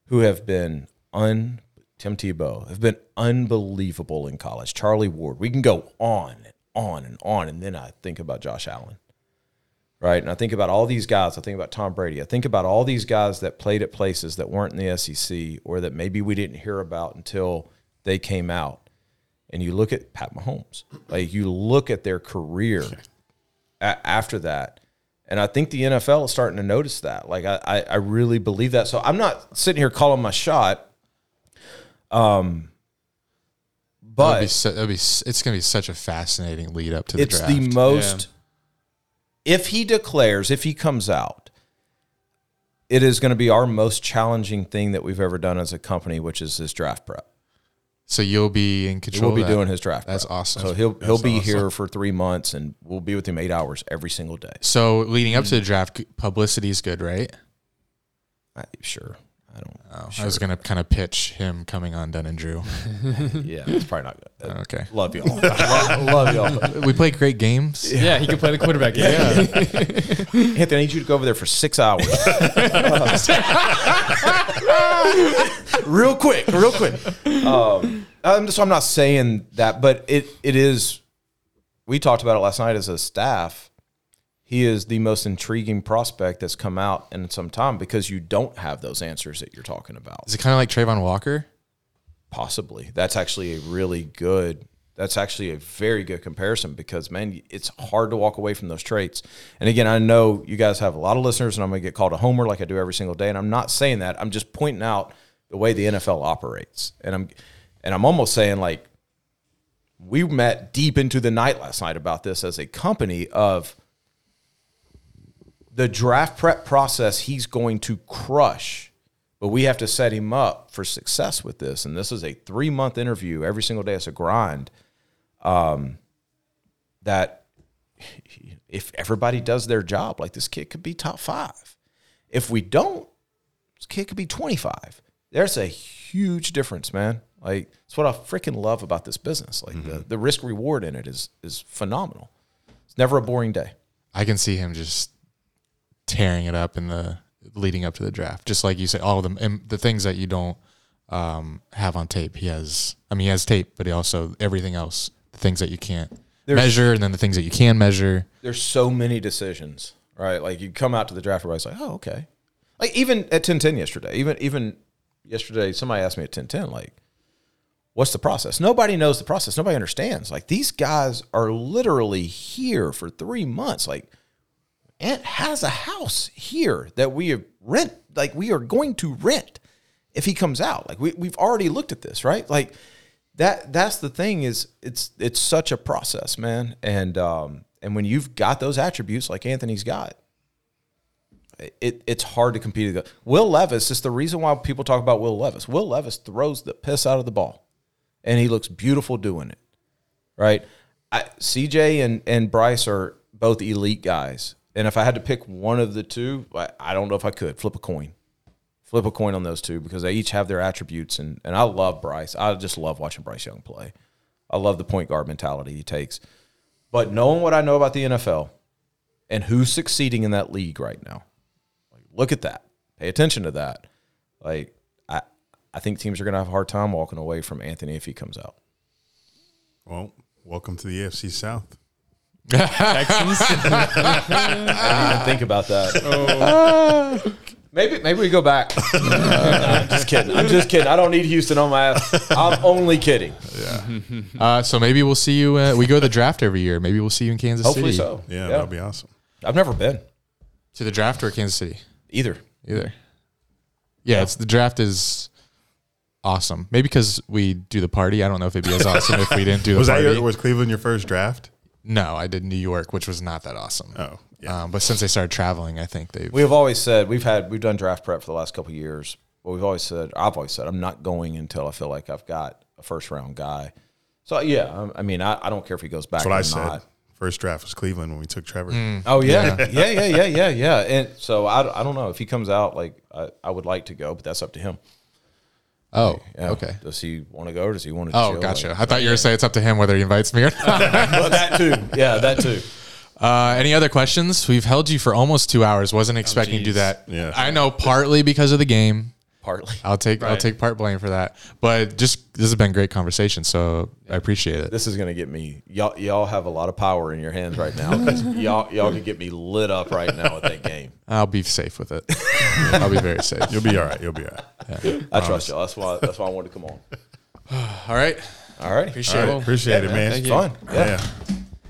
who have been un Tim Tebow have been unbelievable in college. Charlie Ward. We can go on and on and on. And then I think about Josh Allen. Right. And I think about all these guys. I think about Tom Brady. I think about all these guys that played at places that weren't in the SEC or that maybe we didn't hear about until they came out and you look at Pat Mahomes, like you look at their career a- after that. And I think the NFL is starting to notice that. Like I, I, I really believe that. So I'm not sitting here calling my shot. Um,
That would
but
be su- that'd be s- it's going to be such a fascinating lead up to the
it's
draft.
the most. If he declares, if he comes out, it is going to be our most challenging thing that we've ever done as a company, which is this draft prep.
so you'll be in control.
We'll be
of that.
doing his draft.
That's
prep.
awesome.
So he'll he'll be here for three months, and we'll be with him eight hours every single day.
So leading up to
Mm.
the draft, publicity is good, right?
I, sure, I don't.
I was going to kind of pitch him coming on Dunn and Drew.
[laughs]
[laughs]
Yeah, it's probably not good. Uh,
Okay.
Love y'all. [laughs] love, love y'all.
we play great games.
Yeah, he could play the
[laughs]
quarterback. yeah.
[laughs] Anthony, I need you to go over there for six hours. [laughs] real quick, real quick. Um, I'm so I'm not saying that, but it it is. We talked about it last night as a staff. He is the most intriguing prospect that's come out in some time because you don't have those answers that you're talking about.
Is it kind of like Trayvon Walker?
Possibly. That's actually a really good. That's actually a very good comparison because man, it's hard to walk away from those traits. And again, I know you guys have a lot of listeners, and I'm going to get called a homer like I do every single day. And I'm not saying that. I'm just pointing out the way the NFL operates. And I'm, and I'm almost saying like, we met deep into the night last night about this as a company of the draft prep process. He's going to crush but we have to set him up for success with this. And this is a three month interview every single day. It's a grind. Um, that if everybody does their job, like this kid could be top five. If we don't, this kid could be 25. There's a huge difference, man. Like it's what I freaking love about this business. Like the, the risk reward in it is is phenomenal. It's never a boring day.
I can see him just tearing it up in the leading up to the draft. Just like you said, all of them and the things that you don't um, have on tape. He has. I mean, he has tape, but he also everything else, the things that you can't measure, and then the things that you can measure.
there's so many decisions, right? Like you come out to the draft, everybody's like, oh, okay. Like even at ten ten yesterday, even even yesterday, somebody asked me at ten ten, like, what's the process? Nobody knows the process. Nobody understands. Like these guys are literally here for three months. Like Ant has a house here that we have rent. Like we are going to rent if he comes out. Like we we've already looked at this, right? Like that that's the thing is it's it's such a process, man. And um and when you've got those attributes like Anthony's got, it, it's hard to compete. against. Will Levis is the reason why people talk about Will Levis. Will Levis throws the piss out of the ball, and he looks beautiful doing it. Right, I, CJ and and Bryce are both elite guys, and if I had to pick one of the two, I, I don't know if I could flip a coin, flip a coin on those two because they each have their attributes, and and I love Bryce. I just love watching Bryce Young play. I love the point guard mentality he takes. But knowing what I know about the NFL and who's succeeding in that league right now, look at that. Pay attention to that. Like I I think teams are gonna have a hard time walking away from Anthony if he comes out.
Well, welcome to the AFC South. [laughs]
I didn't think about that. [laughs] maybe maybe we go back. No, I'm just kidding. I'm just kidding. I don't need Houston on my ass. I'm only kidding.
[laughs] Uh, so maybe we'll see you. Uh, we go to the draft every year. Maybe we'll see you in Kansas
Hopefully
City.
so.
Yeah, that'll be awesome.
I've never been
To the draft or Kansas City?
either.
Either. Yeah, it's the draft is awesome. Maybe because we do the party. I don't know if it'd
[laughs]
be as awesome if we didn't do the
Was that
party.
your, was Cleveland your first draft?
no, I did New York, which was not that awesome.
Oh, yeah.
Um, but since they started traveling, I think they've.
We have always said we've had we've done draft prep for the last couple of years, but we've always said I've always said I'm not going until I feel like I've got a first round guy. So yeah, um, I, I mean I, I don't care if he goes back
That's what
or
I said. Mm.
not.
First draft was Cleveland when we took Trevor.
Oh yeah, yeah, yeah, yeah, yeah, yeah. And so I, I don't know if he comes out like I, I would like to go, but that's up to him.
oh,
Yeah.
okay.
Does he want to go? or Does he want to?
Oh, gotcha. I thought you were saying it's up to him whether he invites me or not.
[laughs]
Well, that too. Yeah, that too.
Uh, any other questions? We've held you for almost two hours. Wasn't expecting to do
geez.
that.
Yeah.
I know partly because of the game.
Partly.
I'll take I'll
Right.
take part blame for that. But just this has been great conversation, so I appreciate it.
This is gonna get me. Y'all, y'all have a lot of power in your hands right now. 'cause y'all, y'all could get me lit up right now at that game.
I'll be safe with it. [laughs] I'll be very safe.
You'll be all right. You'll be all right. [laughs]
I trust y'all. That's why. That's why I wanted to come on.
All right.
All right.
Appreciate
All right,
it.
appreciate it, man.
Thank you.
Fun. Yeah.
Yeah.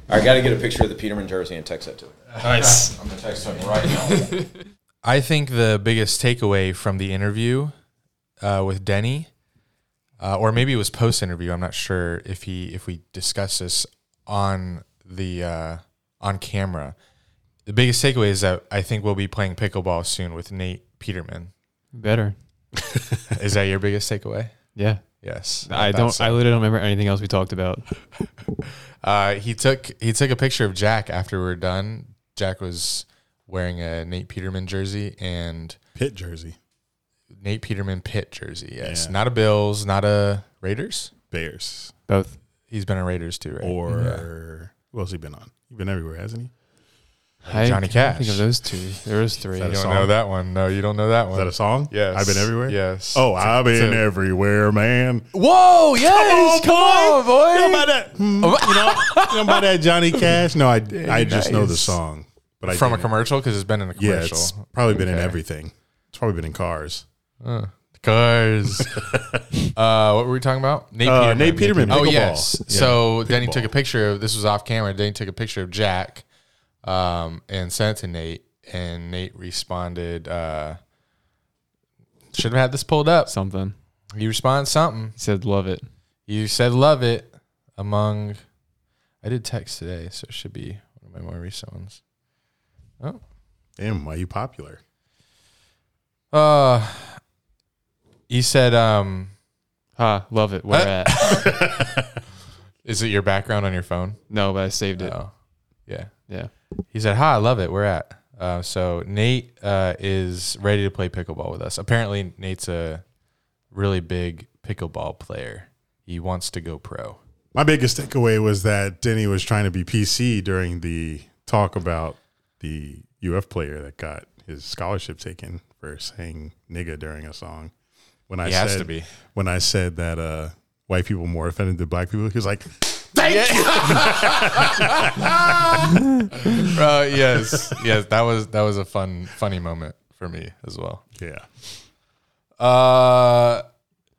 All right. Got to get a picture of the Peterman jersey and text that to him.
Nice.
I'm gonna text him right now.
I think the biggest takeaway from the interview uh, with Denny, uh, or maybe it was post interview. I'm not sure if he if we discussed this on the uh, on camera. The biggest takeaway is that I think we'll be playing pickleball soon with Nate Peterman.
Better.
Is that your biggest
[laughs]
takeaway?
Yeah.
Yes.
I
thought
don't.
so.
I literally don't remember anything else we talked about.
Uh, he took he took a picture of Jack after we were done. Jack was wearing a Nate Peterman jersey and
Pitt jersey,
Nate Peterman Pitt jersey. Yes,
Yeah.
not a Bills, not a Raiders.
Bears,
Both.
He's been a Raiders too, right?
or who else he been on? He's been everywhere, hasn't he?
I
Johnny Cash.
can't Think of those two. There was three.
you
that a
don't
song?
know that one. No, you don't know that
Is
one.
that a song?
Yes.
I've been everywhere.
Yes.
Oh, I've been
a-
everywhere, man.
Whoa! Yes, come on, boy.
You know about that? Hmm, you know, you know about that [laughs] Johnny Cash? No, I I just know the
Nice.
song, but I
From a
didn't.
commercial because it's been in a commercial.
Yeah, it's probably been in everything. It's probably been in cars. [laughs]
Cars. uh, what were we talking about? Nate
Uh, Nate Peterman,
Oh
pickleball.
yes.
Yeah,
so Denny
pickleball.
took a picture of this was off camera. Denny took a picture of Jack, um, and sent it to Nate, and Nate responded. Uh, should have had this pulled up.
Something.
You responded something.
He said, "Love it."
You said love it among. I did text today, so it should be one of my more recent ones.
Damn, why you popular?
Uh, you said, um,
Ha. Love it.
[laughs]
Where at?
is it your background on your phone?
No, but I saved it.
Oh, yeah.
Yeah.
He said, "Hi, I love it. We're at." Uh, so Nate uh, is ready to play pickleball with us. Apparently, Nate's a really big pickleball player. He wants to go pro.
My biggest takeaway was that Denny was trying to be PC during the talk about the UF player that got his scholarship taken for saying nigga during a song. When I
He
said,
has to be.
When I said that uh, white people more offended than black people, he was like,
[laughs] Uh, yes, yes, that was that was a fun, funny moment. for me as well.
Yeah.
Uh,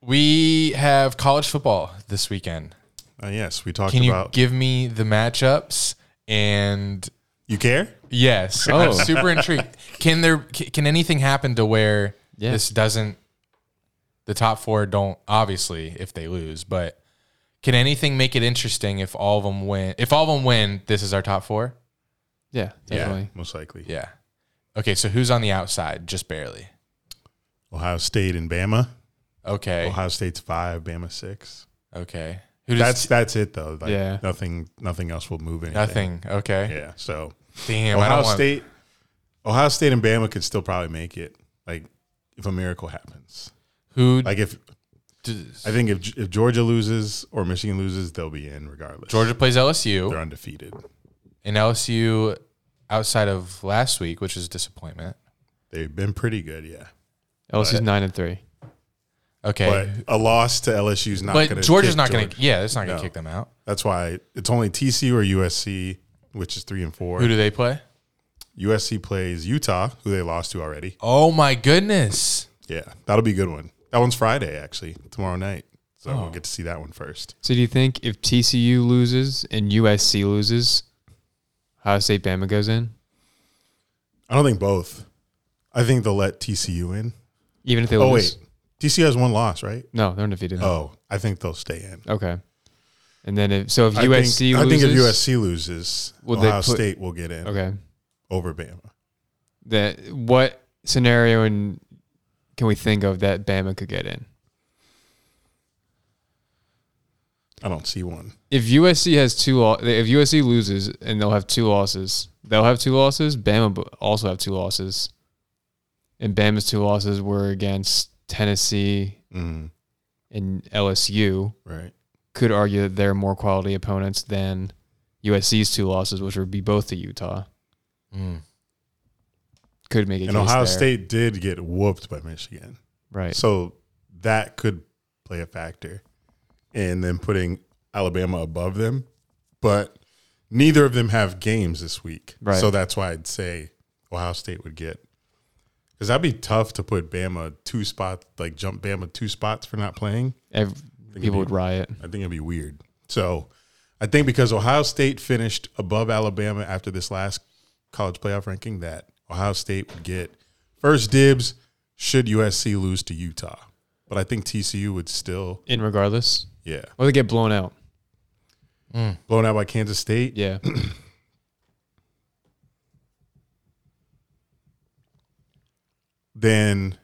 we have college football this weekend.
Uh, yes, we talked
Can you
about.
give me the matchups? And
you care?
yes, I'm super intrigued. Can there ca- can anything happen to where
Yeah.
this doesn't? The top four don't obviously if they lose, but can anything make it interesting if all of them win? If all of them win, this is our top four.
Yeah, definitely.
most likely.
Yeah. Okay, so who's on the outside? Just barely.
Ohio State and Bama.
Okay.
Ohio State's five, Bama six.
Okay. Who does
That's that's it though. Like,
Yeah.
Nothing. Nothing else will move anything.
nothing? Okay.
Yeah. So
Damn. I
Ohio
don't want,
State, Ohio State and Bama could still probably make it. Like if a miracle happens.
Who?
Like if
does-
I think if if Georgia loses or Michigan loses, they'll be in regardless.
Georgia plays
they're
LSU,
undefeated.
and LSU outside of last week, which is a disappointment.
They've been pretty good, yeah.
LSU's nine and three.
Okay,
But a loss to LSU's not
but,
going to.
Georgia's not going to.
Yeah,
Yeah, it's not going to
No.
kick them out.
that's why it's only TCU or USC, which is three and four.
Who do they play?
USC plays Utah, who they lost to already.
Oh my goodness!
Yeah, that'll be a good one. That one's Friday actually, tomorrow night. So
Oh.
we'll get to see that one first.
So do you think if TCU loses and USC loses, Ohio State Bama goes in?
I don't think both. I think they'll let TCU in.
Even if they
Oh
lose?
wait, TCU has one loss, right?
No, they're undefeated.
Oh, I think they'll stay in.
Okay. And then if so if
I
USC
think, I
loses
think if USC loses,
Will they
Ohio
put-
State will get in
Okay.
over Bama.
That what scenario and can we think of that Bama could get in?
I don't see one.
If USC has two, lo- if USC loses and they'll have two losses, they'll have two losses. Bama b- also have two losses, and Bama's two losses were against Tennessee
Mm,
and LSU.
right.
Could argue that they're more quality opponents than USC's two losses, which would be both to Utah. Could make a
And
case
Ohio
there.
State did get whooped by Michigan.
right?
So that could play a factor. And then putting Alabama above them. But neither of them have games this week.
Right.
So that's why I'd say Ohio State would get. Because that'd be tough to put Bama two spots, like jump Bama two spots for not playing.
Ev- people would riot.
I think it'd be weird. So I think because Ohio State finished above Alabama after this last college playoff ranking, that Ohio State would get first dibs should USC lose to Utah. But I think TCU would still,
In regardless,
yeah,
or they get blown out.
blown out by Kansas State. [coughs]
Yeah.
Then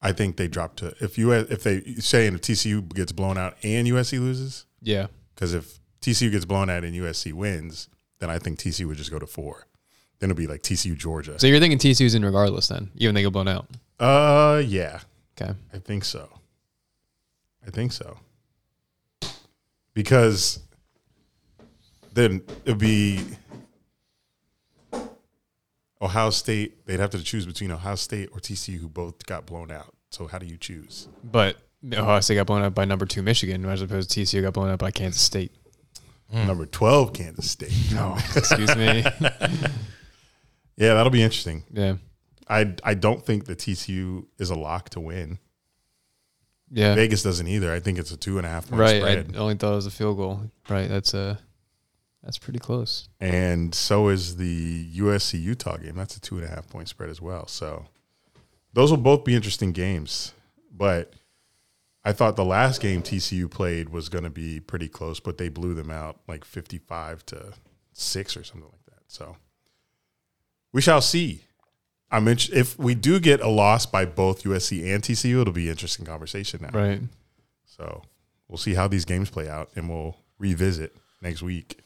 I think they drop to if you if they saying if TCU gets blown out and USC loses
Yeah.
because if TCU gets blown out and USC wins, then I think TCU would just go to four. Then it'd be like TCU Georgia.
So you're thinking TCU's in regardless then, even they get blown out.
Uh, yeah,
Okay.
I think so. I think so. Because then it'd be Ohio State. They'd have to choose between Ohio State or TCU, who both got blown out. So how do you choose?
But Ohio State got blown up by number two Michigan, as opposed to TCU got blown up by Kansas State. Hmm.
Number twelve, Kansas
[laughs]
State.
Oh, excuse me.
[laughs]
[laughs]
Yeah, that'll be interesting.
Yeah.
I I don't think the TCU is a lock to win.
Yeah.
Vegas doesn't either. I think it's a two and a half point
right. I
spread.
only thought it was a field goal. Right. That's uh that's pretty close.
and so is the USC Utah game. That's a two and a half point spread as well. So those will both be interesting games. But I thought the last game TCU played was going to be pretty close, but they blew them out like fifty five to six or something like that. So we shall see. I'm int- if we do get a loss by both USC and TCU, it'll be interesting conversation now.
Right.
So we'll see how these games play out, and we'll revisit next week.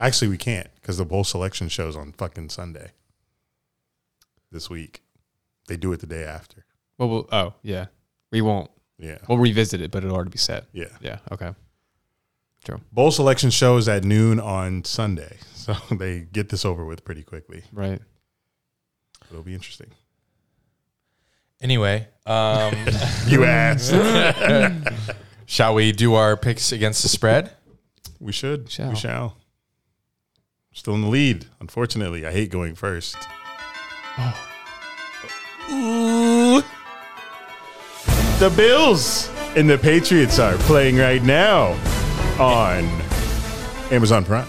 Actually, we can't because the bowl selection shows on fucking Sunday. This week, they do it the day after.
Well, we'll oh yeah. We won't
Yeah,
we'll revisit it, but it'll already be set.
yeah.
Yeah. Okay.
Bowl selection show is at noon on Sunday, [laughs] so they get this over with pretty quickly.
Right.
It'll be interesting.
Anyway, um,
You asked.
shall we do our picks against the spread?
we should.
Shall.
We shall. Still in the lead, unfortunately. I hate going first. The Bills and the Patriots are playing right now on Amazon Prime.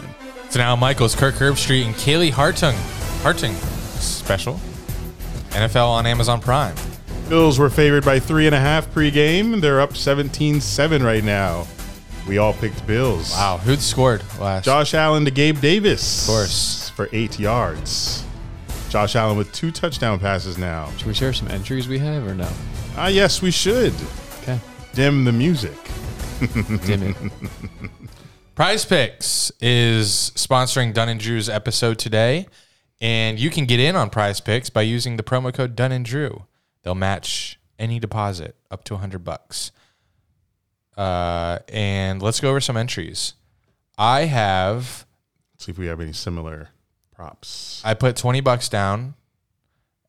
So now Michael's Kirk Herbstreit and Kaylee Hartung, Hartung special, NFL on Amazon Prime.
Bills were favored by three and a half pregame. They're up 17 7 right now. We all picked Bills.
Wow, who'd scored last?
Josh Allen to Gabe Davis. Of
course.
For eight yards. Josh Allen with two touchdown passes now.
Should we share some entries we have or no?
Ah, yes, we should. [laughs]
Okay.
Dim the music.
Damn it.
Prize Picks is sponsoring Dunn and Drew's episode today, and you can get in on Prize Picks by using the promo code Dunn and Drew. They'll match any deposit up to 100 bucks. Uh, and let's go over some entries. I have
See if we have any similar props.
I put 20 bucks down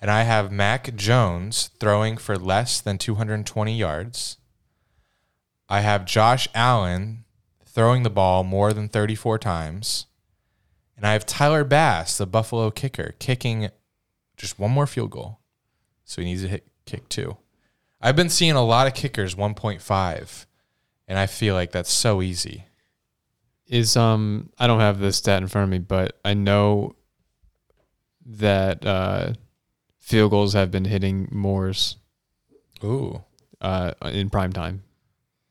and I have Mac Jones throwing for less than 220 yards. I have Josh Allen throwing the ball more than 34 times. And I have Tyler Bass, the Buffalo kicker, kicking just one more field goal. So he needs to hit kick two. I've been seeing a lot of kickers 1.5 and I feel like that's so easy.
is um I don't have the stat in front of me, but I know that uh, field goals have been hitting mores
Ooh,
uh, in prime time,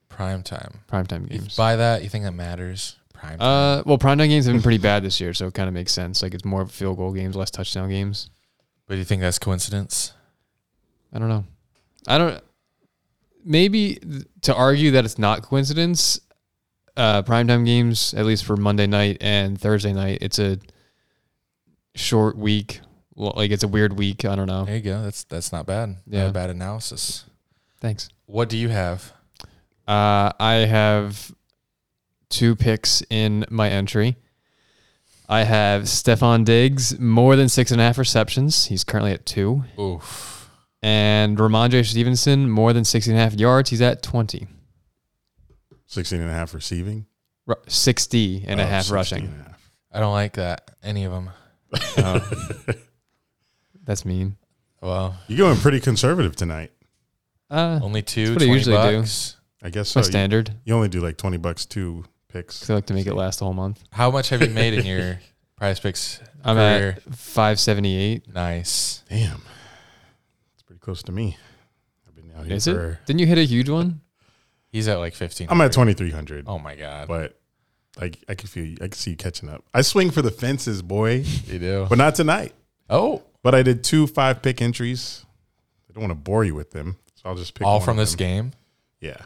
prime time.
prime time
You
games.
buy that, you think that matters? Prime time.
Uh, well, prime time games have been pretty bad this year, so it kind of makes sense. Like it's more field goal games, less touchdown games.
but do you think that's coincidence?
I don't know. I don't. Maybe th- to argue that it's not coincidence, uh, primetime games, at least for Monday night and Thursday night, it's a short week. Well, Like it's a weird week. I don't know.
There you go. That's that's not bad. Yeah,
Yeah.
not a bad analysis.
Thanks.
What do you have?
Uh, I have two picks in my entry. I have Stefan Diggs, more than six and a half receptions. He's currently at two.
Oof.
And Ramondre Stevenson, more than 16 and a half yards. He's at 20.
16 and a half receiving.
Ru- 60 and a
Oh,
half
16
rushing.
and a half.
I don't like that. Any of them.
That's mean.
Well,
You're going pretty conservative tonight.
Uh,
only two.
That's what I
20
usually do.
bucks.
I guess so.
my
You-
standard.
You, only do like 20 bucks two picks.
Cause I like to make it last a whole month.
How much have you made in your [laughs] prize picks?
I'm
career?
at 578.
nice.
Damn. It's pretty close to me. I've been out here
Is
for.
it? Didn't you hit a huge one?
He's at like fifteen.
I'm at 2,300.
Oh my god.
But like, I can feel you. I can see you catching up. I swing for the fences, boy,
You do.
but not tonight.
Oh,
But I did two five pick entries. I don't want to bore you with them. So I'll just pick
all
one
from
of
this
them.
game.
Yeah.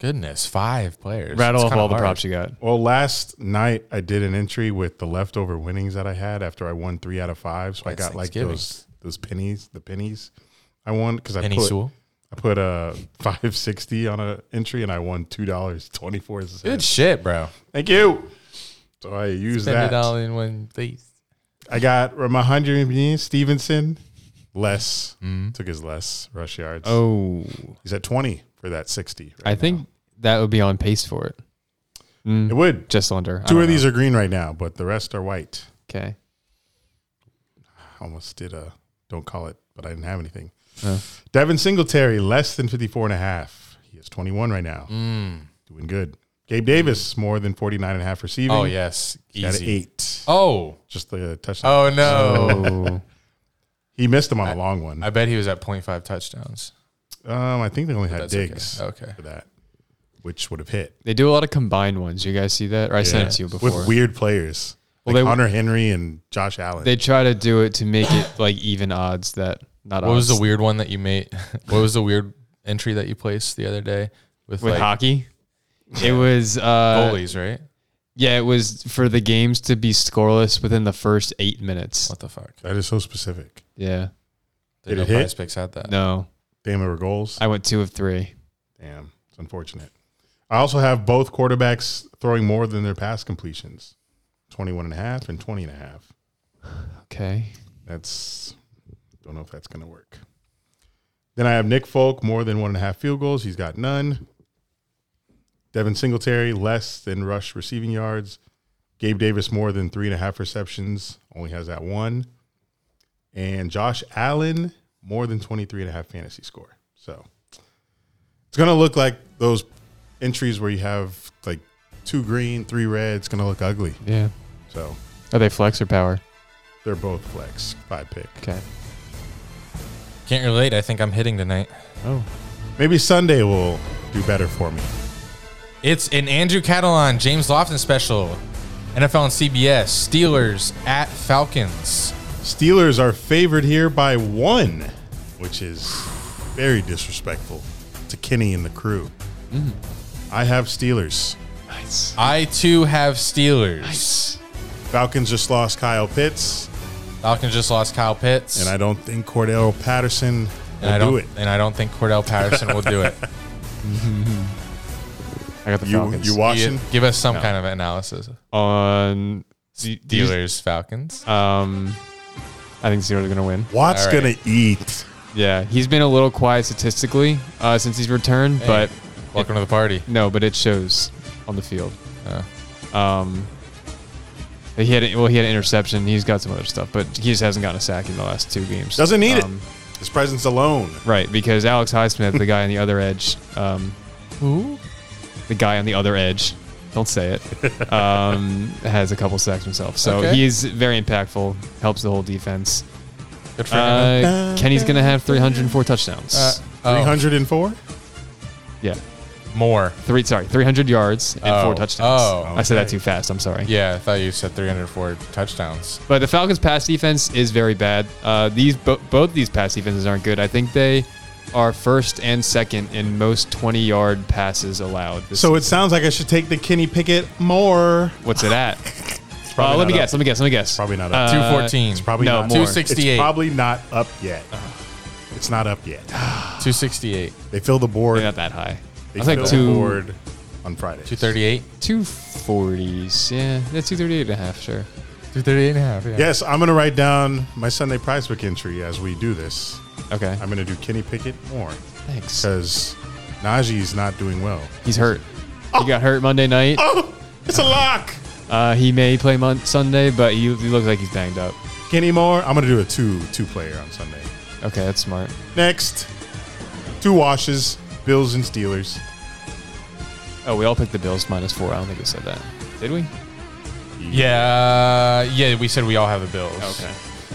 Goodness, five players.
Rattle
It's
off
kinda
all the
hard.
props you got.
Well, last night I did an entry with the leftover winnings that I had after I won three out of five. So I
That's
got like
Thanksgiving.
those those pennies, the pennies I won because I
Penny
put
Sewell.
I put a [laughs] five sixty on a entry and I won two dollars twenty four cents.
Good shit, bro.
Thank you. So I used
Spend it all
that.
in one place.
I got Ramahundra Stevenson less took his less rush yards.
Oh,
He's at twenty for that sixty. right
I think that would be on pace for it.
now. it would.
Just under. I
Two
don't
of
know.
these are green right now, but the rest are white.
Okay.
almost did a don't call it, but I didn't have anything. Devin Singletary, less than 54 and a half. He is 21 right now.
Mm.
Doing good. Gabe Davis, more than 49 and a half receiving.
Oh yes,
Got an
easy.
eight.
Oh,
Just the touchdown.
oh no.
Oh,
He missed them on a long one.
I bet he was at 0.5 touchdowns.
um, I think they only had
that's okay.
digs
Okay.
for that, which would have hit.
[laughs] they do a lot of combined ones. You guys see that? Or I sent it to you before.
With weird players.
Well,
Like
they-
Hunter Henry and Josh Allen.
they try to do it to make it like even odds that not
What was
odds
the weird one that you made? [laughs] What was the weird entry that you placed the other day with,
with
like
hockey. It was uh,
goalies, right?
yeah, it was for the games to be scoreless within the first eight minutes.
What the fuck?
that is so specific.
Yeah,
Did
Did
no
it hit?
prize picks had that?
no,
Damn, there were goals.
I went two of three.
Damn, it's unfortunate. I also have both quarterbacks throwing more than their pass completions 21 and a half and 20 and a half.
Okay,
That's, don't know if that's going to work. Then I have Nick Folk, more than one and a half field goals. He's got none. Devin Singletary, less than rush receiving yards. Gabe Davis, more than three and a half receptions, only has that one. And Josh Allen, more than 23 and a half fantasy score. So it's going to look like those entries where you have like two green, three red. It's going to look ugly.
Yeah.
So
Are Oh, they flex or power?
they're both flex, five pick.
Okay.
Can't relate. I think I'm hitting tonight.
Oh.
Maybe Sunday will do better for me.
It's an Andrew Catalan, James Lofton special. NFL and CBS. Steelers at Falcons.
Steelers are favored here by one, which is very disrespectful to Kenny and the crew.
Mm-hmm.
I have Steelers.
Nice.
I too have Steelers.
Falcons just lost Kyle Pitts,
Falcons just lost Kyle Pitts.
and I don't think Cordell Patterson will
And I don't,
do it.
And I don't think Cordell Patterson will do it.
[laughs]
I got the
You
Falcons.
you
You-
watching?
give us some kind of analysis.
on the
Steelers, Falcons.
Um, I think Steelers are going to win.
Watt's
All
gonna eat.
Yeah, he's been a little quiet statistically uh, since he's returned, but
Welcome to the party.
no, but it shows on the field. Um, he had well, he had an interception. He's got some other stuff, but he just hasn't gotten a sack in the last two games.
Doesn't need
Um,
it. His presence alone.
Right, because Alex Highsmith, the guy on the other edge, um, the guy on the other edge, don't say it, um, [laughs] has a couple sacks himself. So
Okay.
he's very impactful, helps the whole defense.
Good for him.
Uh, Kenny's going to have 304 touchdowns.
Uh, oh,
304?
yeah.
more.
Three, sorry, 300 yards and
Oh,
four touchdowns.
oh,
I said that
okay.
too fast. I'm sorry.
Yeah, I thought you said 304 touchdowns.
But the Falcons' pass defense is very bad. Uh, these bo- both these pass defenses aren't good. I think they are first and second in most 20-yard passes allowed. This
So it sounds like I should take the Kenny Pickett more.
What's
[laughs]
it at?
probably
Uh, let
not
me
up.
guess. Let me guess. Let me guess.
Probably not
Uh,
up.
214.
It's probably
no,
not
more.
It's
268.
probably Uh-huh. not up yet. It's not up yet.
268.
They fill the board.
Probably not that high.
They
I was like
fill the
two,
board on Friday.
238.
two forties. Yeah, that's two thirty-eight and a half. Sure.
238 and a half. Yeah.
Yes, I'm going to write down my Sunday prize book entry as we do this.
Okay.
I'm going to do Kenny Pickett more
Thanks.
because Najee's not doing well.
He's hurt. He got hurt Monday night.
Oh, it's a lock.
Uh, he may play mon- Sunday, but he, he looks like he's banged up.
Kenny Moore. I'm going to do a two two player on Sunday.
Okay, that's smart.
Next, two washes. Bills and Steelers.
Oh, we all picked the Bills minus four. I don't think we said that. Did we?
Yeah, yeah, we said we all have the Bills.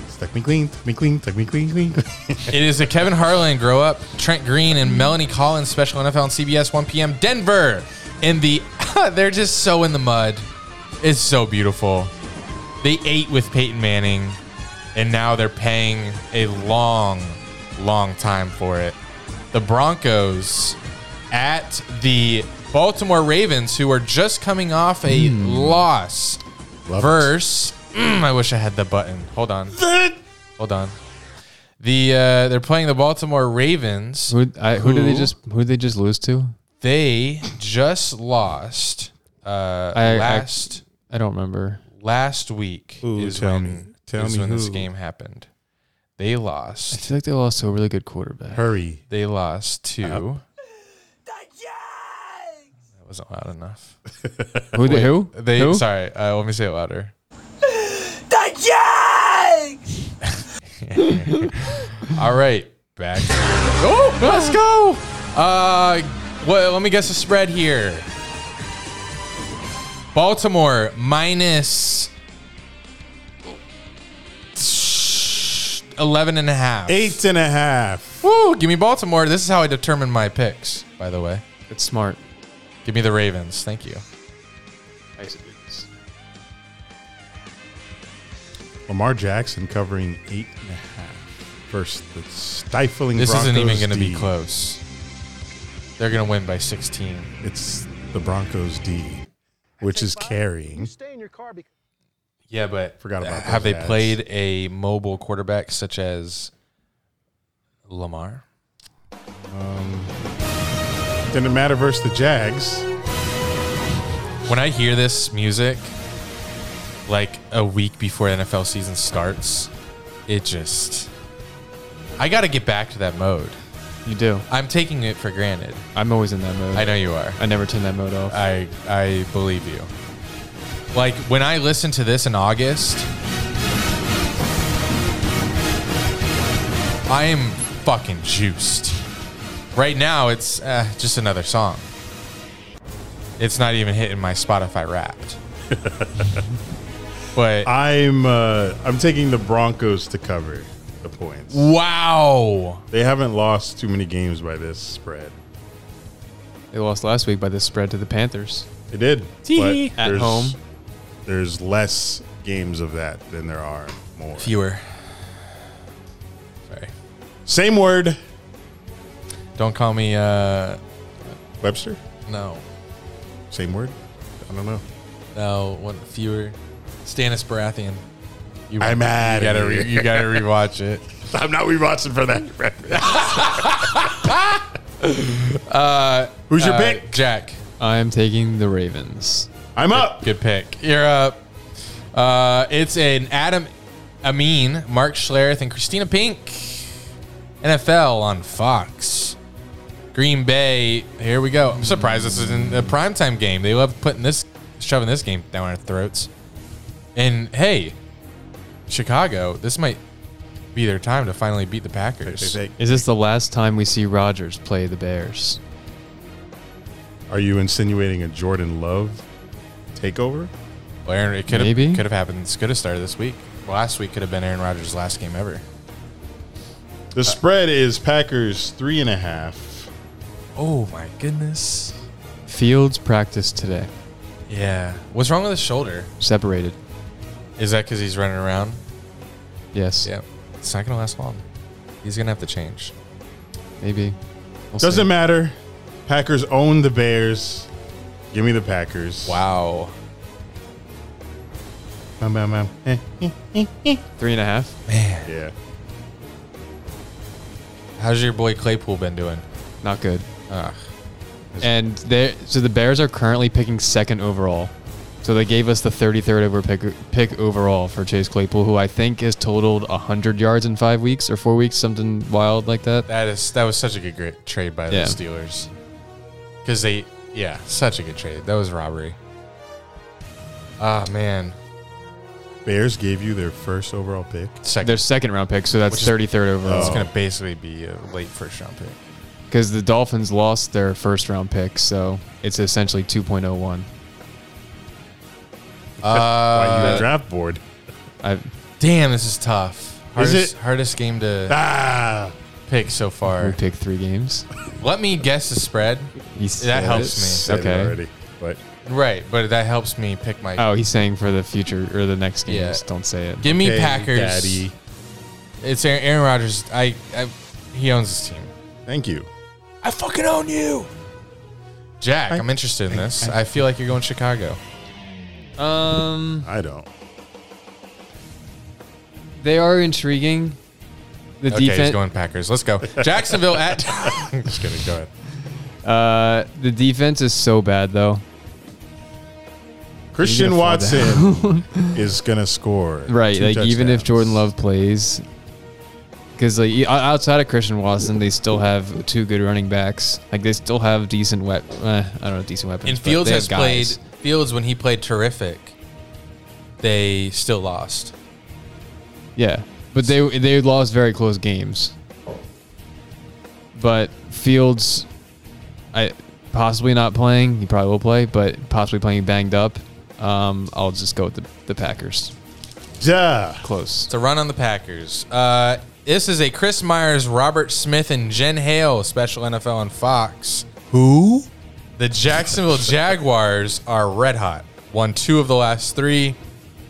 Stuck me clean. Stuck me clean. Stuck me clean. Clean. [laughs]
It is the Kevin Harlan Grow Up, Trent Green, and Melanie Collins special NFL on CBS 1 p.m. Denver. In the, [laughs] they're just so in the mud. It's so beautiful. They ate with Peyton Manning, and now they're paying a long, long time for it. The Broncos at the Baltimore Ravens, who are just coming off a
Hmm.
loss.
Love it.
verse. Mm, I wish I had the button. Hold on. Hold on. The uh, they're playing the Baltimore Ravens.
Who, I, who did they just who did they just lose to?
They just lost uh,
I- I-
last
I don't remember.
last week.
Who,
is
tell
when,
me. Tell
is
me
when this
who.
game happened. They
I
lost.
feel like they lost to a really good quarterback.
Hurry.
They lost to. That wasn't loud enough.
Who? they- who?
They
who?
sorry. Uh, let me say it louder. [laughs] All right, back. oh, let's go. Uh, well, let me guess the spread here. Baltimore minus 11 and a half.
Eight and a half.
Woo, give me Baltimore. This is how I determine my picks, by the way.
It's smart.
Give me the Ravens. Thank you.
Lamar Jackson covering eight and a half. First, the stifling.
This isn't even
Broncos
going to be
D.
close. They're going to win by 16.
It's the Broncos D, which is carrying.
Yeah, but uh,
Forgot about
have
those
they
ads.
played a mobile quarterback such as Lamar?
Didn't matter versus the Jags.
When I hear this music, like a week before NFL season starts, it just I got to get back to that mode.
You do.
I'm taking it for granted.
I'm always in that mode.
I
I,
know Uh, you are.
never turn that mode off.
I I believe you. Like when I listened to this in August, I am fucking juiced. Right now, it's uh, just another song. It's not even hitting my Spotify Wrapped. but
I'm uh, I'm taking the Broncos to cover the points.
wow,
They haven't lost too many games by this spread.
They lost last week by this spread to the Panthers.
They did
Tee-hee.
but
At
there's-
home.
There's less games of that than there are more.
fewer. Sorry,
Same word,
don't call me. Uh,
Webster.
no,
Same word. I don't know.
no, one fewer. Stannis Baratheon. You,
I'm mad
You
at
gotta,
you.
re- you gotta rewatch it.
[laughs] I'm not rewatching for that. Who's your
[laughs] Uh,
pick?
Jack.
I'm taking the Ravens.
I'm up.
Good pick. You're up. Uh, it's an Adam Amin, Mark Schlereth, and Christina Pink. NFL on Fox. Green Bay. Here we go. I'm surprised this isn't a primetime game. They love putting this, shoving this game down our throats. And hey, Chicago, this might be their time to finally beat the Packers.
Hey, hey,
Is this the last time we see Rodgers play the Bears?
Are you insinuating a Jordan Love takeover?
Well, Aaron, it could have
Maybe.
could have happened. This could have started this week. Last week could have been Aaron Rodgers' last game ever.
The spread is Packers three and a half.
Oh my goodness.
Fields practiced today,
Yeah. What's wrong with his shoulder?
separated.
Is that because he's running around?
Yes.
It's not going to last long. He's going to have to change.
Maybe. We'll see.
Doesn't matter. Packers own the Bears. Give me the Packers.
Wow.
Bam, bam, bam. Eh, eh.
Three and a half.
Yeah.
How's your boy Claypool been doing?
Not good.
Ugh.
And they so the Bears are currently picking second overall. So they gave us the 33rd over pick, pick overall for Chase Claypool, who I think has totaled 100 yards in five weeks or four weeks, something wild like that.
That is that was such a good gra- trade by the
Yeah.
Steelers. Because they, yeah, such a good trade. That was robbery. Ah man,
Bears gave you their first overall pick.
second.
Their second round pick, so
Which
that's
is-
33rd
it's
overall.
going to basically be a late first round pick.
Because the Dolphins lost their first round pick, so it's essentially 2.01.
Why
Uh,
you a draft board?
I,
damn, this is tough. Hardest,
it?
hardest game to
Ah,
pick so
we
far.
picked three games.
Let me guess the spread.
He said
helps
it.
me.
said it
Okay.
already. But
Right, but that helps me pick my.
Oh, he's saying for the future or the next games.
Yeah.
Don't say it.
Give me
Hey,
Packers.
Daddy.
It's Aaron, Aaron Rodgers. I, I, he owns this team.
Thank you.
I fucking own you, Jack. I, am interested in this. I, feel like you're going Chicago.
Um,
I don't.
they are intriguing. The
Okay,
defense,
he's going Packers. Let's [laughs] go. Jacksonville at. [laughs] I'm just kidding. Go ahead.
uh, the defense is so bad though.
Christian
fall
Watson
[laughs]
is gonna score.
Right,
two
like even if
touchdowns.
Jordan Love plays, because like o- outside of Christian Watson, they still have two good running backs. Like they still have decent wep. Uh, I don't know, decent weapons.
And
but
Fields
they
has
have
played.
guys.
Fields when he played terrific, they still lost.
Yeah, but they they lost very close games. But Fields, I possibly not playing. He probably will play, but possibly playing banged up. Um, I'll just go with the, the Packers.
Duh.
Close.
It's a run on the Packers. Uh, this is a Chris Myers, Robert Smith, and Jen Hale special NFL on Fox. Who? The [laughs] Jacksonville Jaguars are red hot. Won two of the last three,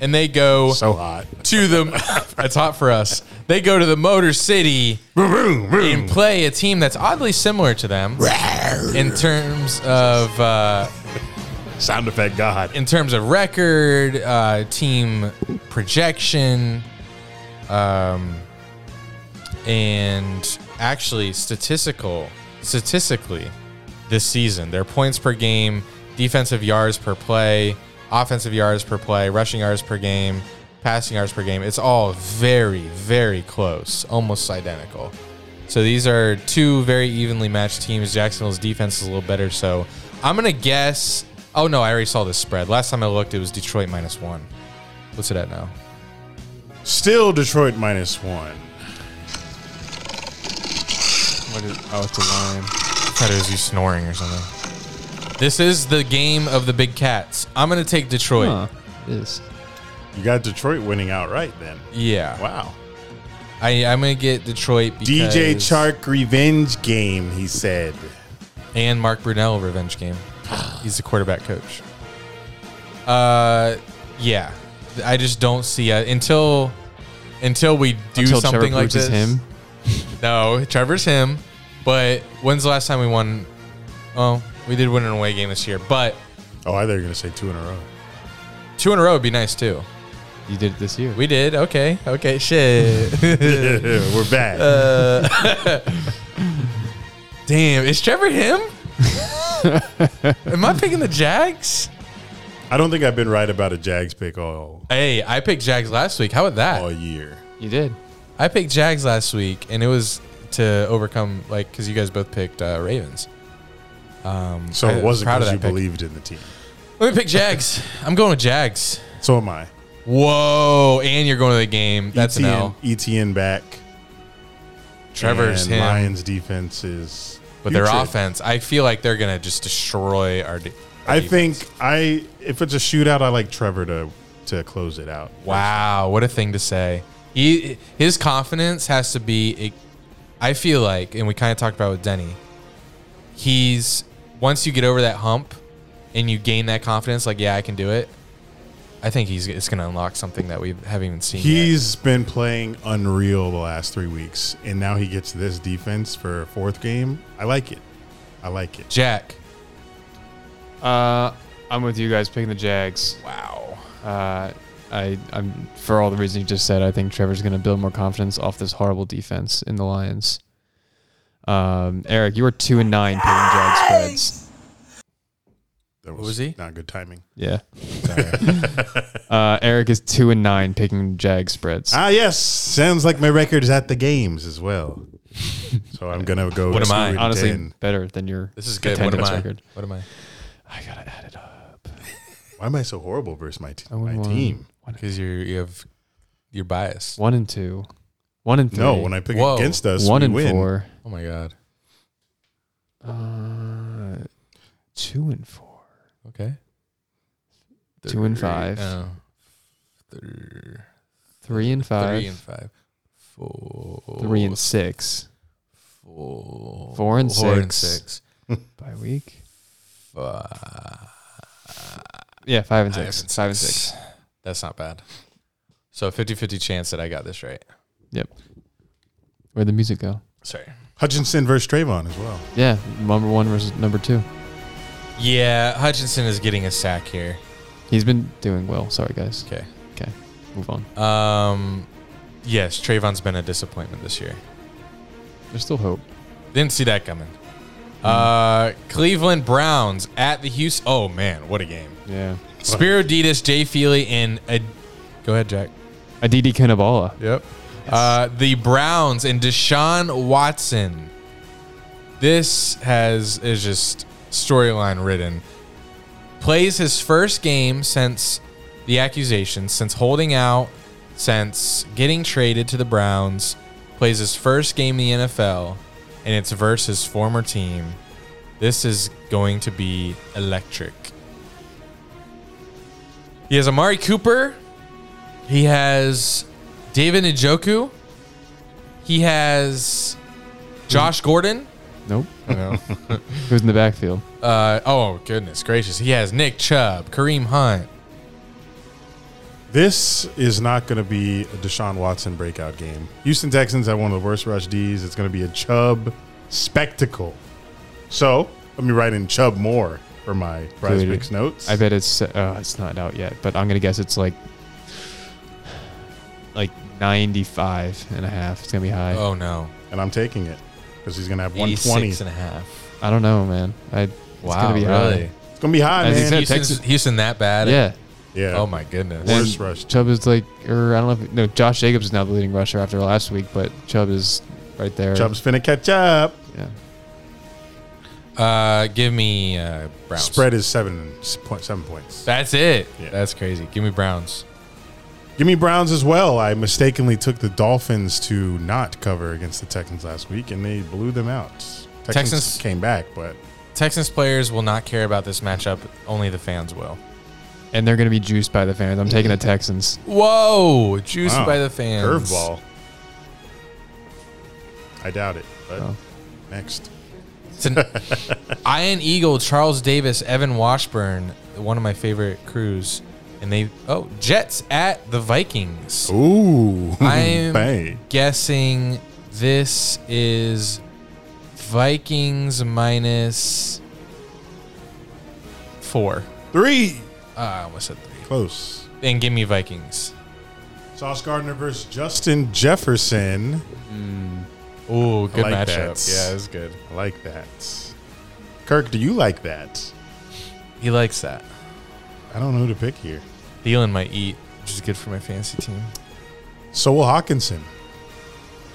and they go
So hot.
to the. that's hot for us. They go to the Motor City and play a team that's oddly similar to them in terms of. Uh,
Sound effect God.
in terms of record, uh, team projection, um, and actually statistical statistically this season, their points per game, defensive yards per play, offensive yards per play, rushing yards per game, passing yards per game. It's all very, very close, almost identical. So these are two very evenly matched teams. Jacksonville's defense is a little better, so I'm gonna guess. Oh no, I already saw this spread. Last time I looked, it was Detroit minus one. What's it at now?
Still Detroit minus one.
What is, oh, it's a lion.
I thought it was you snoring or something. This is the game of the big cats. I'm gonna take Detroit.
Huh. It is.
You got Detroit winning outright then.
Yeah,
Wow.
I, I'm gonna get Detroit. Because,
DJ Chark revenge game, he said.
and Mark Brunell revenge game. He's the quarterback coach. Uh, yeah, I just don't see it until until we do
Until
something
Trevor
like
Brooks is
this.
him.
No, Trevor's him. But when's the last time we won? Oh, we did win an away game this year, but
Oh, I thought you were going to say two
[laughs]
in a row. [laughs]
two in a row would be nice too.
You did it this year.
We did. Okay. Okay. Shit. [laughs]
We're back.
Uh, Damn. Is Trevor him?
[laughs]
Am I picking the Jags?
I don't think I've been right about a Jags pick all,
Hey, I picked Jags last week. How about that?
all year.
you did.
I picked Jags last week, and it was to overcome like because you guys both picked uh, Ravens. Um,
So
I
it
was
wasn't
proud of
because
that
you
pick.
believed in the team.
Let me pick Jags. [laughs] I'm going with Jags.
So am I.
Whoa! And you're going to the game. That's an L.
ETN E back.
Trevor's
and
him.
Lions defense is.
But their
putrid.
offense, I feel like they're gonna just destroy our. de- our
I
defense.
think I if it's a shootout, I like Trevor to to close it out.
Wow, what a thing to say. He his confidence has to be. I feel like, and we kind of talked about with Denny. He's once you get over that hump, and you gain that confidence, like yeah, I can do it. I think he's it's going to unlock something that we haven't even seen. yet.
He's been playing unreal the last three weeks, and now he gets this defense for a fourth game. I like it. I like it.
Jack.
Uh, I'm with you guys picking the Jags.
Wow.
Uh, I, I'm for all the reasons you just said. I think Trevor's going to build more confidence off this horrible defense in the Lions. Um, Eric, you were two and nine picking Jags spreads.
That
was he?
Not good timing.
Yeah. [laughs] uh, Eric is two and nine picking Jags spreads.
Ah, yes. Sounds like my record's at the games as well. So I'm gonna go.
[laughs] What am
two
I?
and
Honestly,
10.
better than your.
This is good. What am
attendance
I?
record.
What am I?
I gotta add it up.
Why am I so horrible versus my, t-
I went
my
one.
team?
Because you you have you're biased.
One and two. One and three.
No, when I pick
Whoa.
against us,
one
we
and
win.
four.
Oh my god.
Uh, two and four.
Okay.
Two and
Three-
five.
Oh. Three.
Three and five.
Three and five. Four.
Three and six
four.
Four and
and
six.
six.
by week.
Five
Yeah, five and six. Five and six.
That's not bad. So 50-50 chance that I got this right.
Yep. Where'd the music go?
Sorry.
Hutchinson versus Trayvon as well.
Yeah, number one versus number two.
Yeah, Hutchinson is getting a sack here.
He's been doing well. Sorry, guys.
Okay.
Okay, move on.
Um, yes, Trayvon's been a disappointment this year.
There's still hope.
Didn't see that coming. Uh, Cleveland Browns at the Houston. Oh man, what a game!
Yeah.
Spiro Ditas, Jay Feely, and Ad- go ahead, Jack.
Aditi Kanabala.
Yep. Uh, the Browns and Deshaun Watson. This has is just storyline ridden. Plays his first game since the accusation, since holding out, since getting traded to the Browns. Plays his first game in the NFL, and it's versus former team. This is going to be electric. He has Amari Cooper. He has David Njoku. He has Josh Gordon.
Nope. [laughs] Who's in the backfield?
Uh, oh, goodness gracious. He has Nick Chubb, Kareem Hunt.
This is not going to be a Deshaun Watson breakout game. Houston Texans have one of the worst rush Ds. It's going to be a Chubb spectacle. So let me write in Chubb more for my prize
Dude,
picks notes.
I bet it's uh, it's not out yet, but I'm gonna guess it's like like 95 and a half. It's gonna be high.
Oh, no.
and I'm taking it because he's going to have 120.
86
It's
and a half.
I don't know, man. I it's
Wow,
gonna be
really?
high.
going to be high,
As he
man.
said-
Houston's-
Texas-
Houston that bad?
Yeah.
yeah.
Oh, my goodness.
Worst rush.
Chubb is like, or I don't know. If, no, Josh Jacobs is now the leading rusher after last week, but Chubb is right there.
Chubb's finna catch up.
Yeah.
Uh, give me uh, Browns.
Spread is seven, point, seven points.
That's it.
Yeah.
That's crazy. Give me Browns.
Give me Browns as well. I mistakenly took the Dolphins to not cover against the Texans last week, and they blew them out. Texans,
Texans-
came back, but
Texans players will not care about this matchup. Only the fans will.
and they're going to be juiced by the fans. I'm taking the Texans.
Whoa, juiced
wow,
by the fans.
uh, Curveball. I doubt it. But
Oh.
next,
It's an Iron Eagle, Charles Davis, Evan Washburn, one of my favorite crews, and they oh Jets at the Vikings.
[laughs] ooh,
I'm
bang.
guessing this is Vikings minus four.
three
Uh, I almost said three.
close.
Then give me Vikings.
Sauce Gardner versus Justin Jefferson.
Ooh, good
like
matchup.
that.
Yeah, it's good.
I like that. Kirk, do you like that?
He likes that.
I don't know who to pick here.
Thielen might eat, which is good for my fantasy team.
So will Hawkinson.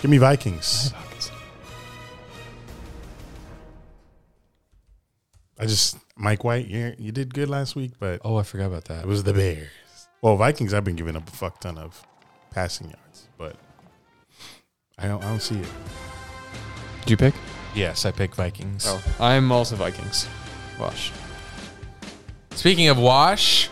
Give me Vikings. I just Mike White, you you did good last week, but
Oh, I forgot about that.
it was the Bears. Well, Vikings, I've been giving up a fuck ton of passing yards, but I don't I don't see it.
Did you pick?
Yes, I picked Vikings.
Uh,
I'm also Vikings. Wash.
Speaking of wash,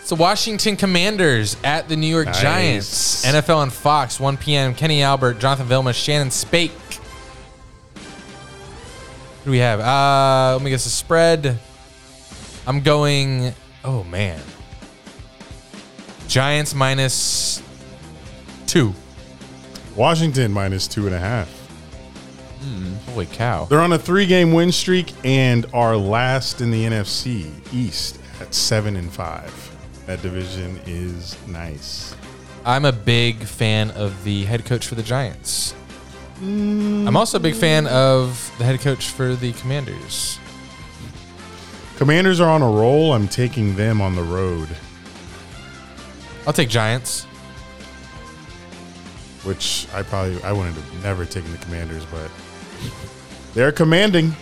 it's the Washington Commanders at the New York
Nice.
Giants. NFL on Fox, 1 p.m. Kenny Albert, Jonathan Vilma, Shannon Spake. Who do we have? Uh, let me guess the spread. I'm going. Oh man, Giants minus two.
Washington minus two and a half.
Holy cow!
They're on a three-game win streak and are last in the NFC East at seven and five. That division is nice.
I'm a big fan of the head coach for the Giants. I'm also a big fan of the head coach for the Commanders.
Commanders are on a roll. I'm taking them on the road,
I'll take Giants.
which I probably I wouldn't have never taken the Commanders, but they're commanding.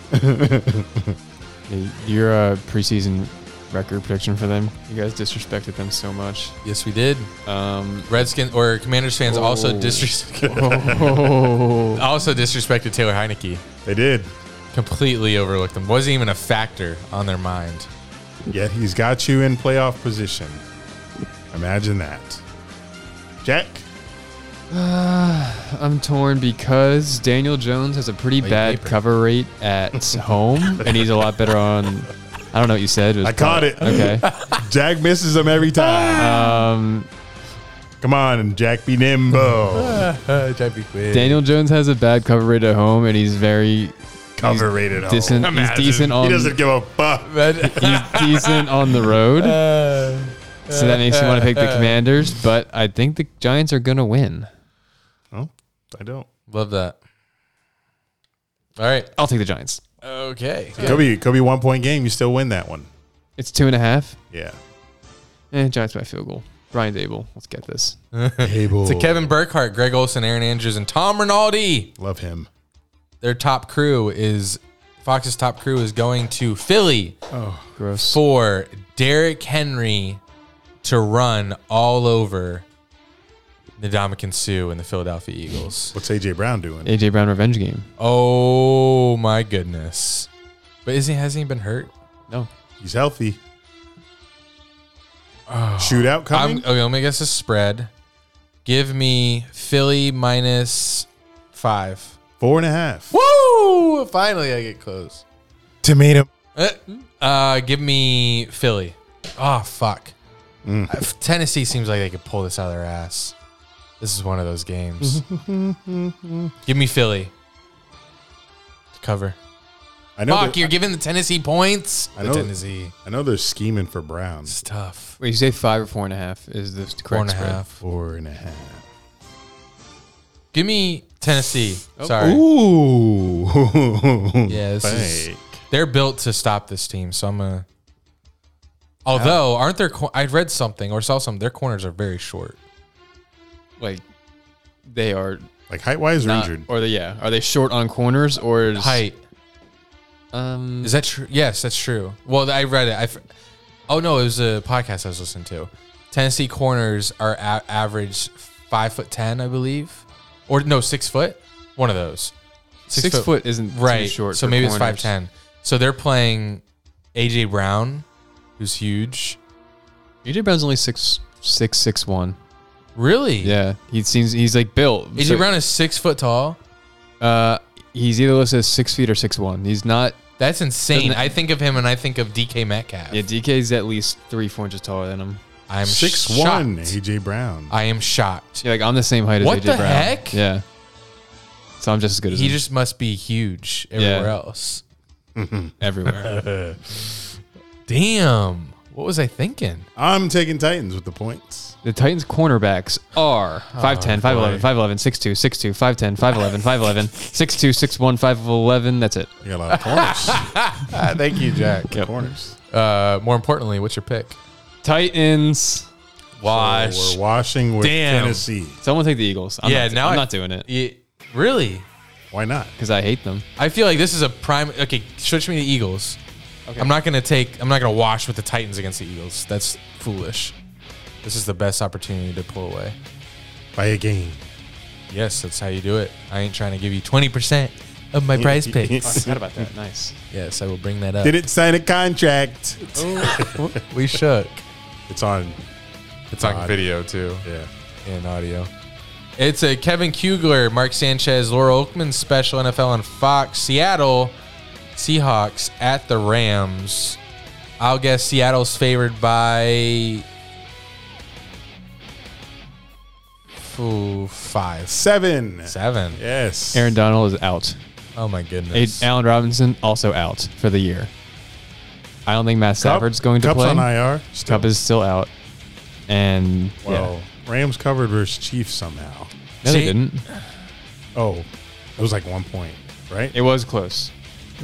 Your uh, preseason record prediction for them. You guys disrespected them so much.
Yes, we did.
Um,
Redskins or Commanders fans also [laughs]
Oh.
disrespect
oh,
[laughs] also disrespected Taylor Heineke.
They did.
Completely overlooked him. Wasn't even a factor on their mind.
Yet he's got you in playoff position. Imagine that. Jack,
I'm torn because Daniel Jones has a pretty
Late
bad
paper.
cover rate at home, and he's a lot better on. I don't know what you said. was
I caught it.
Okay.
Jack misses them every time.
Um,
Come on, Jack, be nimble.
That'd be quick.
Daniel Jones has a bad cover rate at home, and he's very
Cover rated.
decent- he's decent on-
He doesn't give a fuck.
he's decent on the road. so that makes me want to pick the Commanders, but I think the Giants are gonna win.
Oh, I don't.
Love that. All right.
I'll take the Giants.
Okay.
Kobe, Kobe, one point game. You still win that one.
It's two and a half.
Yeah.
Eh, Giants by field goal. Brian Dable. Let's get this.
Able.
To Kevin Burkhardt, Greg Olson, Aaron Andrews, and Tom Rinaldi.
Love him.
Their top crew is Fox's top crew is going to Philly
Gross.
for Derrick Henry to run all over Ndamukong Sue and the Philadelphia Eagles.
What's AJ Brown doing?
AJ Brown revenge game.
Oh my goodness! But is he hasn't he been hurt?
No.
He's healthy. Shootout
Oh. I'm,
coming.
okay, let me guess the spread. Give me Philly minus five.
Four and a half.
Woo! Finally, I get close.
Tomato.
Uh, uh, give me Philly. Oh fuck!
Mm.
Uh, Tennessee seems like they could pull this out of their ass. This is one of those
[laughs]
games. give me Philly to cover.
I know.
fuck,
they're-
you're giving the Tennessee points.
I
The
know-
Tennessee.
I know they're scheming for Brown.
It's tough.
Wait, you say five or four and a half is the correct
Four and a
spread?
half.
Four and a half.
Give me Tennessee. Sorry.
[laughs] Ooh.
Yeah, this is-
Fake.
They're built to stop this team, so I'm gonna. Although, aren't their? cor- I read something or saw something. Their corners are very short.
Like they are
like height wise or
not,
injured.
or they yeah. Are they short on corners or is
Height
Um
is that true? Yes, that's true. Well, I read it. I. f- Oh no, it was a podcast I was listening to. Tennessee corners are a- average five foot ten, I believe, or no six foot, one of those.
Six foot isn't too
right.
short
so
for
maybe it's
corners.
five ten. So they're playing AJ Brown, who's huge.
AJ E Brown's only six six six one.
Really?
Yeah, he seems he's like built.
AJ
so-
E Brown is six foot tall.
Uh, he's either listed as six feet or six one. He's not.
That's insane.
Doesn't-
I think of him and I think of DK Metcalf.
Yeah, DK's at least three four inches taller than him.
I'm
Six
shocked.
one AJ Brown.
I am shocked.
Yeah, like I'm the same height as
What
AJ
the
Brown.
heck?
Yeah. So I'm just as good as
He
him
just must be huge everywhere
Yeah.
else. [laughs]
everywhere.
Damn. What was I thinking?
I'm taking Titans with the points.
the Titans cornerbacks are
Oh,
5'10, 5'11, 5'11, 6'2, 6'2, 5'10, 5'11, 5'11, 6'2, 6'1, 5'11. That's it.
I got a lot of corners.
Ah, [laughs] thank you, Jack.
corners.
Uh, more importantly, what's your pick?
Titans.
So we're washing with
Damn.
Tennessee.
Someone take the Eagles. I'm
yeah,
not,
now
I'm
I-
not doing it
Yeah, really?
Why not?
because I hate them.
I feel like this is a prime. Okay, switch me to Eagles. I'm not gonna take. I'm not gonna wash with the Titans against the Eagles. That's foolish. This is the best opportunity to pull away.
By a game.
Yes, that's how you do it. I ain't trying to give you 20% of
[laughs]
my prize picks.
forgot about that. Nice.
yes, I will bring that up.
Didn't sign a contract.
We shook.
It's on.
It's on
God.
video too
Yeah.
and audio. It's a Kevin Kugler, Mark Sanchez, Laura Oakman special NFL on Fox. Seattle Seahawks at the Rams. I'll guess Seattle's favored by Ooh, five,
Seven.
seven.
Yes.
[laughs] Aaron Donald is out.
Oh my
A-
goodness.
Allen Robinson also out for the year. I don't think Matt
Cup-
Stafford's going to
Cup's
play.
on IR.
Cup is still out. And
Well,
yeah.
Rams covered versus Chiefs somehow.
no,
See-
they didn't.
Oh, it was like one point, right?
It was close.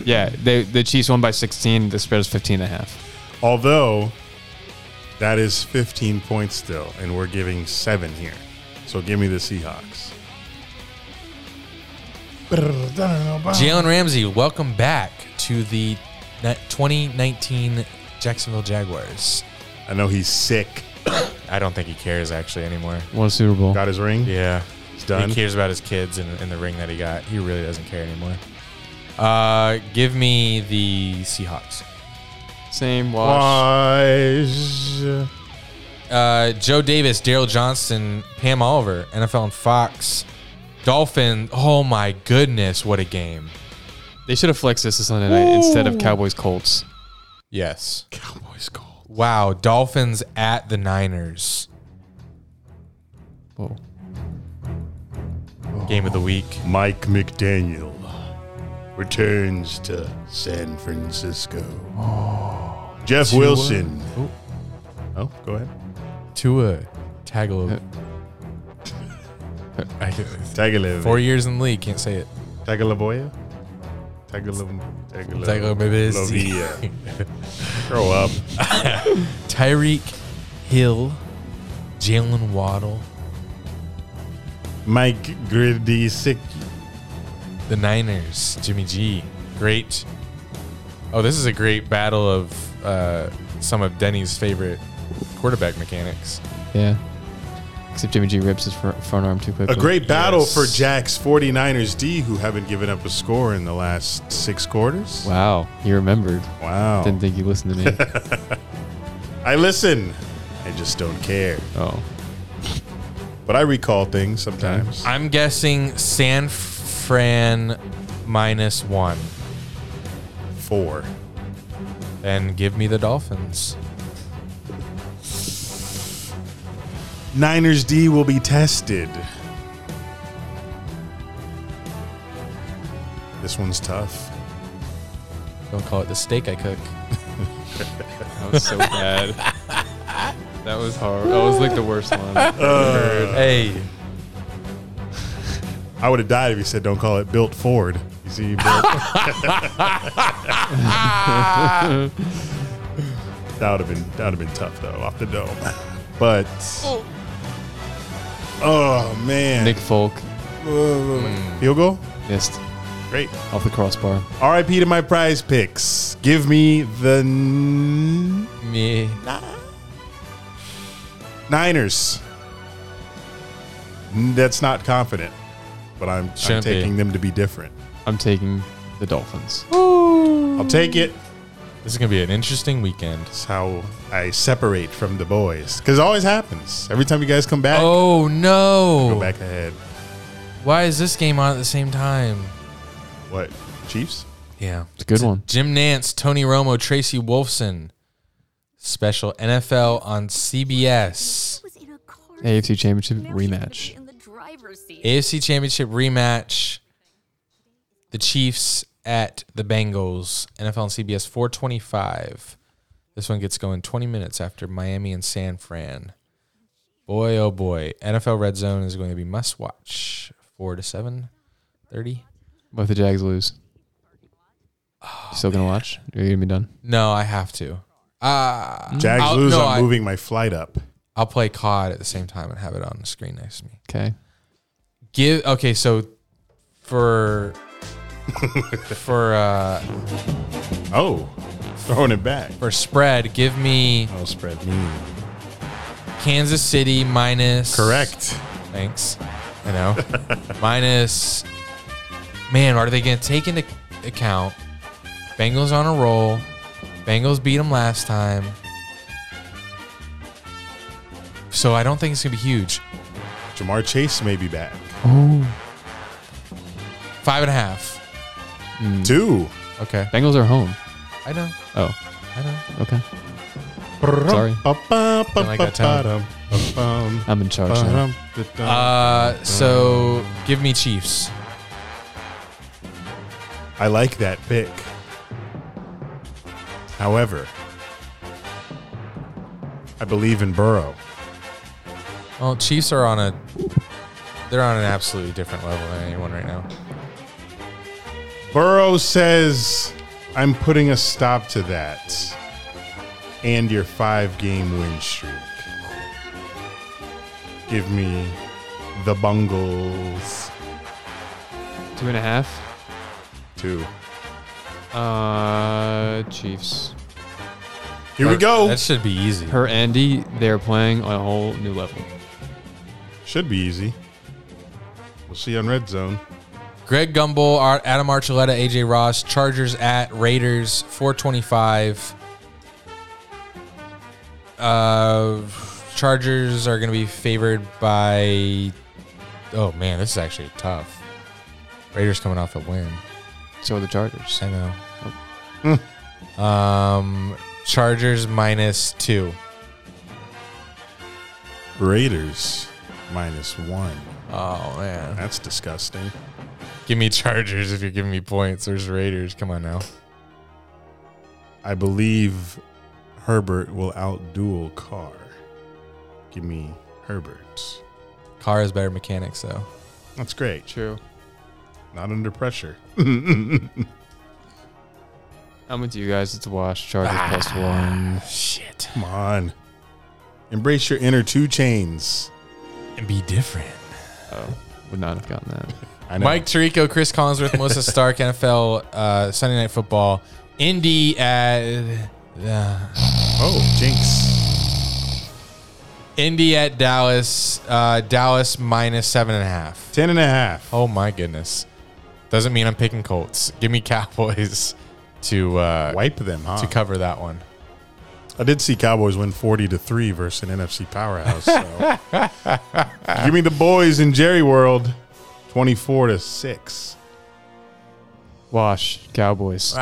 Yeah, they, the Chiefs won by 16. The spread is 15 and a half.
Although that is 15 points still, and we're giving seven here. So give me the Seahawks.
Jalen Ramsey, welcome back to the ni- 2019 Jacksonville Jaguars.
I know he's sick.
I don't think he cares actually anymore.
Won a Super Bowl.
Got his ring.
Yeah.
He's done.
He cares about his kids and, and the ring that he got. He really doesn't care anymore. Uh, give me the Seahawks.
Same wash.
Wise.
Uh, Joe Davis, Daryl Johnson, Pam Oliver, NFL and Fox, Dolphin. Oh my goodness, what a game!
They should have flexed this to Sunday night instead of Cowboys Colts.
Yes.
Cowboys gold.
Wow. Dolphins at the Niners.
Whoa.
Game of the week.
Mike McDaniel returns to San Francisco. Jeff Wilson. Oh, go ahead.
Tua Tagovailoa. [laughs] I can't-
Tagaliv.
Four years in the league. Can't say it.
Tagalaboya? Tagalab- Tagalab-
Tagovailoa.
Lovia. Grow up.
Tyreek Hill, Jalen Waddle.
Mike Grady Sick.
the Niners, Jimmy G. Great. Oh, this is a great battle of uh, some of Denny's favorite quarterback mechanics.
Yeah. Except Jimmy G rips his fr- front arm too quickly.
A great battle
Yes.
for Jack's 49ers D, who haven't given up a score in the last six quarters.
Wow. He remembered.
Wow.
Didn't think you listened to me.
I listen. I just don't care.
oh.
But I recall things sometimes.
I'm guessing San Fran minus one.
Four.
And give me the Dolphins.
Niners D will be tested. This one's tough.
Don't call it the steak I cook.
That was so bad. that was hard. That was like the worst one.
hey,
I would have died if you said don't call it built Ford. You see, built. [laughs] that would have been that would have been tough though, off the dome. But oh, man,
[laughs] Nick Folk
field goal,
missed
great.
off the crossbar.
R.I.P. to my prize picks. Give me the n-
me.
Niners. That's not confident, but I'm, I'm
Shouldn't be.
taking them to be different.
I'm taking the Dolphins.
I'll take it.
This is gonna be an interesting weekend.
It's how I separate from the boys because it always happens. Every time you guys come back,
Oh
go
no!
back ahead.
Why is this game on at the same time?
What Chiefs?
Yeah,
It's a good one.
Jim Nance, Tony Romo, Tracy Wolfson. Special NFL on CBS.
was in a car.
AFC Championship
Now she's gonna
rematch.
be in the driver's seat.
AFC Championship rematch. The Chiefs at the Bengals. NFL on CBS 425. This one gets going 20 minutes after Miami and San Fran. Boy, oh boy. NFL Red Zone is going to be must watch. 4 to 7 30.
What if the Jags lose? You Still gonna watch? You're gonna be done.
No, I have to. Uh,
Jags
I'll-
lose.
no,
I'm
I-
moving my flight up.
I'll play COD at the same time and have it on the screen next to me.
Okay.
give okay so [laughs] for for uh
Oh, throwing it back.
for spread give me
Oh, spread me.
kansas city minus
Correct.
thanks i know minus man are they gonna take into account bengals on a roll bengals beat them last time so i don't think it's gonna be huge
Jamar Chase may be back.
five and a half
Two.
okay
Bengals are home.
i know
Oh,
i know
okay. Sorry.
like that tone.
I'm in charge now.
uh so give me chiefs
I like that pick. However, I believe in Burrow.
Well, Chiefs are on a they're on an absolutely different level than anyone right now.
Burrow says, I'm putting a stop to that and your five game win streak. Give me the Bungles.
Two and a half.
Two.
Uh, Chiefs.
Here we
That-
go.
That should be easy.
Per Andy, they're playing on a whole new level.
Should be easy. We'll see you on Red Zone.
Greg Gumbel, Ar- Adam Archuleta, AJ Ross, Chargers at Raiders, 425. Uh, Chargers are going to be favored by. Oh, man, this is actually tough. Raiders coming off a win.
So are the Chargers.
I know.
Hmm.
Um, Chargers minus two.
Raiders minus one.
Oh, man.
That's disgusting.
Give me Chargers if you're giving me points. There's Raiders. Come on now.
I believe Herbert will outduel Carr. Give me Herbert.
Car has better mechanics though.
That's great.
True.
Not under pressure.
I'm with you guys. It's a wash. Chargers plus one.
Shit.
Come on. Embrace your inner two chains.
And be different.
Would not have gotten that.
I know.
Mike Tirico, Chris Collinsworth, [laughs] Melissa Stark, NFL uh, Sunday Night Football, Indy at uh,
Oh, Jinx.
Indy at Dallas, uh, Dallas minus seven and a half.
Ten and a half.
Oh my goodness! Doesn't mean I'm picking Colts. Give me [laughs] Cowboys to uh,
Wipe them, huh?
to cover that one.
I did see Cowboys win 40 to 3 versus an NFC powerhouse. So.
[laughs]
Give me the boys in Jerry World 24 to 6
Wash. Cowboys.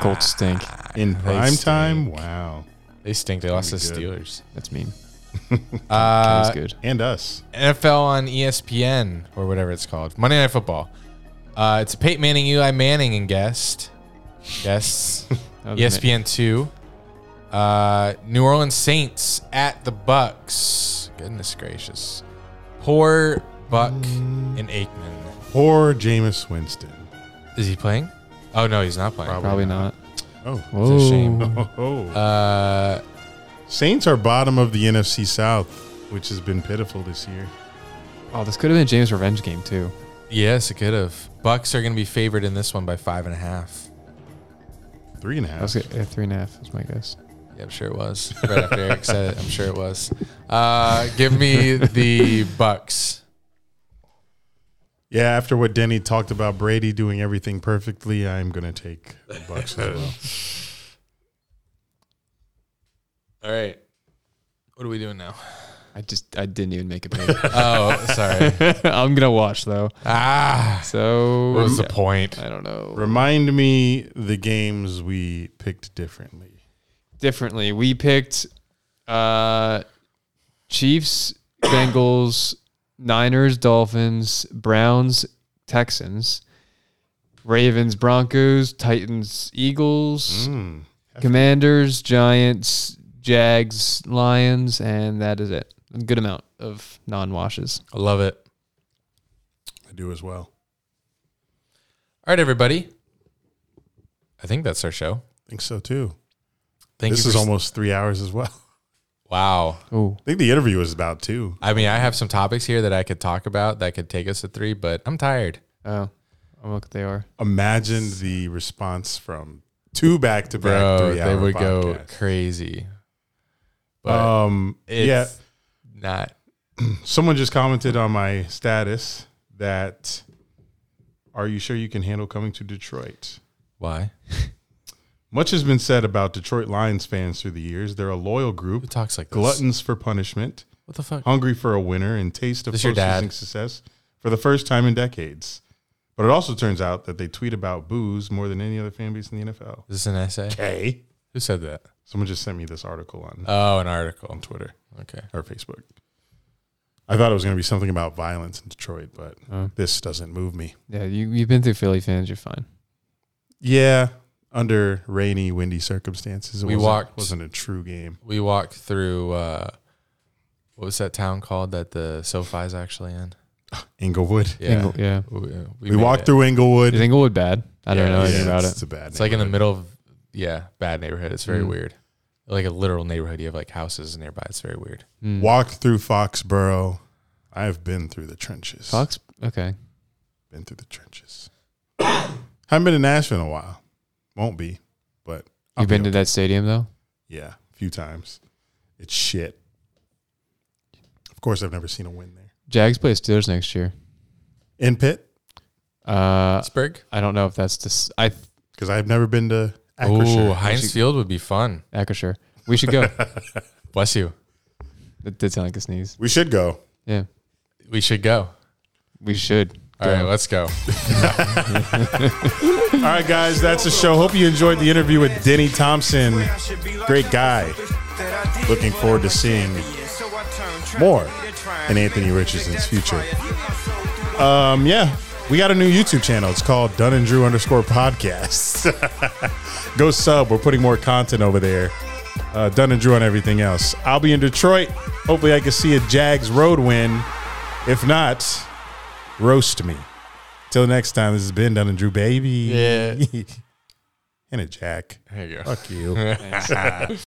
Colts stink.
in prime
stink.
time. Wow.
They stink. They lost to the
Pretty good.
Steelers.
That's [laughs] mean. Uh, that was good.
And us.
NFL on E ESPN or whatever it's called. Monday Night Football. Uh, it's Peyton Manning, Eli Manning, and guest. [laughs] Guests. E
That was amazing.
ESPN two. Uh, New Orleans Saints at the Bucks. Goodness gracious. Poor Buck and Aikman.
Poor Jameis Winston.
Is he playing? Oh no, he's not playing.
Probably not.
Oh. [laughs]
Whoa.
shame.
Oh.
Uh,
Saints are bottom of the NFC South, which has been pitiful this year.
Oh, this could have been a James revenge game too.
yes, it could have. Bucks are going to be favored in this one by five and a half.
Three and a half.
That was good. Yeah, three and a half. That's my guess.
Yeah, I'm sure it was. Right after Eric said it, I'm sure it was. Uh, give me the Bucks.
Yeah, after what Denny talked about Brady doing everything perfectly, I'm gonna take the Bucks
[laughs]
as well.
All right. What are we doing now?
I just I didn't even make a pick.
Oh, [laughs] sorry.
[laughs] I'm gonna watch though.
Ah,
So
what was
yeah,
the point?
I don't know.
Remind me the games we picked differently.
differently. We picked uh, Chiefs, Bengals, Niners, Dolphins, Browns, Texans, Ravens, Broncos, Titans, Eagles,
Mm.
Hmm.
Commanders, Giants, Jags, Lions, and that is it. A good amount of non washes.
I love it.
I do as well.
All right, everybody. I think that's our show.
I think so too.
Thank
this
you.
is
for-
almost three hours as well. [laughs]
wow.
Oh,
I think the interview was about two.
I mean, I have some topics here that I could talk about that could take us to three, but I'm tired.
oh, oh, look, they are.
Imagine the response from two back to back
Bro,
three hour
they would go
podcasts.
crazy. But
Um,
it's
yeah,
not.
someone just commented on my status that are you sure you can handle coming to Detroit?
Why?
Much has been said about Detroit Lions fans through the years. They're a loyal
Who
group,
talks like this?
gluttons for punishment,
What the fuck?
hungry for a winner, and taste of
This your dad?
postseason success for the first time in decades. But it also turns out that they tweet about booze more than any other fan base in the NFL.
Is this an essay?
Hey,
Who said that?
someone just sent me this article on
Oh, an article.
on Twitter
Okay.
or Facebook. I thought it was going to be something about violence in Detroit, but
Oh.
this doesn't move me.
Yeah, you, you've been through Philly fans. You're fine.
Yeah, under rainy, windy circumstances, it
We
wasn't,
walked-
wasn't a true game.
We walked through uh, what was that town called that the SoFi's actually in?
Inglewood.
Yeah.
Engel- yeah.
We, uh,
Oh, We,
made
walked
it.
through Inglewood.
You think it would bad? I don't
Yeah,
know
yeah,
anything about
it's,
it.
a bad.
It's like in the
neighborhood.
middle of yeah, bad neighborhood. It's very
Mm.
weird. Like a literal neighborhood. You have like houses nearby. It's very weird.
Mm.
Walked through Foxborough. I've been through the trenches.
Fox? Okay.
Been through the trenches. [coughs] Haven't been to Nashville in a while. Won't be, but I'll
You've been
be
to that stadium though?
Yeah, a few times. It's shit. Of course, I've never seen a win there.
Jags play Steelers next year.
In Pitt,
Uh,
Pittsburgh.
I don't know if that's this. I th-
because I've never been to
Ooh,
Acrisure.
Heinz Field would be fun.
Akershire. We should go.
Bless you.
that did sound like a sneeze.
We should go.
Yeah,
We should go.
we should.
All right, let's go.
All right, guys, that's the show. Hope you enjoyed the interview with Denny Thompson.
Great guy. Looking forward to seeing more in Anthony Richardson's future. Uh,
Um, yeah, we got a new YouTube channel. It's called Dunn and Drew underscore podcast. [laughs] Go sub. We're putting more content over there. Uh, Dunn and Drew on everything else. I'll be in Detroit. Hopefully, I can see a Jags road win. If not, roast me. Till next time, this has been Dunn and Drew, baby.
Yeah.
[laughs] and a Jack.
There you go. [laughs]
Fuck you.